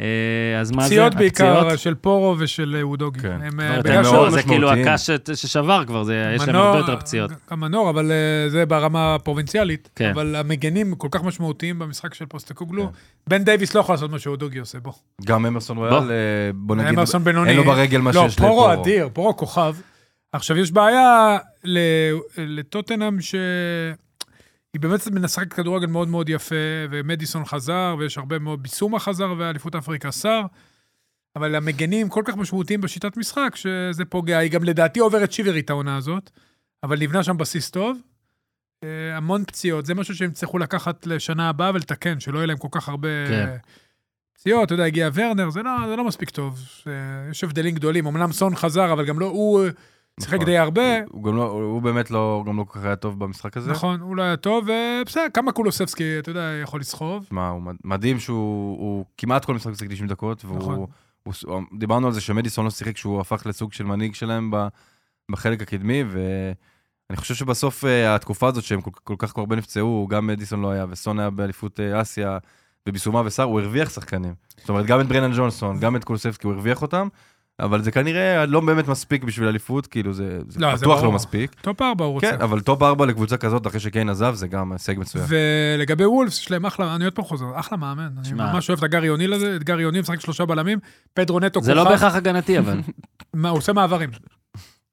A: אה, אז מה זה?
B: פציעות בעיקר אה,
A: הפציעות?
B: של פורו ושל אה, וודוגי.
C: כן.
B: הם,
A: זאת
B: אה,
A: אומרת,
B: בגלל
A: הם
B: ש-
A: לא-
C: מאוד
A: זה כאילו
C: משמעותיים.
A: הקש ש- ששבר כבר, זה, יש להם
B: מנור-
A: הרבה יותר פציעות.
B: גם מנור, אבל אה, זה ברמה הפרובינציאלית.
A: כן.
B: אבל המגנים כל כך משמעותיים במשחק של פוסטקוגלו.
C: כן.
B: בן דייוויס לא יכול לעשות מה שהודוגי עושה, בוא.
C: גם אמרסון
A: בוא. אה,
C: רויאל, אה, בוא נגיד,
B: אמרסון בינוני.
C: אין לו ברגל מה
B: לא,
C: שיש
B: פורו
C: לפורו.
B: אדיר, פורו כוכב. עכשיו, יש בעיה ל- לטוטנאם ש... היא באמת משחקת כדורגל מאוד מאוד יפה, ומדיסון חזר, ויש הרבה מאוד, ביסומה חזר, ואליפות אפריקה שר, אבל המגנים כל כך משמעותיים בשיטת משחק, שזה פוגע. היא גם לדעתי עוברת שיברית העונה הזאת, אבל נבנה שם בסיס טוב. אה, המון פציעות, זה משהו שהם יצטרכו לקחת לשנה הבאה ולתקן, שלא יהיה להם כל כך הרבה
A: כן.
B: פציעות. אתה יודע, הגיע ורנר, זה לא, זה לא מספיק טוב. אה, יש הבדלים גדולים. אמנם סון חזר, אבל גם לא, הוא אה, שיחק
C: נכון.
B: די הרבה.
C: הוא גם לא, הוא באמת לא, גם לא כל כך היה טוב במשחק הזה.
B: נכון, הוא לא היה טוב, ובסדר, כמה קולוסבסקי, אתה יודע, יכול לסחוב.
C: מה, הוא מד- מדהים שהוא הוא כמעט כל משחק משחק 90 דקות, והוא...
B: נכון.
C: הוא, הוא, דיברנו על זה שמדיסון לא שיחק, שהוא הפך לסוג של מנהיג שלהם ב, בחלק הקדמי, אני חושב שבסוף אה, התקופה הזאת שהם כל, כל כך הרבה נפצעו, גם אדיסון לא היה, וסון היה באליפות אה, אסיה, וביסומה וסער, הוא הרוויח שחקנים. זאת אומרת, גם את ברנן ג'ונסון, גם את קולוספסקי, הוא הרוויח אותם, אבל זה כנראה לא באמת מספיק בשביל אליפות, כאילו זה, זה
B: לא, זה
C: בטוח לא
B: ברור.
C: מספיק.
B: טופ ארבע הוא רוצה.
C: כן, אבל טופ ארבע לקבוצה כזאת, אחרי שקיין עזב, זה גם הישג מצוין.
B: ולגבי וולפס, יש להם אחלה, אני עוד פעם חוזר, אחלה מאמן. אני
A: שמע.
B: ממש אוהב את הגר יוניל הזה, את גר יוניל משחק שלושה בלמים, פדרו נטו
A: זה
B: כוכב.
A: לא בהכרח הגנתי, אבל
B: מה, הוא עושה מעברים.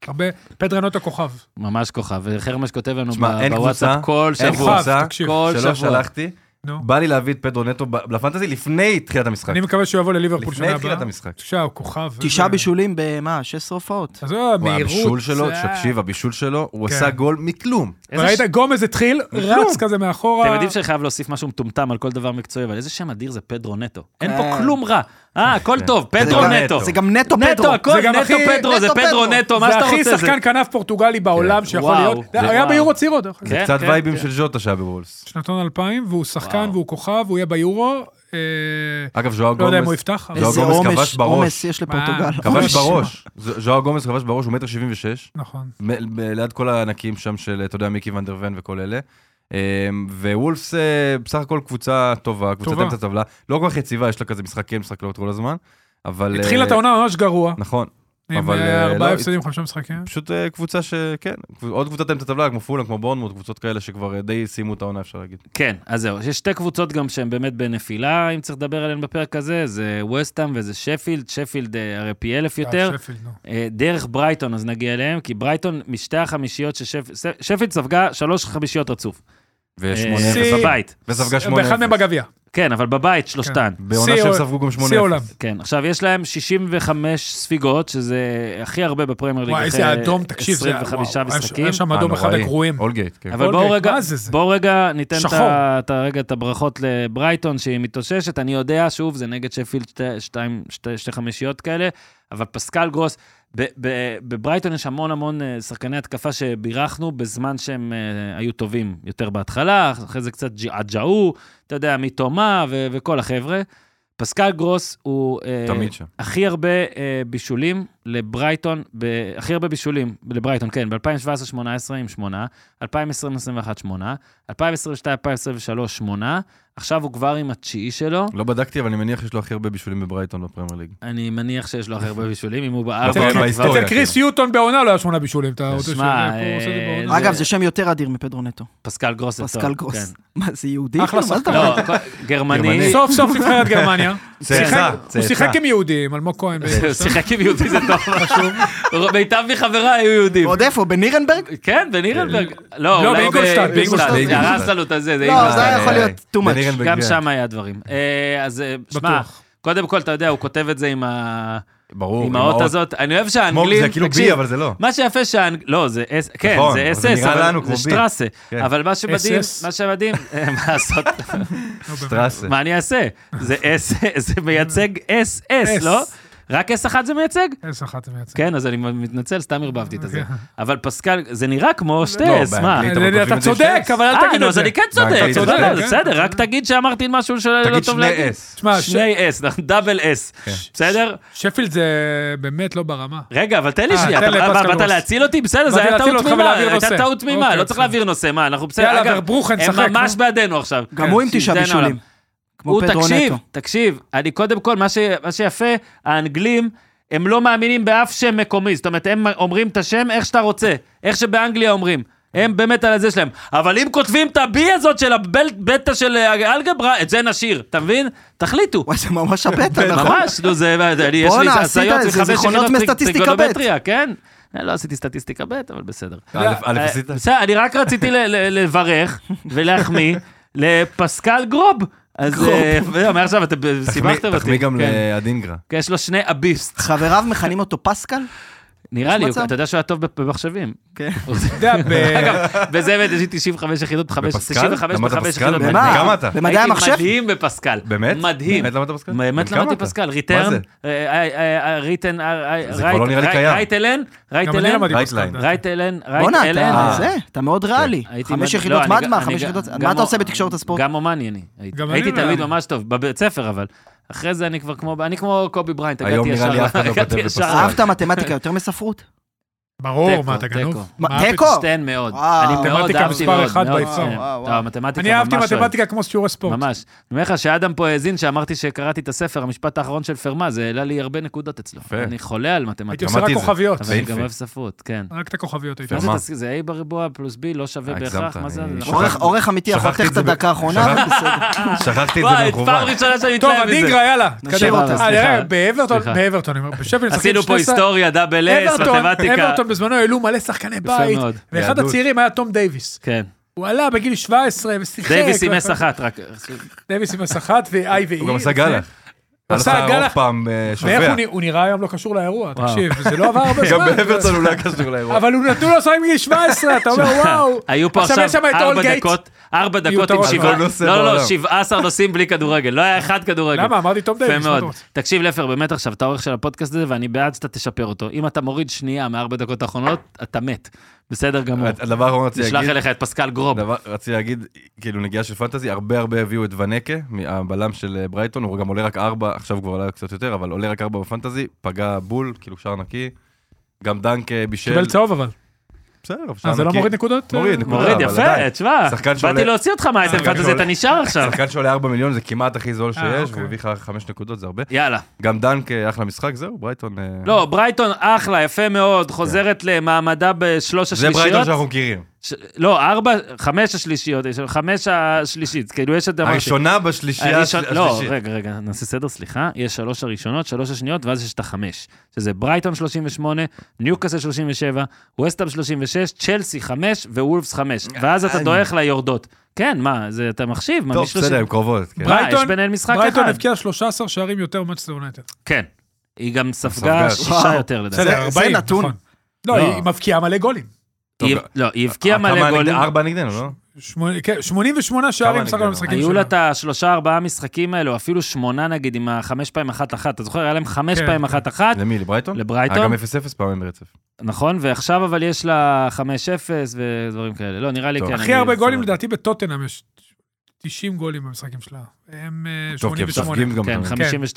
B: הרבה, פדרו נטו כוכב.
A: ממש כוכב. וחרמש כותב לנו
C: תשמע,
A: ב-
C: אין
A: בוואטסאפ
C: קבוצה,
A: כל
C: אין
A: שבוע.
C: קבוצה
B: תקשיב,
A: כל
C: שלא
A: שבוע.
C: שלחתי,
B: נו.
C: בא לי להביא את פדרו נטו ב- לפנטזי לפני תחילת המשחק.
B: אני מקווה שהוא יבוא לליברפול שנה
C: לפני
B: הבאה.
C: תחילת המשחק.
B: תשמע, הוא כוכב.
D: תשעה
B: איזה-
D: בישולים במה? 16 הופעות.
B: אז הוא
C: הוא היה
B: מהירות.
C: הבישול שלו,
B: זה-
C: תקשיב, הבישול שלו, הוא
B: כן.
C: עשה גול מכלום.
A: איזה
B: ראית,
A: ש-
B: גומז התחיל, רץ כזה מאחורה.
A: אתם יודעים שאני חייב להוסיף משהו מטומטם על כל דבר מקצועי, אבל איזה שם אדיר זה פדרו נטו. אין פה
D: כן.
A: כלום רע. אה, הכל טוב, פדרו
C: כן. גם
A: נטו.
C: נטו.
D: זה גם נטו פדרו.
A: נטו, הכל
B: זה גם
A: נטו
B: הכי-
A: פדרו, זה
D: נטו
A: פדרו
D: פדרו.
A: נטו, מה שאתה רוצה.
B: זה הכי שחקן כנף
C: כן.
B: פורטוגלי בעולם שיכול
A: וואו,
B: להיות.
A: זה-
B: היה
A: וואו.
B: ביורו צירות. דרך אגב.
A: כן,
C: קצת
A: כן,
C: וייבים
A: כן.
C: של ז'וטה שהיה בוולס.
B: שנתון 2000, והוא שחקן
A: וואו.
B: והוא כוכב, הוא יהיה ביורו. אה,
C: אגב, ז'ואר גומז...
B: לא יודע אם הוא יפתח, אבל-
C: ז'ואר
D: איזה
C: גומז
D: עומס,
C: כבש בראש.
D: עומס יש לפורטוגל. עומס.
C: כבש בראש. ז- ז'ואר גומז כבש בראש, הוא מטר שבעים ושש.
B: נכון.
C: מ- ב- ליד כל הענקים שם של, אתה יודע, מיקי ונדרוון וכל אלה. אמ, ווולפס אה, בסך הכל קבוצה טובה, קבוצת
B: טובה.
C: אמצע טבלה. לא כל כך יציבה, יש לה כזה משחק כן, משחק לא כל הזמן. אבל...
B: התחיל
C: אה,
B: את העונה ממש גרוע.
C: נכון.
B: עם
C: אבל,
B: אה,
C: אה,
B: ארבעה
C: לא,
B: הפסדים, חמישה משחקים.
C: פשוט אה, קבוצה שכן, עוד קבוצת אמצע טבלה, כמו פולאם, כמו בורנמוט, קבוצות כאלה שכבר אה, די סיימו את העונה, אפשר להגיד.
A: כן, אז זהו, יש שתי קבוצות גם שהן באמת בנפילה, אם צריך לדבר עליהן בפרק הזה, זה ווסטהאם וזה שפילד, שפילד אה, הרי פי אלף יותר.
B: אה, שפילד, נו.
A: אה, דרך ברייטון, אז נגיע אליהם, כי ברייטון, משתי החמישיות ששפילד, שפילד ספגה שלוש חמישיות רצוף.
C: ושמונה
A: אה,
B: שיא.
C: אפס.
A: בבית.
C: וספגה שמונה אפס.
B: באחד מהם בגביע.
A: כן, אבל בבית שלושתן.
C: בעונה
B: שיא
C: שהם
B: עול-
C: ספגו גם שמונה
B: שיא עולם.
C: אפס.
A: כן, עכשיו יש להם 65 ספיגות, שזה הכי הרבה בפרמייר ליג.
B: וואי,
A: אחרי
B: איזה אדום, תקשיב. זה היה-
A: 25
B: וואו, היה ש-
A: משחקים.
B: היה שם אדום אחד
C: הנוראי.
B: הגרועים.
C: אולגייט, כן.
A: אבל
B: אוקיי,
A: בואו רגע,
B: מה זה זה?
A: בואו רגע ניתן את
B: שחור.
A: ה- את ה- רגע את הברכות לברייטון שהיא מתאוששת. אני יודע, שוב, זה נגד שפילד שתי- שתיים- שתי שתי חמישיות כאלה, אבל פסקל גרוס, ב- ב- בברייטון יש המון המון אה, שחקני התקפה שבירכנו בזמן שהם אה, היו טובים יותר בהתחלה, אחרי זה קצת ג'עג'עו, אתה יודע, מתומה ו- וכל החבר'ה. פסקל גרוס הוא... אה,
C: תמיד שם.
A: הכי הרבה אה, בישולים לברייטון, ב, הכי הרבה בישולים לברייטון, כן, ב-2017-2018 עם שמונה, 2020-2021 שמונה, 2022-2023 שמונה, עכשיו הוא כבר עם התשיעי שלו,
C: לא בדקתי, אבל אני מניח שיש לו הכי הרבה בישולים בברייטון בפרמייר ליג.
A: אני מניח שיש לו הכי הרבה בישולים, אם הוא כן, בארבע
C: אוקיי,
A: עונות
C: בהיסטוריה.
A: כבר.
B: אצל קריס יוטון בעונה לא היה שמונה בישולים. אתה רוצה
A: שמע,
B: שהוא יהיה פה, הוא עושה את זה
A: אה,
B: בעונה.
A: זה-
D: אגב, זה שם יותר אדיר מפדרו נטו.
A: כן. פסקל גרוס זה טוב.
D: פסקל גרוס. מה, זה יהודי?
B: אחלה
D: כאילו? מה זה
B: שחקן.
A: כן.
D: אתה אומר?
A: לא, כל- גרמני,
C: גרמני.
B: סוף סוף נבחרת גרמניה.
C: צאצא,
B: הוא שיחק
C: צאצא.
B: עם יהודים, אלמוג כהן.
C: כן.
A: הוא שיחק עם יהודי זה טוב. מיטב מחבריי היו יהודים.
D: עוד איפה? בנירנברג?
A: לא, כן, בנירנברג. לא,
B: לא,
A: אולי
B: באינגולשטאט,
A: באינגולשטאט.
C: באינגולשטאט.
A: הרס לנו את הזה, זה
D: לא, זה
A: אינגולשטאט.
C: אה,
D: היה יכול להיות too much.
C: בנירן
A: גם
C: בגביע.
A: שם היה דברים. אה, אז אה, שמע,
B: בטוח.
A: קודם כל, אתה יודע, הוא כותב את זה עם ה-
C: ברור.
A: עם האות הזאת. אני אוהב
C: כמו-
A: שהאנגלים...
C: זה כאילו בי,
A: תקשיב,
C: אבל זה לא.
A: מה שיפה שהאנג... לא, זה אס... כן,
C: נכון,
A: זה
C: אבל זה
A: אס-אס,
C: נראה
A: אבל
C: לנו כמו
A: זה
C: בי.
A: שטראסה.
C: כן.
A: אבל מה שמדהים,
B: אס-אס.
A: מה שמדהים, אה, מה לעשות,
C: סטרסה.
A: מה אני אעשה? זה אס... זה מייצג אס-אס,
B: אס.
A: לא? רק אס אחת זה מייצג?
B: איזה אחת זה מייצג.
A: כן, אז אני מתנצל, סתם ערבבתי את הזה. אבל פסקל, זה נראה כמו שתי
C: אוקיי. לא,
A: אס, מה?
C: באנגלית.
B: אה, אתה צודק, אבל אל
A: אה,
B: תגיד
A: נו,
B: את
A: אז
B: זה.
A: אני כן צודק,
C: באנגלית, אוקיי.
A: לא,
B: אתה
A: לא,
B: צודק,
A: זה
B: כן.
A: בסדר, רק תגיד שאמרתי משהו שלא לא
C: תגיד
A: טוב
C: שני
A: להגיד.
C: אס.
B: תשמע, ש- כן.
A: שני אס, נכון, דאבל אס, בסדר?
B: שפילד זה באמת לא ברמה.
A: רגע, אבל תן לי
B: אה,
A: שנייה,
B: תן
A: אתה-
B: לפסקל
A: מה, באת
B: גרוס.
A: להציל אותי? בסדר, זה
B: באתי
A: היה
B: להציל
A: טעות
B: אותך
A: תמימה,
B: ולהעביר
A: הייתה
B: נושא.
A: טעות תמימה,
B: אוקיי,
A: לא צריך
B: בסדר.
A: להעביר נושא, מה, אנחנו בסדר,
B: יאללה,
A: אגב,
B: ורברוכן, שחק,
A: הם
B: נו.
A: ממש בעדינו עכשיו.
D: גם הוא עם תשעה
A: שידענו עליו.
D: בישולים. כמו
A: הוא,
D: פדרו
A: תקשיב,
D: נטו.
A: תקשיב, אני קודם כל, מה, ש, מה שיפה, האנגלים, הם לא מאמינים באף שם מקומי, זאת אומרת, הם אומרים את השם איך שאתה רוצה, איך שבאנגליה אומרים. הם באמת על הזה שלהם. אבל אם כותבים את הבי הזאת של הבטא של אה, אלגברה, את זה נשאיר, אתה מבין? תחליטו.
D: וואי, זה ממש הפתע, נכון?
A: ממש, נו, זה, אני, יש לי
D: בואנה,
A: הזיות
D: עשית
A: עם
D: איזה
A: חמש
D: זיכרונות
A: יחידות טריג-
D: מסטטיסטיקה ב'.
A: טריגונומטריה, כן? אה, לא עשיתי סטטיסטיקה ב', אבל בסדר.
C: א',
A: אה,
C: א', עשית?
A: בסדר, אני רק רציתי ל- ל- לברך ולהחמיא לפסקל גרוב. אז אה, וזהו, מעכשיו אתם
C: תחמיא-
A: סיבכתם אותי.
C: תחמיא גם
A: כן.
C: לאדינגרה.
A: כי יש לו שני אביסט.
D: חבריו מכנים אותו פסקל?
A: נראה לי, הוא-
D: מצב?
A: אתה יודע שהוא היה טוב במחשבים.
D: כן.
B: אתה יודע, ב-
A: אגב, בזה באמת יש לי 95 יחידות, חמש-
C: בפסקל?
A: 95
C: למדת
A: בחמש
C: פסקל?
A: יחידות.
C: במה?
A: מדהים.
C: כמה אתה?
D: במדעי
A: הייתי
D: המחשב?
A: מדהים בפסקל.
C: באמת?
A: מדהים.
C: באמת למדת
B: כן.
C: פסקל?
A: באמת
C: כמה
A: למדתי
C: אתה?
A: פסקל, אה,
C: מה זה?
A: ריטרן, ריטן,
C: זה כבר לא נראה לי קיים.
A: רייטלן,
B: גם אני
A: רייטלן,
B: למדתי
C: Right
B: בסקנדל.
C: line.
A: רייטלן,
D: בואנה, אתה
A: רייטלן.
D: זה, אתה מאוד ריאלי.
A: כן, הייתי
D: חמש
A: מדהים.
D: יחידות
A: לא, אני
D: מדמה,
A: גם-
D: חמש
A: אני
D: יחידות...
A: גם-
D: מה אתה
A: גם-
D: עושה בתקשורת הספורט?
A: גם אומני אני. הייתי-
B: גם אני
A: הייתי
B: לא
A: תלמיד
B: יודע.
A: ממש טוב, בבית ספר אבל. אחרי זה אני כבר כמו, אני כמו קובי בריינט,
C: היום
A: הגעתי
C: נראה לי
A: ישר,
C: אף אחד לא
A: הגעתי
C: כותב
A: ישר.
C: בפסקל.
D: אהבת מתמטיקה יותר מספרות?
B: ברור,
A: תיקו,
B: מה, אתה גנוב?
A: תיקו.
D: מה,
B: הפתאום?
D: תיקו?
A: שתיין מאוד.
D: אה, וואו. אה,
A: אני מאוד
B: מתמטיקה
A: אהבתי
B: מספר
A: מאוד.
B: אחד
A: מאוד,
B: by far.
A: כן.
D: וואו, וואו.
A: לא, מתמטיקה
B: אני אהבתי
A: ממש אוהב.
B: מתמטיקה כמו שיעורי ספורט.
A: ממש. אני אומר לך שאדם פה האזין, שאמרתי שקראתי את הספר, המשפט האחרון של פרמה, זה העלה לי הרבה נקודות אצלו.
C: יפה.
A: אני חולה על
B: הייתי
A: מתמטיקה.
B: עושה רק
C: למדתי את זה.
B: כוכביות.
A: אבל אני
C: יפה.
A: גם אוהב ספרות, כן.
B: רק את הכוכביות הייתי
A: מה זה
C: מה?
A: תס- זה a בריבוע פלוס b לא שווה
C: אה,
A: בהכרח,
C: הגזמת,
A: מה זה?
C: אני
A: נכון.
C: שכחתי.
D: עורך- עורך אמיתי יכול
C: שכחתי
D: לתת
C: את
D: את
C: זה ב-
D: הדקה האחרונה,
C: שכחתי.
D: אבל בסדר.
C: שכחתי את
A: וואי,
C: זה
A: פעם
C: במכוון.
A: ראשונה שאני
B: טוב,
A: מתלהב מזה.
B: הנינגרה, יאללה,
D: נשאיר
B: קדימה.
D: אותה,
B: אה,
A: סליחה.
B: נראה, באברטון,
A: סליחה.
B: באברטון, הם בשפל משחקים
A: עשינו פה
B: 12.
A: היסטוריה, דאבל אס,
B: אברטון,
A: מתמטיקה.
B: אברטון בזמנו העלו מלא שחקני בית,
A: מאוד.
B: ואחד
C: יהדות.
B: הצעירים היה תום דייוויס.
A: כן.
B: הוא עלה בגיל 17 ושיחק.
A: דייוויס עם
B: ו-
A: s אחת רק.
B: דייוויס עם הסחת ואיי ואי.
C: הוא גם עשה גאלה.
B: הוא עשה
C: עשה
B: גאלה.
C: ארוך פעם אה,
B: ואיך
C: שובע.
B: הוא נראה- הוא נראה היום לא קשור לאירוע,
A: וואו.
B: תקשיב, זה לא עבר הרבה זמן.
C: גם באברטון הוא לא היה קשור לאירוע.
B: אבל הוא נתנו לו לשחק מגיל 17, אתה אומר וואו.
A: היו פה
B: יש שם
A: עכשיו
B: את
A: ארבע
B: אולגייט.
A: דקות, ארבע
B: יהיו
A: דקות
B: את
A: עם
B: הראש
A: שבעה,
C: בכל נושא
A: לא, לא, לא,
C: בעולם.
A: 17 נושאים בלי כדורגל, לא היה אחד כדורגל.
B: למה? אמרתי תום
A: יפה
B: דייוויס. מה אתה
A: מאוד.
B: רוצה?
A: תקשיב, לפר, באמת עכשיו, אתה העורך של הפודקאסט הזה, ואני בעד שאתה תשפר אותו. אם אתה מוריד שנייה מארבע דקות האחרונות, אתה מת. בסדר גמור.
C: הדבר האחרון רציתי
A: נשלח
C: להגיד,
A: אליך את פסקל גרוב.
C: דבר- רציתי להגיד, כאילו נגיעה של פנטזי, הרבה הרבה הביאו את ונקה, הבלם של אה, ברייטון, הוא גם עולה רק ארבע, עכשיו כבר עולה קצת יותר, אבל עולה רק ארבע בפנטזי, פגע בול, כאילו שער נקי, גם דנק אה, בישל.
B: קיבל צהוב אבל.
C: בסדר, אבל שער
B: אה, זה לא
C: נקי.
B: מוריד נקודות?
C: מוריד, נקודה,
A: מוריד,
C: אבל
A: יפה,
C: עדיין.
A: תשמע,
C: שחקן
A: באתי
C: שעולה-
A: להוציא אותך מהאייטם
C: שחקן
A: פנטזי, אתה
C: שעולה-
A: נשאר עכשיו.
C: שחקן שעולה 4 מיליון זה כמעט הכי זול
B: אה,
C: שיש,
B: אוקיי.
C: והוא הביא לך 5 נקודות, זה הרבה.
A: יאללה.
C: גם דנק אה, אחלה משחק, זהו, ברייטון. אה,
A: לא, ברייטון אחלה, יפה מאוד, חוזרת למעמדה בשלוש
C: זה
A: השלישיות.
C: ברייטון שאנחנו מכירים.
A: ש... לא, ארבע, חמש השלישיות, יש- חמש השלישית, כאילו יש את אמרתי.
C: הראשונה
B: אה,
C: בשלישייה
A: הראשון-
C: השלישית.
A: לא, רגע, רגע, נעשה סדר, סליחה. יש שלוש הראשונות, שלוש השניות, ואז יש את החמש. שזה ברייטון 38, ניוקאסל 37, ווסטאם 36, צ'לסי 5 ווולפס 5. ואז אתה
C: אני-
A: דועך ליורדות. כן, מה, זה, אתה מחשיב? מה,
C: אה,
B: אה,
C: טוב,
A: מי שלושים-
C: לא, בסדר, הם קרובות. כן.
A: בר- אה, יש ביניהן משחק
B: ברייטון
A: אחד.
B: הבקיע 13 שערים יותר ממאצ'סטר יונייטד.
A: כן. היא גם ספגה
C: ספגה.
A: שישה
D: וואו.
A: יותר, לדעתי.
B: בסדר,
D: זה
B: 40,
D: נתון.
B: נכון. לא,
A: לא.
B: היא מבקיעה מלא גולים.
A: היא-
C: טוב,
A: לא, היא
D: אה,
A: הבקיעה
C: כמה
A: מלא
C: נגד-
A: גולים.
C: ארבע נגדנו, לא?
B: שמונה- כן, 88 שערים
C: כמה
B: בסך הכל
C: נגדנו?
B: במשחקים
A: היו לה
B: שלה.
A: את השלושה, ארבעה משחקים האלו, אפילו שמונה נגיד, עם החמש פעמים אחת אחת. אתה זוכר? היה להם חמש
B: כן,
A: פעמים
B: כן.
A: אחת אחת,
C: למי,
D: נכון.
C: לברייטון?
A: לברייטון.
C: היה גם 0-0 פעמים ברצף.
A: נכון? ועכשיו אבל יש לה 5-0 ודברים כאלה. לא, נראה לי
C: טוב.
A: כן.
B: הכי
A: אני-
B: הרבה גולים
A: סבבה.
B: לדעתי בטוטנאם יש 90 גולים במשחקים שלה. הם אה,
C: טוב, כי הם
B: 88.
C: משחקים גם.
A: כן,
C: תמיד.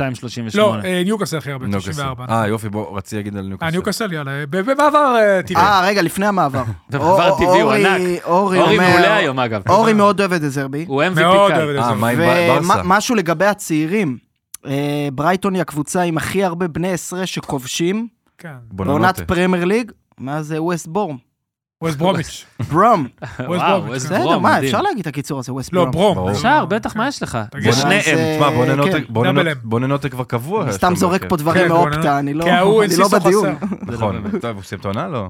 A: 52-38.
B: לא, אה, ניוקאסל הכי הרבה,
C: ניוקאסל.
B: 94.
C: אה, יופי, בוא, רציתי להגיד על
B: אה,
C: ניוקאסל.
B: ניוקאסל, יאללה. ב- במעבר אה, טבעי.
D: אה, רגע, לפני המעבר.
B: אה,
A: דבר
D: אור-
A: טבעי, הוא
D: אורי-
A: ענק.
D: אורי
A: אורי
D: אומר-
A: מעולה היום, אגב.
D: אורי מאוד אוהב את דזרבי.
A: הוא MVP
B: מאוד
A: קל.
B: אוהב את
C: אה,
B: זה.
C: מה עם בר- ברסה?
D: ומשהו לגבי הצעירים. אה, ברייטון היא הקבוצה עם הכי הרבה בני עשרה שכובשים
B: כן.
C: בוננוטה.
D: בעונת פרמייר ליג, מאז אה, ווסט בורם.
B: ווסט ברומיץ'.
D: ברום.
A: וואו,
B: ברום,
A: איזה
D: בסדר,
A: ברום,
D: מה,
A: מדהים.
D: אפשר להגיד את הקיצור הזה, ווסט
B: לא,
D: ברום.
B: ברום.
C: ברור.
A: אפשר, בטח, מה יש לך?
B: תגיד,
A: זה
D: אז,
A: שני
D: אה,
A: הם.
C: תשמע, בוננוטה-
D: כן.
C: בוננוטה-
B: דאבל אם.
C: בוננוטה כבר קבוע. לא,
D: אני
C: יש
D: סתם
C: לו
D: זורק
C: בהרכב.
D: פה דברים
B: כן,
D: מאופטה,
B: בואנה.
D: אני לא
B: כי ההוא
D: אני לא
B: אנסיסו
D: בדיון.
B: חסר.
A: זה לא
C: נכון, טוב, הוא סיים את העונה? לא.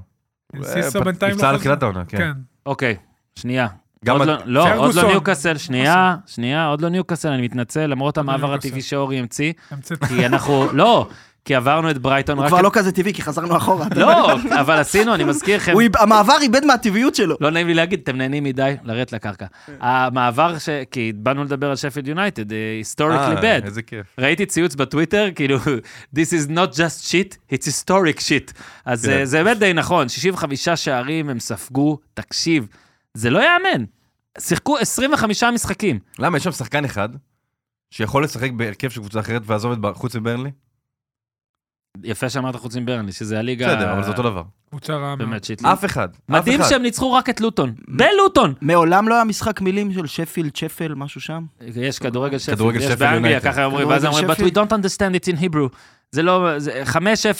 B: אנסיסו
C: אה,
B: בינתיים
C: נפצע
B: לא
C: על
B: חזר.
C: תחילת העונה, כן.
B: כן.
A: אוקיי, שנייה.
C: גם
A: עוד
C: את-
A: לא, לא, עוד
B: פרגוסון.
A: לא ניוקאסל, שנייה, שנייה, עוד לא ניוקאסל, אני מתנצל, למרות
B: לא
A: המעבר
B: ניוקאסל.
A: הטבעי שאורי המציא,
B: אמצע-
A: כי אנחנו, לא, כי עברנו את ברייטון
D: הוא
A: רק...
D: כבר לא כזה טבעי, כי חזרנו אחורה.
A: לא, כן. אבל עשינו, אני מזכיר לכם,
D: הוא איב- המעבר איבד מהטבעיות שלו.
A: לא נעים לי להגיד, אתם נהנים מדי לרדת לקרקע. המעבר, ש- כי באנו לדבר על שפילד יונייטד, אה, historically
C: אה,
A: bad.
C: איזה כיף.
A: ראיתי ציוץ בטוויטר, כאילו, This is not just shit, it's historic shit. אז
C: כן.
A: אה, זה באמת די נכון, 65 שערים הם ספגו, תקשיב, זה לא ייאמן. שיחקו 25 משחקים.
C: למה, יש שם שחקן אחד שיכול לשחק בהרכב של קבוצה אחרת ועזוב את בר- חוץ מברנלי?
A: אה, יפה שאמרת חוץ מברנלי, שזה הליגה...
C: בסדר, אבל זה אותו דבר.
B: קבוצה רעה מאוד.
A: באמת שיט.
C: אף אחד. אף
A: מדהים
C: אחד.
A: שהם ניצחו רק את לוטון. בלוטון!
D: מעולם לא היה משחק מילים של שפילד, שפל, משהו שם.
A: יש כדורגל שפל,
C: כדורגל
A: יש
C: שפל
A: באנגליה,
C: יונייטד.
A: ככה אומרים, ואז
D: כדורגל
A: אומרים, but
D: שפל.
A: we don't understand it in Hebrew. זה לא, זה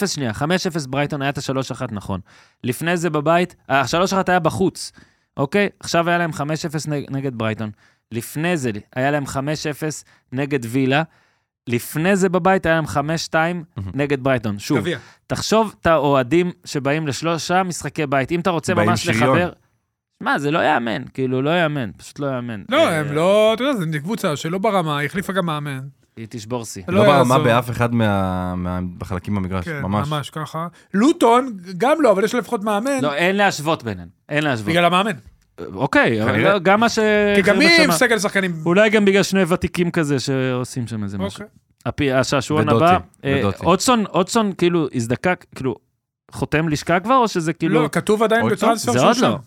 A: 5-0 שנייה, 5-0 ברייטון היה את ה-3-1 נכון. לפני זה בבית, ה-3-1 היה בחוץ, אוקיי? עכשיו היה להם 5-0 נג- נגד ברייטון. לפני זה היה להם 5-0 נגד וילה. לפני זה בבית היה להם 5-2 נגד ברייטון. שוב,
B: גביע.
A: תחשוב את האוהדים שבאים לשלושה משחקי בית. אם אתה רוצה
C: באים
A: ממש
C: שריון.
A: לחבר... מה, זה לא יאמן, כאילו, לא יאמן, פשוט לא יאמן.
B: לא,
A: אה,
B: הם לא, אתה יודע, זו קבוצה שלא ברמה, היא החליפה גם מאמן.
A: היא תשבור שיא.
B: לא
C: לא ברמה
B: יעזור.
C: באף אחד מה- מה- בחלקים במגרש,
B: כן,
C: ממש.
B: ממש ככה. לוטון, גם לא, אבל יש לו לפחות מאמן,
A: לא, אין להשוות ביניהן, אין להשוות.
B: בגלל המאמן.
C: כן,
A: אוקיי, אבל
C: כנראה.
A: לא, גם מה ש...
B: כי
C: כן,
B: גם היא עם
A: שם-
B: סגל שחקנים.
A: אולי גם בגלל שני ותיקים כזה שעושים שם איזה משהו.
B: אוקיי.
A: הפי- השעשועון
C: ודוטי,
A: הבא.
C: ודוטי.
A: אה, אודסון, אודסון כאילו הזדקק, כאילו, חותם לשכה כבר, או שזה כאילו...
B: לא, כתוב עדיין
C: עוד
B: בטרנספר
A: זה
B: שהוא
A: עוד
B: שם.
A: לא.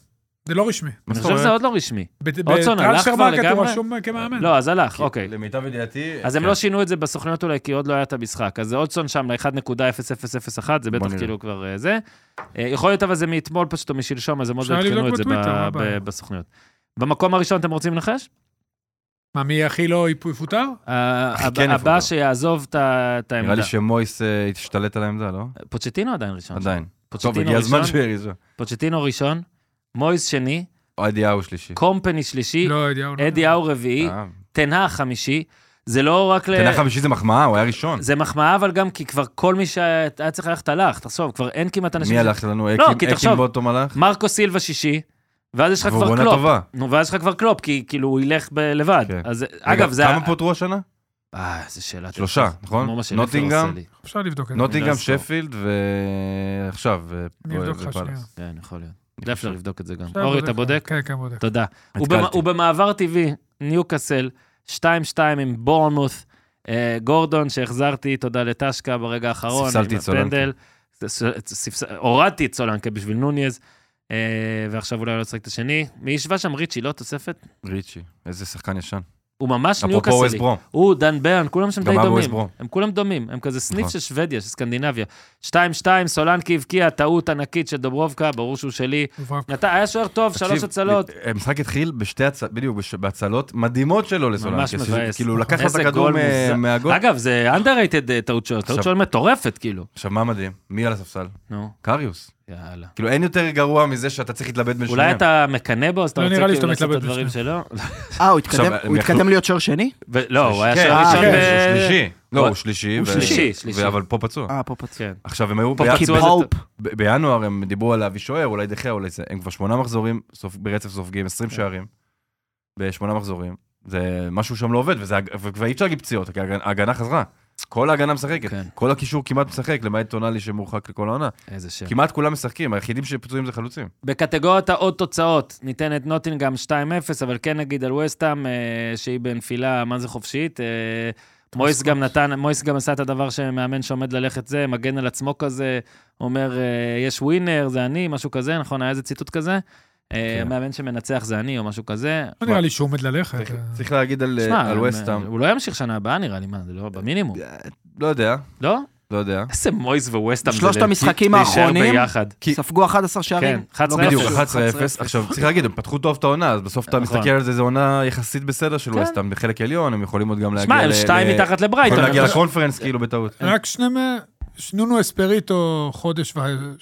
B: זה לא רשמי.
A: אני חושב שזה עוד לא רשמי. אוצון הלך
B: בטרנספר
A: כבר
B: מרקט הוא
A: לגמרי?
B: רשום כמאמן.
A: לא, אז
C: כן.
A: הלך, אוקיי.
C: למיטב ידיעתי...
B: אה,
A: אז הם
C: כן.
A: לא שינו את זה בסוכניות אולי, כי עוד לא היה את המשחק. אז זה אודסון שם ל-1.0001, זה
C: בוא
A: בטח
C: נראה.
A: כאילו כבר אה, זה. אה, יכול להיות אבל זה מאתמול פשוט או משלשום, אז הם עוד לא
B: אפשר
A: עדכנו
B: לבדוק
A: את זה ב-
B: בטוויטר, מה
A: ב-
B: הבעיה?
A: בסוכניות. במקום הראשון אתם רוצים לנחש?
B: מה, מי הכי לא יפוטר?
A: ה-
C: הכי
A: הב-
C: כן
A: הבא
C: יפוטר.
A: שיעזוב את ה- את
C: נראה
A: העמדה.
C: לי שמויס אה, התשתלט על העמדה, לא?
A: פוצ'טינו עדיין ראשון.
C: עדיין. טוב,
A: פוצ'טינו
C: הגיע הזמן
A: ראשון,
C: שהוא יהיה ראשון.
A: פוצ'טינו ראשון, מויס שני,
C: אדי האו שלישי.
A: קומפני שלישי,
B: לא, יודע, הוא לא-
A: אדי האו רביעי,
C: אה,
A: תנהך חמישי. זה לא רק ל...
C: תנא חמישי זה מחמאה, הוא היה ראשון.
A: זה מחמאה, אבל גם כי כבר כל מי שהיה צריך ללכת הלך, תחשוב, כבר אין כמעט אנשים...
C: מי
A: ש-
C: הלך לנו?
A: לא,
C: אקים-
A: כי
C: אקים
A: תחשוב-
C: בוטום הלך?
A: מרקו סילבה שישי, ואז יש לך
C: והוא
A: כבר
C: עונה
A: קלופ.
C: טובה.
A: נו, ואז יש לך כבר קלופ, כי כאילו הוא ילך ב- לבד.
C: כן.
A: אז
C: רגע,
A: אגב, זה...
C: כמה פוטרו השנה?
A: אה, איזה שאלה.
C: שלושה,
A: טובה.
C: נכון?
A: כמו מה שלפר
C: נוטינגהאם?
A: עושה לי.
B: אפשר לבדוק
A: לא,
B: את זה.
C: נוטינגאם,
A: אסור.
C: שפילד, ועכשיו, אה,
B: אני אבדוק לך
C: ופאלאס.
B: שנייה.
A: כן, יכול להיות. אפשר לבדוק את זה גם.
B: אפשר
A: אורי,
B: לבדוק
A: אתה
B: לך.
A: בודק?
B: כן, כן, בודק.
A: תודה.
C: נתקלתי.
A: ובמ- ובמעבר טבעי, ניוקאסל, 2-2 עם בורנמוס, אה, גורדון שהחזרתי, תודה לטשקה ברגע האחרון,
C: ספסלתי
A: עם
C: את סולנקה.
A: הפנדל. ס- ס- ספס- הורדתי את סולנקה בשביל נוניז, אה, ועכשיו אולי לא לשחק את השני. מי ישבה שם? ריצ'י, לא תוספת?
C: ריצ'י, איזה שחקן ישן.
A: הוא ממש
C: אפרופו
A: ניוקאסלי.
C: ווסט ברום.
A: הוא, דן ברן, כולם שם
C: גם
A: די
C: אבו
A: דומים.
C: אסברו.
A: הם כולם דומים, הם כזה סניף
C: נכון.
A: של שוודיה, של סקנדינביה. 2-2, סולנקי הבקיע טעות ענקית של דוברובקה, ברור שהוא שלי.
B: מובהק.
A: נתן, היה שוער טוב,
C: תקשיב,
A: שלוש הצלות.
C: המשחק התחיל בשתי הצלות, בדיוק, בש- בהצלות מדהימות שלו לסולנקה.
A: ממש מבאס.
C: כאילו, לקח לו את
A: איזה
C: הכדור
A: גול
C: מה-
A: מוזר.
C: מהגול.
A: אגב, זה underrated אה, טעות שוער, טעות
C: עכשיו-
A: שוער מטורפת, כאילו.
C: עכשיו, מה מדהים? מי על הספסל?
A: נו,
C: קריוס.
A: יאללה.
C: כאילו, אין יותר גרוע מזה שאתה צריך להתלבט בין
A: אולי
C: שניהם.
A: אתה מקנא בו, אז אתה
B: לא
A: רוצה
B: נראה לי
A: כאילו
B: שאתה
A: לעשות את
B: מתלבט
A: הדברים שלו?
D: אה, הוא
C: עכשיו,
D: התקדם-
C: הם
D: הוא
C: יכלו-
D: התקדם להיות שוער שני?
A: ו- לא, הוא היה
C: כן,
A: שוער
D: אה,
A: ראשון
D: כן,
A: ב...
C: הוא שלישי. לא, הוא שלישי.
A: הוא
C: ו-
A: שלישי,
C: ו-
A: שלישי.
C: אבל פה פצוע.
D: אה, פה פצוע.
A: כן.
C: עכשיו, הם היו
A: פה
C: ביחד-
D: כי
A: פצוע זה
D: פופ.
C: ב- בינואר, הם דיברו על להביא שוער, אולי דחיה, אולי זה. הם כבר שמונה מחזורים סופ- ברצף סופגים, 20
A: כן.
C: שערים. בשמונה מחזורים. זה משהו שם לא עובד, וזה- וכבר אי אפשר להגיד פציעות, כי ההגנה- ההגנה חזרה. כל ההגנה משחקת.
A: כן.
C: כל הקישור כמעט משחק, למעט טונאלי שמורחק לכל העונה.
A: איזה שם.
C: כמעט כולם משחקים, היחידים שפצועים זה חלוצים.
A: בקטגוריית העוד תוצאות, ניתן את נוטינגאם 2-0, אבל כן נגיד על ווסטאם, אה, שהיא בנפילה, מה זה חופשית? אה, מויס גם נתן, מויס גם עשה את הדבר שמאמן שעומד ללכת זה, מגן על עצמו כזה, אומר, אה, יש ווינר, זה אני, משהו כזה, נכון? היה איזה ציטוט כזה? אה,
C: כן.
A: מאמן שמנצח זה אני, או משהו כזה.
B: לא נראה לי שהוא עומד ללכת.
C: צריך-
B: אה,
C: צריך להגיד על
A: שמע,
C: על ווסטהאם,
A: הוא לא ימשיך שנה הבאה נראה לי, מה, זה לא במינימום,
C: לא יודע,
A: לא?
C: לא יודע.
A: איזה מויס וווסטאם זה
D: שלושת
A: לה-
D: המשחקים
A: להישאר
D: האחרונים,
A: ביחד.
C: כי-
D: ספגו 11 שערים.
A: כן, 11
D: לא
C: בדיוק,
D: כבשו,
C: 11-0. עכשיו, צריך להגיד, הם פתחו טוב את העונה, אז בסוף אתה
A: נכון.
C: מסתכל על זה, זו עונה יחסית בסדר של
A: כן.
C: ווסטהאם, בחלק עליון, הם יכולים עוד גם להגיע...
A: שמע, הם
C: ל-
A: שתיים
C: ל-
A: מתחת
C: יכולים
A: לברייטון.
C: להגיע
A: אבל-
C: לקונפרנס, כאילו, בטעות.
B: אה, רק שני מה... שנונו אספריטו חודש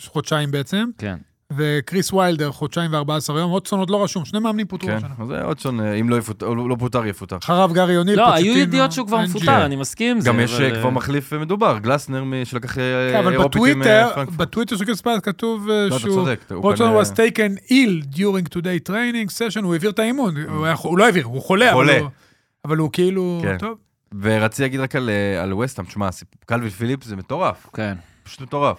B: וחודשיים בעצם,
A: כן.
B: וקריס ויילדר חודשיים וארבע עשר יום, הודסון עוד לא רשום, שני מאמנים פוטרו
C: כן,
B: השנה.
C: אז זה עוד שונה, אם לא יפוטר, או לא פוטר, יפוטר.
B: אחריו גארי אוניל,
A: לא, היו
B: פוצ'טינו,
A: ידיעות שהוא כבר
B: NG.
C: אה,
A: מפוטר, אני מסכים עם זה.
C: גם יש
A: אבל,
C: אה, כבר
A: אה,
C: מחליף אה, מדובר, גלסנר, מ- שלקח אה,
B: כן, אבל
C: אירופית עם אה,
B: בטוויטר,
C: פרנקפורט.
B: בטוויטר של קריס פלס כתוב אה,
C: לא, אתה
B: שהוא...
C: צודק, הוא
B: רוטשון
C: כנראה-
B: was taken ill during today training session, הוא העביר את האימון, הוא היה- הוא לא העביר, הוא חולה, אבל
C: Mm. חולה.
B: הוא- אבל הוא כאילו,
C: כן.
B: טוב,
C: ורציתי להגיד רק על, אה, על ווסטהאם, תשמע, הסיפ- קלווין פיליפ זה מטורף,
A: כן.
C: פשוט מטורף.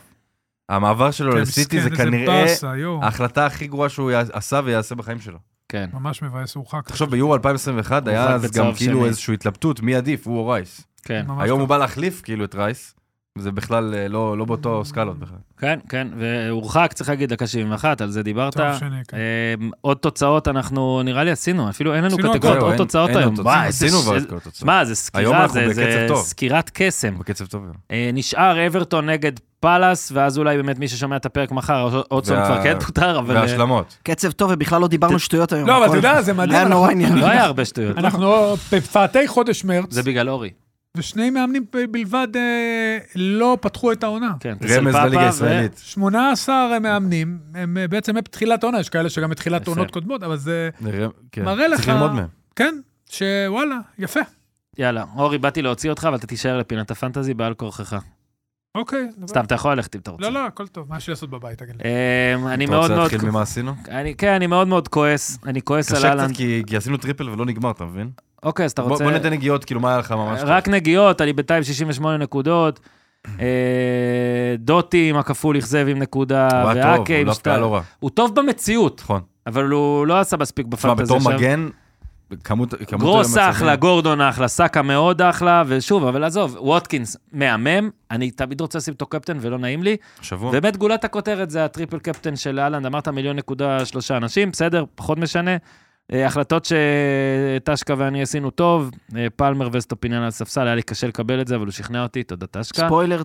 C: המעבר שלו
B: כן,
C: לסיטי
B: מסכן,
C: לא, זה
B: איזה
C: כנראה אה.
B: באסה, יואו,
C: ההחלטה הכי גרועה שהוא יע- עשה ויעשה בחיים שלו.
A: כן.
B: ממש מבאס, הוא הורחק.
C: תחשוב, ביורו 2021
A: הוא
C: היה
A: רק
C: אז
A: בצהוב
C: גם כאילו
A: שני.
C: איזושהי התלבטות, מי עדיף, הוא או רייס.
A: כן,
B: ממש
C: היום
B: לא.
C: הוא בא להחליף כאילו את רייס, זה בכלל אה, לא לא באותו סקלות בכלל.
A: כן, כן, והורחק, צריך להגיד, דקה 71, על זה דיברת.
B: טוב, שני,
C: אה,
B: כן.
A: אמ, עוד תוצאות אנחנו, נראה לי עשינו, אפילו אין לנו
B: עשינו
A: קטגוריות
C: זהו,
A: עוד
C: אין-
A: תוצאות
C: אין עוד
A: היום.
C: תוצאות.
A: וואי, איזה
C: עשינו
A: ש-
C: כבר את כל התוצאות.
A: שמע, זה
C: היום
A: סקירה,
C: אנחנו
A: זה- זה
C: בקצב טוב.
A: סקירת קסם.
C: בקצב טוב. היום.
A: אה, נשאר אברטון נגד פאלאס, ואז אולי באמת מי ששומע את הפרק מחר, אוצון
C: וה-
A: כבר כן פוטר, אבל... אה,
C: והשלמות.
D: קצב טוב, ובכלל לא דיברנו שטויות היום.
B: לא, אבל אתה
D: הכל-
B: יודע, זה מדהים,
D: היה נורא
B: אנחנו-
D: ענייני.
A: לא היה הרבה שטויות.
B: אנחנו בפאתי חודש מרץ,
A: זה בגלל אורי.
B: ושני מאמנים ב- בלבד אה, לא פתחו את העונה.
A: כן, טסל
C: רמז
A: פאפה
C: לליגה
A: ו-
C: הישראלית.
B: 18 מאמנים, הם אה, בעצם בתחילת העונה, יש כאלה שגם בתחילת
A: יפה.
B: עונות קודמות, אבל זה,
C: נראה- כן.
B: מראה לך-
C: צריך ללמוד מהם.
B: כן, שוואלה, יפה.
A: יאללה, אורי, באתי להוציא אותך, אבל אתה תישאר לפינת הפנטזי בעל כורחך.
B: אוקיי.
A: סתם, אתה יכול ללכת אם אתה רוצה.
B: לא, לא, הכל טוב, מה יש לי לעשות בבית, תגיד לי.
A: אמ, אני
C: אתה
A: מאוד
C: רוצה
A: מאוד...
C: להתחיל ממה עשינו?
A: אני, כן, אני מאוד מאוד כועס, אני כועס על
C: קשה
A: אהלן.
C: קצת כי- כי עשינו טריפל ולא נגמר, אתה מבין?
A: אוקיי, אז אתה
C: בוא
A: רוצה...
C: בוא ניתן נגיעות, כאילו, מה היה לך ממש?
A: רק נגיעות, אני בינתיים 68 נקודות. אה, דוטי עם הכפול אכזב עם נקודה,
C: הוא היה טוב,
A: ואקה
C: הוא
A: עם
C: דווקא היה
A: שתיים.
C: לא רע.
A: הוא טוב במציאות,
C: נכון.
A: אבל הוא לא עשה מספיק
C: תשמע,
A: בפנטזי
C: בתור
A: עכשיו.
C: מגן, כמות... כמות
A: גרוס
C: המצבים-
A: אחלה, גורדון אחלה, סאקה מאוד אחלה, ושוב, אבל עזוב, ווטקינס מהמם, אני תמיד רוצה לשים אותו קפטן ולא נעים לי.
C: שבוע.
A: באמת גולת הכותרת זה הטריפל קפטן של אהלנד, אמרת מיליון נקודה שלושה אנשים, בסדר, פחות משנה. אה, החלטות שטשקה ואני עשינו טוב, אה, פלמר וסטופיניאן על הספסל, היה לי קשה לקבל את זה, אבל הוא שכנע אותי, תודה טשקה.
D: ספוילר,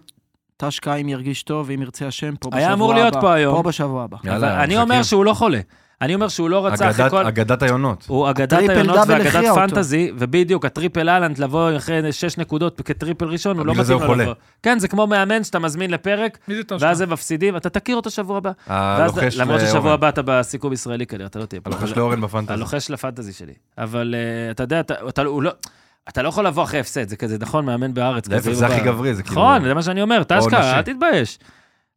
D: טשקה, אם ירגיש טוב, אם ירצה השם, פה בשבוע הבא.
A: לא, היה אמור להיות פה היום.
D: פה בשבוע הבא.
A: אבל
C: יאללה,
A: אני
C: מחכים.
A: אומר שהוא לא חולה. אני אומר שהוא לא רצה אחרי
C: אגדת-
A: כל...
C: אגדת היונות.
A: הוא אגדת
D: הטריפל
A: היונות
D: דאבל
A: ואגדת
D: הכריע אותו.
A: פנטזי, ובדיוק, הטריפל אהלנד לבוא אחרי שש נקודות כטריפל ראשון, הוא לא
C: בגלל זה
A: מתאים לו
C: הוא חולה.
A: לבוא. כן, זה כמו מאמן שאתה מזמין לפרק,
B: מי זה
A: ואז
B: טשקה?
A: הם מפסידים, אתה תכיר אותו שבוע הבא. ואז,
C: הלוחש
A: למרות ששבוע
C: לאורן.
A: הבא אתה בסיכום ישראלי כנראה, אתה לא תהיה פה.
C: הלוחש
A: אבל-
C: לאורן בפנטזיה.
A: הלוחש לפנטזי שלי. אבל אה, אתה יודע, אתה- אתה הוא לא... אתה לא יכול לבוא אחרי הפסד, זה כזה, נכון, מאמן בארץ.
C: להפך,
A: כזה,
C: זה
A: הוא
C: הכי
A: בא-
C: גברי, זה כאילו...
A: נכון, זה מה שאני אומר,
C: נשי.
A: טשקה, אל תתבייש.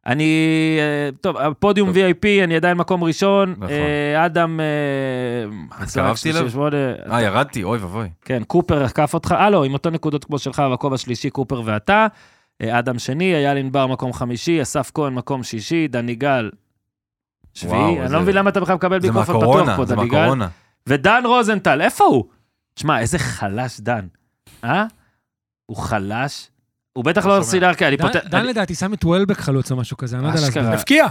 A: אני, אה, טוב, הפודיום
C: טוב.
A: VIP, אני עדיין מקום ראשון.
C: נכון.
A: אה, אדם... אה,
C: התקרבתי אליו?
A: 38,
C: אה, ירדתי, אוי ואבוי.
A: כן, קופר עקף אותך, אה לא, עם אותו נקודות כמו שלך, המקום השלישי, קופר ואתה. אה, אדם שני, אייל ענבר מקום חמישי, אסף כהן מקום שישי, דני גל
C: וואו,
A: שביעי. אני
C: זה-
A: לא מבין למה אתה בכלל מקבל
C: זה
A: מיקרופון פתוח פה,
C: מהקורונה, זה
A: דני גל.
C: מהקורונה.
A: ודן רוזנטל, איפה הוא? תשמע, איזה חלש דן, אה? הוא חלש? הוא בטח
C: לא
A: לא
C: שומע.
A: סילרקי, אני
E: דן-
A: פותח...
E: דן
A: אני-
E: לדעתי שם את וולבק חלוץ או משהו כזה, אני לא יודע
A: אשכרה.
E: להסביר.
B: הבקיע.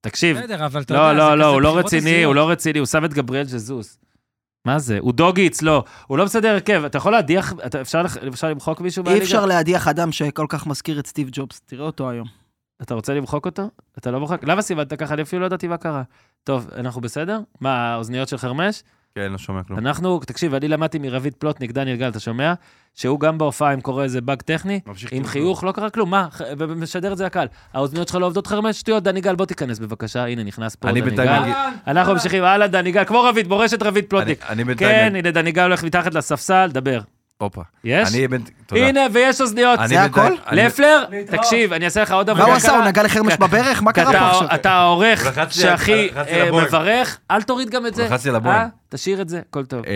A: תקשיב,
E: בסדר, אבל אתה יודע,
A: לא,
E: זה
A: לא,
E: כזה
A: לא, הוא לא
E: בחירות
A: רציני,
E: הזויות.
A: הוא לא רציני, הוא שם את גבריאל ז'זוס. מה זה? הוא דוגי אצלו, הוא לא מסדר הרכב. אתה יכול להדיח, אתה- אפשר לח- אפשר למחוק מישהו
D: אי
A: מהליגה?
D: אפשר להדיח אדם שכל כך מזכיר את סטיב ג'ובס, תראה אותו היום.
A: אתה רוצה למחוק אותו? אתה לא מוחק? למה סיבנת ככה? אני אפילו לא ידעתי מה קרה. טוב, אנחנו בסדר? מה, האוזניות של חרמש?
C: כן, לא שומע כלום.
A: אנחנו, תקשיב, אני למדתי מרביד פלוטניק, דניאל גל, אתה שומע? שהוא גם בהופעה, אם קורה איזה באג טכני,
C: ממשיך
A: עם
C: כאילו.
A: חיוך, לא קרה כלום, מה? ח- ומשדר את זה לקהל. האוזניות שלך לא עובדות חרמש? שטויות, דני גל, בוא תיכנס בבקשה. הנה, נכנס פה
C: אני
A: דני
C: בינתיים
A: גל.
C: אגיד...
A: אנחנו ממשיכים, הלאה, דני גל, כמו רביד, מורשת רביד פלוטניק.
C: אני- אני בינתיים...
A: כן, הנה, דני גל הולך מתחת לספסל, דבר.
C: הופה.
A: יש?
C: אני בין... תודה.
A: הנה, ויש אוזניות.
C: אני
D: זה
C: בינתיים-
D: הכל?
C: אני-
A: לפלר, תקשיב, אני אעשה לך עוד
D: מה
A: עבודה.
D: הוא עשה?
A: קלה.
D: הוא נגע לחרמש בברך? מה
A: כי
D: קרה
A: אתה-
D: פה עכשיו?
A: אתה העורך
C: לחצתי על-
A: שהכי
C: לחצתי
A: אה,
C: על הבוים.
A: מברך, אל תוריד גם את זה.
C: לחצתי על הבוים.
A: אה? תשאיר את זה, הכל טוב.
C: אה,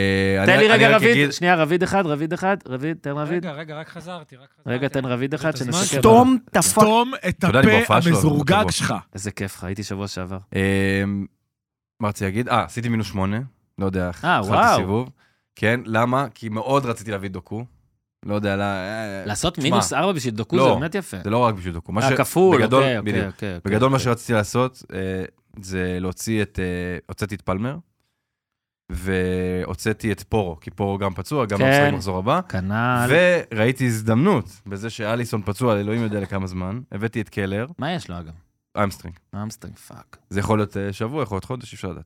A: תן
C: אני-
A: לי
C: אני
A: רגע
C: רק אגיד-
A: רביד, שנייה, רביד אחד, רביד אחד, רביד, תן רביד.
E: רגע, רגע, רק חזרתי, רק חזרתי.
A: רגע, תן רביד אחד,
E: את הזמן?
A: שנסכם.
D: סתום את הפאק.
G: סתום את
C: יודע, אני
G: הפה
A: לא
C: בהופעה שלו,
G: המזורגג
C: בשבוע.
G: שלך.
A: איזה כיף לך, הייתי שבוע שעבר.
C: אה, מה רציתי להגיד? אה, עשיתי מינוס שמונה. לא יודע איך.
A: אה,
C: התחלתי
A: וואו.
C: סיבוב. כן, למה? כי מאוד רציתי להביא דוקו. לא יודע, לא- אה,
A: לעשות
C: תשמע,
A: מינוס ארבע בשביל דוקו זה
C: לא.
A: באמת יפה.
C: זה לא רק בשביל דוקו. מה
A: אה,
C: ש-
A: כפול,
C: בגדול-
A: אוקיי, אוקיי,
C: בדיוק.
A: אוקיי. אוקיי,
C: בגדול מה
A: אוקיי.
C: שרציתי לעשות אה, זה להוציא את, אה, הוצאתי את פלמר, והוצאתי את פורו, כי פורו גם פצוע, גם לא
A: כן.
C: משחק מחזור הבא,
A: כנ"ל.
C: וראיתי הזדמנות בזה שאליסון פצוע, אלוהים יודע לכמה זמן, הבאתי את קלר,
A: מה יש לו אגב?
C: אמסטרינג.
A: אמסטרינג, פאק.
C: זה יכול להיות אה, שבוע, יכול להיות חודש, אי אפשר לדעת.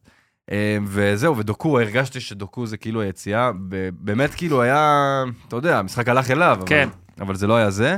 C: אה, וזהו, ודוקו, הרגשתי שדוקו זה כאילו היציאה, ב- באמת כאילו היה, אתה יודע, המשחק הלך אליו, אבל-
A: כן.
C: אבל זה לא היה זה.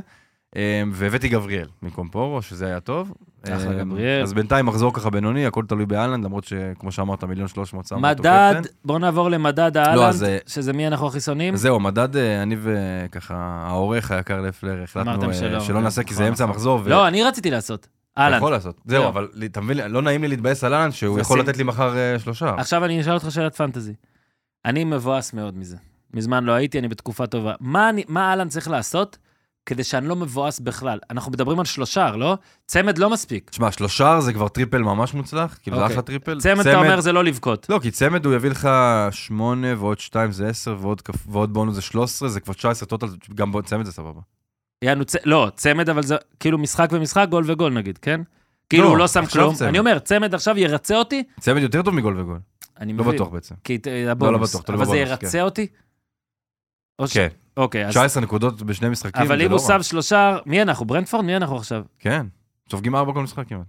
C: אה, והבאתי גבריאל במקום פורו, שזה היה טוב.
A: אחלה
C: אה,
A: גבריאל.
C: אז בינתיים מחזור ככה בינוני, הכל תלוי באלנד, למרות שכמו שאמרת, מיליון שלוש מאות שם אותו
A: מדד,
C: קפטן.
A: בואו נעבור למדד
C: כן. לא,
A: האלנד,
C: אז, אה,
A: שזה מי אנחנו הכי שונאים.
C: אז זהו, מדד, אה, אני וככה, העורך היקר לפלר,
A: אמרתם
C: החלטנו אה,
A: שלא.
C: שלא נעשה, כי זה
A: נכון,
C: אמצע
A: נכון.
C: המחזור. ו-
A: לא, אני רציתי לעשות. אהלן.
C: יכול לעשות. זהו,
A: זהו.
C: אבל לי- אתה מבין, לא נעים לי להתבאס על אהלן, שהוא
A: זה
C: יכול
A: שים.
C: לתת לי מחר אה, שלושה.
A: עכשיו אני אשאל אותך שאלת פנטזי. אני מבואס מאוד מזה. מזמן לא הייתי, אני בתקופה טובה. מה אני- מה אהלן צריך לעשות כדי שאני לא מבואס בכלל? אנחנו מדברים על שלושה, לא? צמד לא מספיק.
C: תשמע, שלושה זה כבר טריפל ממש מוצלח, כאילו זה
A: אוקיי.
C: אחלה טריפל.
A: צמד, אתה אומר, זה לא לבכות.
C: לא, כי צמד הוא יביא לך שמונה ועוד שתיים זה עשר ועוד כפ- ועוד בונוס זה 13, זה כבר 19 טוטל, גם בו- צמד זה סבבה.
A: יענו, צ- לא, צמד, אבל זה כאילו משחק ומשחק, גול וגול נגיד, כן? כאילו, הוא לא שם
C: עכשיו
A: כלום.
C: צמד.
A: אני אומר, צמד עכשיו ירצה אותי,
C: צמד יותר טוב מגול וגול,
A: אני
C: לא
A: מבין.
C: בטוח בעצם.
A: כי אה, הבונוס.
C: בטוח, תלוי
A: אבל זה
C: בבונוס,
A: ירצה אותי? או ש-
C: כן,
A: אוקיי, אז...
C: 19 נקודות בשני משחקים,
A: אבל
C: זה
A: אם
C: לא
A: הוא
C: רע.
A: שם שלושה... מי אנחנו? ברנדפורד? מי אנחנו עכשיו?
C: כן, סופגים ארבע כל משחק כמעט.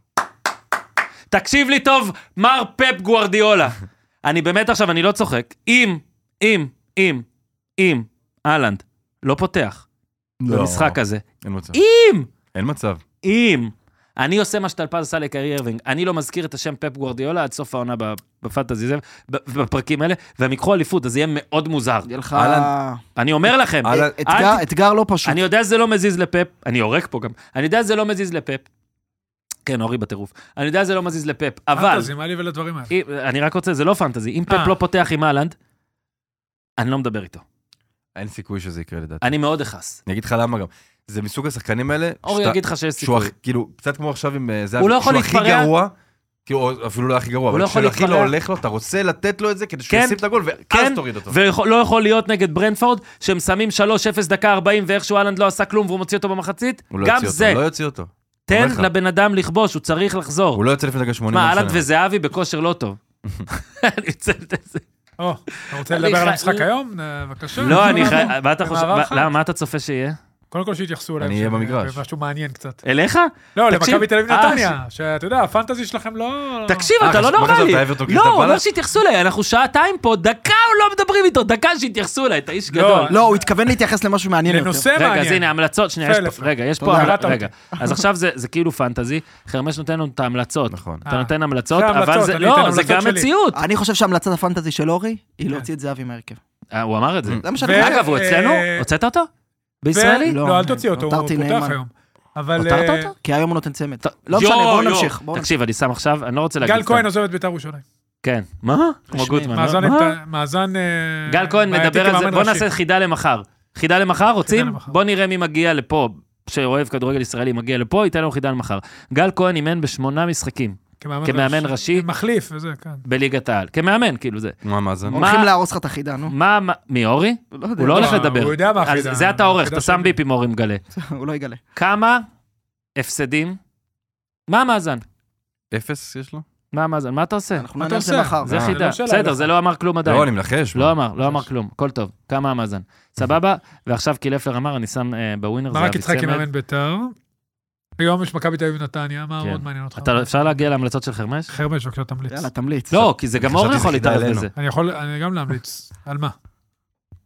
A: תקשיב לי טוב, מר פפ גוארדיולה. אני באמת עכשיו, אני לא צוחק. אם, אם, אם, אם, אהלנד לא פותח במשחק הזה,
C: אין מצב.
A: אם,
C: אין מצב.
A: אם, אני עושה מה שטלפז עשה לקרי ארווינג, אני לא מזכיר את השם פפ גוארדיולה עד סוף העונה ב- בפנטזי, זה- ב- בפרקים האלה, והם ייקחו אליפות, אז זה יהיה מאוד מוזר.
D: יהיה לך
C: אהלן.
A: אני אומר לכם,
C: אהלן.
A: אל
D: אתגר-
A: ת-
D: אתגר לא פשוט.
A: אני יודע שזה לא מזיז לפאפ, אני יורק פה גם, אני יודע שזה לא מזיז לפאפ. כן, אורי בטירוף. אני יודע שזה לא מזיז לפאפ, אבל...
B: פנטזי, מה לי ולדברים האלה?
A: אם- אני רק רוצה, זה לא פנטזי, אם פפ
B: אה.
A: לא פותח עם אהלנד, אני לא מדבר איתו.
C: אין סיכוי שזה יקרה לדעתי.
A: אני מאוד אכעס.
C: אני אגיד לך למה גם. זה מסוג השחקנים האלה,
A: אורי
C: שאתה-
A: יגיד לך שיש
C: שהוא
A: סיכוי.
C: הכ- כאילו, קצת כמו עכשיו עם אה, זה,
A: הוא לא
C: שהוא
A: יכול
C: הכי
A: להתפרע.
C: גרוע, כאילו, או אפילו לא הכי גרוע,
A: הוא
C: אבל
A: לא יכול
C: כשהכי לא
A: להתחבר.
C: הולך לו, אתה רוצה לתת לו את זה כדי שהוא
A: כן,
C: ישים את הגול, ואז
A: כן,
C: תוריד אותו.
A: ולא יכול להיות נגד ברנפורד, שהם שמים 3-0 דקה 40, ואיכשהו אהלנד לא עשה כלום והוא מוציא אותו במחצית.
C: הוא לא
A: גם
C: יוציא
A: זה,
C: אותו, לא יוציא אותו.
A: תן
C: אומר לך.
A: לבן אדם לכבוש, הוא צריך לחזור.
C: הוא לא יוצא לפני דקה 80.
A: מה,
C: לא
A: אהלנד
C: משנה.
A: וזהבי בכושר לא טוב. אני מצטט את זה.
B: או, אתה רוצה
A: אני
B: לדבר על
A: חי-
B: המשחק היום? אה, בבקשה.
A: לא, אני חי... מה אתה חושב?
B: במערב
A: למה, מה אתה צופה שיהיה?
B: קודם כל שיתייחסו אליהם.
C: אני אהיה
B: שזה
C: במגרש.
B: משהו מעניין קצת.
A: אליך?
B: לא,
A: תקשיב,
B: למכבי תל אביב
A: אה,
B: נתניה, שאתה יודע, הפנטזי שלכם לא...
A: תקשיב,
C: אה,
A: אתה לא
C: חשבתי- מה
A: נורמלי.
C: חשבת, אברטון
A: לא,
C: קריסטל
A: הוא אומר
C: פלאס?
A: שיתייחסו אליי, אנחנו שעתיים פה, דקה לא מדברים איתו, דקה שיתייחסו אליי, אתה איש
B: לא,
A: גדול.
D: לא, הוא התכוון להתייחס למשהו מעניין יותר.
B: לנושא
A: רגע, אז
B: מעניין.
A: הנה, המלצות, שנייה, יש
B: יפה,
A: פה,
B: יפה.
A: רגע, יש פה,
B: תודה,
A: המל-
B: הרעת
A: רגע. אז עכשיו זה זה כאילו פנטזי, חרמש נותן לנו את ההמלצות.
C: נכון.
A: אתה
B: אה.
A: נותן המלצות,
B: זה
A: אבל
B: המלצות,
A: זה,
B: אני
A: לא,
B: אתן
A: זה
B: המלצות
A: גם
B: שלי.
A: מציאות.
D: אני חושב שהמלצת הפנטזי של אורי היא להוציא את זהבי מהרכב.
A: אה, הוא אמר את זה.
D: זה מה שאני
B: כן. ו-
D: חושב.
A: אגב, הוא אצלנו?
B: אה,
A: הוצאת אותו? בישראלי?
D: לא,
B: לא, אל תוציא אותו, הוא
D: הותרתי
B: פותח
D: נאמן.
B: היום. אבל
A: הותרת
B: אה,
A: אותו?
D: כי היום הוא נותן צמד.
A: ת- יו,
D: לא משנה, בואו
A: יו.
D: נמשיך. בואו
A: תקשיב, אני שם עכשיו, אני לא רוצה להגיד...
B: גל
A: סתם.
B: כהן עוזב את בית"ר ירושלים.
A: כן. מה? כמו
D: רשמי.
A: גוטמן.
B: מאזן,
A: לא? מה?
B: אימת- מאזן... אה,
A: גל כהן
B: בעייתי
A: מדבר על זה,
B: כמאמן
A: בוא
B: ראשי.
A: נעשה חידה למחר. חידה למחר, רוצים?
B: למחר.
A: בוא נראה מי מגיע לפה, שאוהב כדורגל ישראלי מגיע לפה, ייתן לנו חידה למחר. גל כהן אימן בשמונה משחקים כמאמן ראשי.
B: מחליף וזה, כן.
A: בליגת העל. כמאמן, כאילו זה.
C: מה, מה זה?
A: מה-
D: הולכים להרוס לך את החידה, נו.
A: מה, מה- מי, אורי?
D: יודע.
A: הוא לא הולך
B: אה,
A: לדבר.
B: הוא יודע מה
A: אז
B: החידה.
A: זה אתה עורך, אתה
B: החידה
A: שם
B: שלי.
A: ביפ עם אורי מגלה.
D: הוא לא יגלה.
A: כמה הפסדים? מה המאזן?
C: אפס יש לו?
A: מה המאזן? מה אתה עושה?
D: אנחנו
B: מה
D: נענה על
B: אתה
D: זה
B: עושה?
D: מחר.
A: זה
C: אה,
B: זה
A: חידה.
B: לא שאלה
A: בסדר,
B: אליך.
A: זה לא אמר כלום
C: לא,
A: עדיין.
C: אני מנחש.
A: לא
C: מה?
A: אמר, לא אמר כלום, הכל טוב, כמה המאזן. סבבה, ועכשיו קילפלר אמר, אני שם אה, בווינר,
B: ברק
A: זהבי
B: יצחקי
A: צמד.
B: מאמן בית"ר. היום יש מכבי תל אביב נתניה, מה
A: כן.
B: עוד מעניין אותך?
A: אתה- אפשר להגיע להמלצות של חרמש?
B: חרמש, בבקשה תמליץ.
D: יאללה, תמליץ.
A: לא, כי זה גם אור
C: חשבתי
A: יכול
C: זה חידה אה,
A: להתערב
C: עלינו.
A: בזה.
B: אני יכול, אני גם להמליץ. על מה?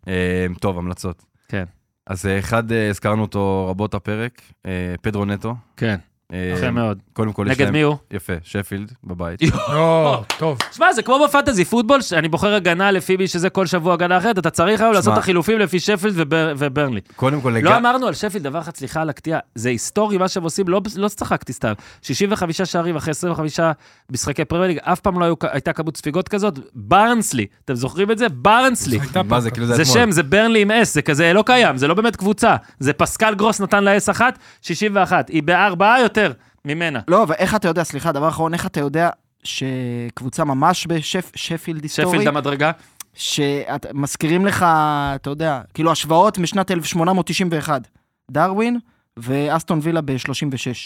C: אה, טוב, המלצות.
A: כן.
C: אז אה, אחד, אה, הזכרנו אותו רבות הפרק, אה, פדרו נטו.
A: כן,
C: אה,
A: יפה מאוד.
C: קודם כל יש
A: נגד
C: להם...
A: מי הוא?
C: יפה, שפילד, בבית.
B: לא, טוב.
A: שמע, זה כמו בפנטזי פוטבול, שאני בוחר הגנה לפי מי שזה כל שבוע הגנה אחרת, אתה צריך היום לעשות את החילופים לפי שפילד ובר- וברנלי.
C: קודם כל,
A: לא
C: לגע-
A: אמרנו על שפילד דבר אחד, סליחה על הקטיעה, זה היסטורי מה שהם עושים, לא, לא צחקתי סתם. 65 שערים אחרי 25 משחקי פרמייליג, אף פעם לא היו, הייתה כמות ספיגות כזאת, ברנסלי, אתם זוכרים את זה? ברנסלי.
B: הייתה פעם
C: מה זה,
B: כזאת.
C: כאילו
A: זה
C: אתמול.
A: שם, זה ברנלי עם אס, זה כזה לא קיים, זה לא באמת קבוצה. זה פסקל גרוס נתן לה אס אחת, 61. היא בארבעה יותר ממנה.
D: לא, ואיך אתה יודע, סליחה, דבר אחרון, איך אתה יודע שקבוצה ממש בשפילד היסטורי,
A: שפילד המדרגה.
D: שמזכירים לך, אתה יודע, כאילו השוואות משנת 1891, דרווין ואסטון וילה ב-36.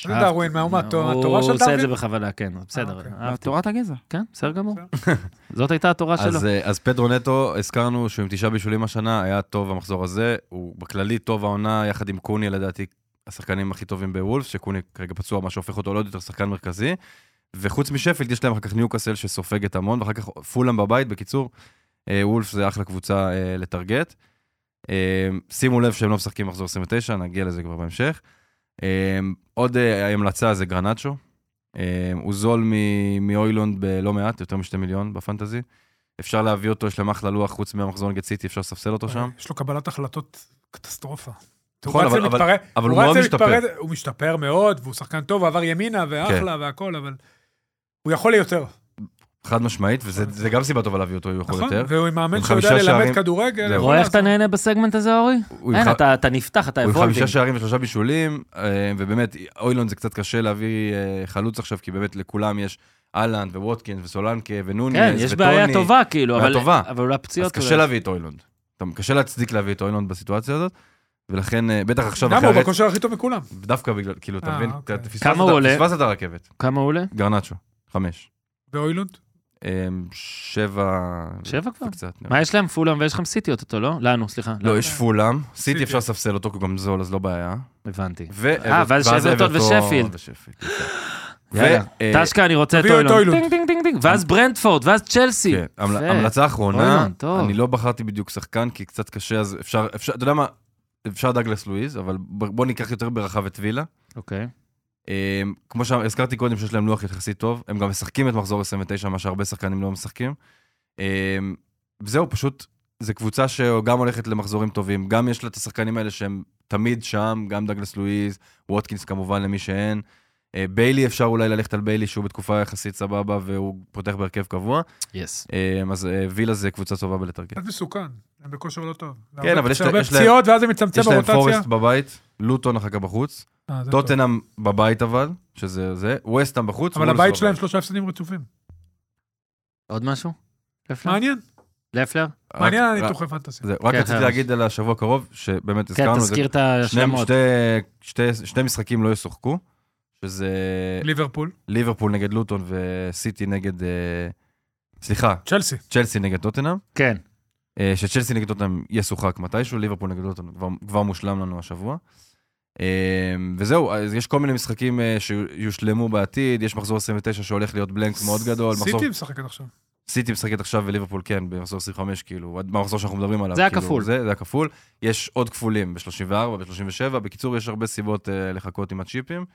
B: זה דרווין, מה, הוא מה, התורה של
A: הוא עושה את זה
B: דרווין?
A: בכוונה, כן, בסדר.
B: אוקיי.
A: אהבתי.
D: תורת הגזע.
A: כן, בסדר גמור. זאת הייתה התורה שלו.
C: אז, אה, אז פדרו נטו, הזכרנו שהוא עם תשעה בישולים השנה, היה טוב המחזור הזה. הוא בכללי טוב העונה, יחד עם קוני, לדעתי, השחקנים הכי טובים בוולף, שקוני כרגע פצוע, מה שהופך אותו לעוד יותר שחקן מרכזי. וחוץ משפילד, יש להם אחר כך ניוקאסל שסופגת המון, ואחר כך פולאם בבית, בקיצור, אה, וולף זה אחלה קבוצה אה, לטרגט. אה, שימו לב שהם לא משחקים מחזור 29, נגיע לזה כבר בהמשך. אה, עוד אה, המלצה זה גרנצ'ו. אה, הוא זול מ- מאוילונד בלא מעט, יותר משתי מיליון בפנטזי. אפשר להביא אותו, יש להם אחלה לוח, חוץ מהמחזור נגד סיטי, אפשר לספסל אותו שם.
B: יש לו קבלת החלטות קטסטרופה.
C: נכון,
B: הוא רץ
C: אבל- אבל-
B: ומתפרע-
C: אבל הוא
B: רץ
C: מאוד
B: ומתפרע-
C: משתפר.
B: הוא משתפר מאוד, והוא שחקן טוב, עבר ימינה,
C: כן.
B: ואחלה, והכל, אבל... הוא יכול ליותר.
C: חד משמעית, וזה זה גם סיבה טובה להביא אותו, הוא יכול
B: אוקיי. נכון?
C: יותר.
B: והוא עם מאמן
C: עם
B: שיודע
C: חמישה
B: ללמד
C: שערים.
B: כדורגל.
C: זהו.
B: יכול
A: רואה איך אתה
B: לעזור.
A: נהנה בסגמנט הזה, אורי?
C: הוא עם
A: אין,
C: ח-
A: אתה אתה נפתח, אתה
C: הוא עם
A: אבולווינג.
C: חמישה שערים ושלושה בישולים, אה, ובאמת, אוילון זה קצת קשה להביא אה, חלוץ עכשיו, כי באמת לכולם יש אהלנד וווטקינס וסולנקה ונוניס
A: כן,
C: וטוני.
A: יש בעיה טובה, כאילו,
C: בעיה
A: אבל
C: טובה.
A: אבל אולי
C: אז
A: הפציעות...
C: קשה
A: אולי-
C: להביא את אוילונד. אתה- קשה להצדיק להביא את אוילונד בסיטואציה הזאת, ולכן, אה, בטח עכשיו
B: למה
C: אחרי
B: הוא
C: הרצ...
B: בכושר הכי טוב מכולם?
C: דווקא בגלל, כאילו, אתה
B: אה,
C: מבין?
B: אוקיי.
C: אתה- פספסת
A: כמה
C: את-
A: הוא עולה?
C: פספסת את הרכבת.
A: כמה הוא עולה?
C: גרנצ'ו, חמש.
B: ואוילונד?
C: אה, שבע...
A: שבע כבר?
C: קצת.
A: מה יש להם? פולאם ויש לכם סיטי אוטוטו, לא? לנו, סליחה.
C: לא, יש פולאם, סיטי
B: סיטי.
C: אפשר לספסל אותו, כי הוא גם זול, אז לא בעיה.
A: הבנתי.
C: ו-
A: אה, ואז אברטון ושפילד.
C: ושפילד.
A: יאללה.
C: אה,
A: טשקה, אני רוצה את
B: תביאו את
A: אוילון.
B: אוילון.
A: טינג, טינג, טינג, טינג. ואז ברנדפורד, ואז צ'לסי.
C: כן, המל-
A: יפה.
C: המלצה אחרונה,
A: אוילנד, טוב.
C: אני לא בחרתי בדיוק שחקן, כי קצת קשה, אז אפשר, אפשר- אתה יודע מה, אפשר דגלס לואיז, אבל ב- בוא ניקח יותר ברחב את וילה.
A: אוקיי.
C: אה, כמו שהזכרתי קודם, שיש להם לוח יחסית טוב, הם גם משחקים את מחזור 29, מה שהרבה שחקנים לא משחקים. אה, זהו, פשוט, זו קבוצה שגם הולכת למחזורים טובים, גם יש לה את השחקנים האלה שהם תמיד שם, גם דגלס לואיז, ווטקינס כמובן, למי שאין. אה, ביילי, אפשר אולי ללכת על ביילי, שהוא בתקופה יחסית סבבה, והוא פותח בהרכב קבוע.
A: יס.
C: אה, אז אה, וילה זה קבוצה טובה בלתרגל.
B: קצת מסוכן, הם בכושר לא טוב.
C: כן, אבל יש לה-
B: הרבה
C: יש להם-
B: פציעות, ואז זה מצמצם
C: יש להם
B: ברוטציה.
C: פורסט בבית, לוטון אחר כך בחוץ,
B: אה, זה טוב.
C: טוטנאם בבית אבל, שזה זה, ווסטהאם בחוץ.
B: אבל
C: וולס
B: הבית
C: בבית.
B: שלהם שלושה הפסדים רצופים.
A: עוד משהו?
C: כן.
A: לפלר?
B: מעניין,
A: לפלר?
C: רק-
B: מעניין
C: רק-
B: הניתוח הפנטסי.
C: זה, רק
A: כן,
C: רציתי
A: חלש.
C: להגיד על השבוע הקרוב, שבאמת
A: כן,
C: הזכרנו את זה.
A: תזכיר את
C: שני-
A: השלמות.
C: שתי- שתי- שני משחקים לא ישוחקו, שזה
B: ליברפול,
C: ליברפול נגד לוטון וסיטי נגד... אה, סליחה,
B: צ'לסי.
C: צ'לסי נגד טוטנאם.
A: כן.
C: אה, שצ'לסי נגד טוטנאם ישוחק מתישהו, ליברפול נגד טוטנאם כבר, כבר מושלם לנו השבוע. אה, וזהו, אז יש כל מיני משחקים אה, שיושלמו בעתיד, יש מחזור 29 שהולך להיות בלנק מאוד גדול. לא, מחזור-
B: סיטי משחקת עכשיו.
C: סיטי משחקת עכשיו וליברפול כן, במחזור 25, כאילו, עד במחזור שאנחנו מדברים עליו.
A: זה
C: כאילו,
A: הכפול.
C: זה, זה הכפול. יש עוד כפולים, ב-34, ב-37, בקיצור, יש הרבה סיבות אה, לחכות עם הצ'יפים,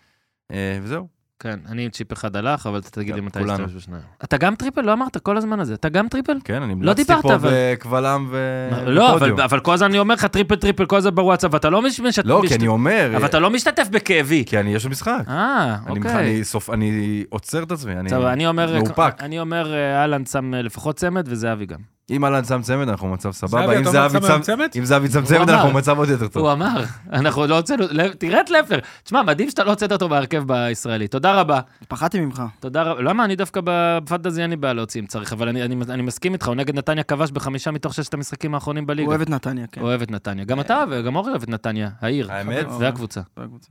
C: אה, וזהו.
A: כן, אני עם צ'יפ אחד הלך, אבל אתה תגיד לי
C: כן,
A: מתי
C: כולנו.
A: יש בשניים. אתה גם טריפל? לא אמרת כל הזמן הזה. אתה גם טריפל?
C: כן, אני
A: לא דיברת,
C: פה
A: אבל-
C: בקבלם ו...
A: לא, אבל-
C: אה, בפודיום.
A: אבל כל הזמן אני אומר לך טריפל טריפל כל הזמן בוואטסאפ, ואתה לא מש- משת-
C: לא,
A: משת-
C: כי אני אומר, אה,
A: אבל אתה לא משתתף בכאבי.
C: כי אני, יש לי משחק.
A: אה,
C: אני, מח-
A: אוקיי.
C: אני, סופ... אני עוצר את עצמי, אני
A: טוב, אני אומר,
C: מאופק.
A: אני אומר, אה, אהלן שם אה, לפחות צמד, וזהבי גם.
C: אם אהלן שם צמד, אנחנו במצב
B: זהבי,
C: סבבה. אם
B: אתה
C: זהבי
B: אומר,
C: צמד,
B: שם צמד?
C: אם זהבי צם
A: הוא
C: צמד,
A: אמר.
C: אנחנו במצב עוד יותר טוב.
A: הוא אמר, אנחנו עוד לא הוצאנו, לב- תראה את לפלר. תשמע, מדהים שאתה לא הוצאת אותו בהרכב בישראלי. תודה רבה.
D: פחדתי ממך.
A: תודה רבה. למה? אני דווקא בפנטזי אין לי בעיה להוציא אם צריך, אבל אני- אני אני מסכים איתך, הוא נגד נתניה כבש בחמישה מתוך ששת המשחקים האחרונים
D: הוא
A: בליגה.
D: אוהב את נתניה, כן.
A: אוהב את נתניה. גם אתה וגם אורי אוהב את נתניה, העיר.
C: האמת?
A: זה הקבוצה.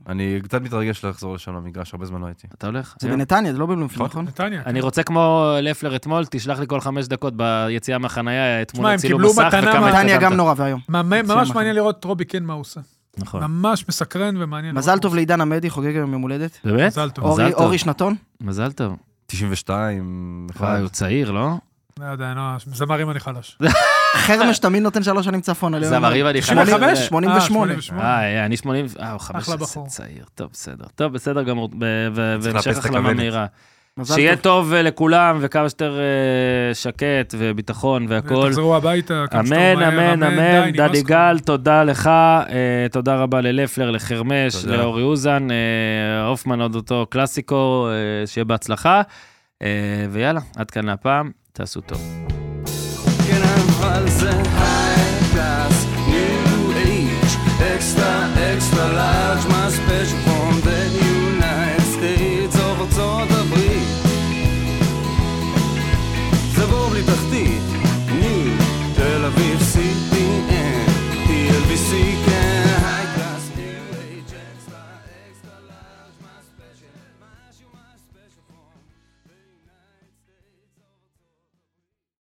C: אני קצת מתרגש לחזור לשם למגרש, הרבה זמן לא הייתי.
A: אתה הולך?
D: זה בנתניה, זה לא בבלומפילד, נכון?
B: נתניה.
A: אני רוצה כמו לפלר אתמול, תשלח לי כל חמש דקות ביציאה מהחנייה,
B: שמע,
A: אתמול
B: הם
A: צילום
B: קיבלו
A: מסך
B: מתנה
A: וכמה
B: מה-
D: נתניה
A: התקדמת.
D: גם לא. נורא ואיום.
B: ממ-
D: יציאה
B: ממש
D: מהחדר.
B: מעניין לראות רובי קין מה הוא עושה.
A: נכון.
B: ממש מסקרן ומעניין.
D: מזל טוב לעידן עמדי, חוגג היום יום הולדת.
A: באמת?
B: מזל טוב.
D: אורי-
A: כן, טוב.
D: אורי שנתון?
A: מזל טוב.
C: 92, אחד.
A: וואי, הוא צעיר, לא?
B: לא יודע, לא, זמרים אני חלש.
A: אה.
D: חרמש תמיד נותן שלוש שנים צפון. על יום
A: זמרים אני חייב...
D: 95?
A: אה,
D: 88.
A: אה, אני 80, אה, הוא 15
B: בחור.
A: צעיר, טוב, בסדר. טוב, בסדר גמור, ב- ו-
C: צריך
A: והמשך
C: לאפס את
A: החלמה
C: הכוונת.
A: מהירה.
D: מזל
A: שיהיה
D: טוב.
A: טוב אה, לכולם, וכמה שיותר אה, שקט וביטחון והכול.
B: תחזרו הביתה. כמה שיותר
A: אמן,
B: מהר,
A: אמן,
B: די,
A: אמן.
B: נמאס
A: דדי
B: כבר.
A: גל, תודה לך, אה, תודה רבה ללפלר, לחרמש,
C: תודה.
A: לאורי אוזן, אה, הופמן עוד אותו קלאסיקו, אה, שיהיה בהצלחה. אה, ויאללה, עד כאן להפעם, תעשו טוב.
F: כן אבל זה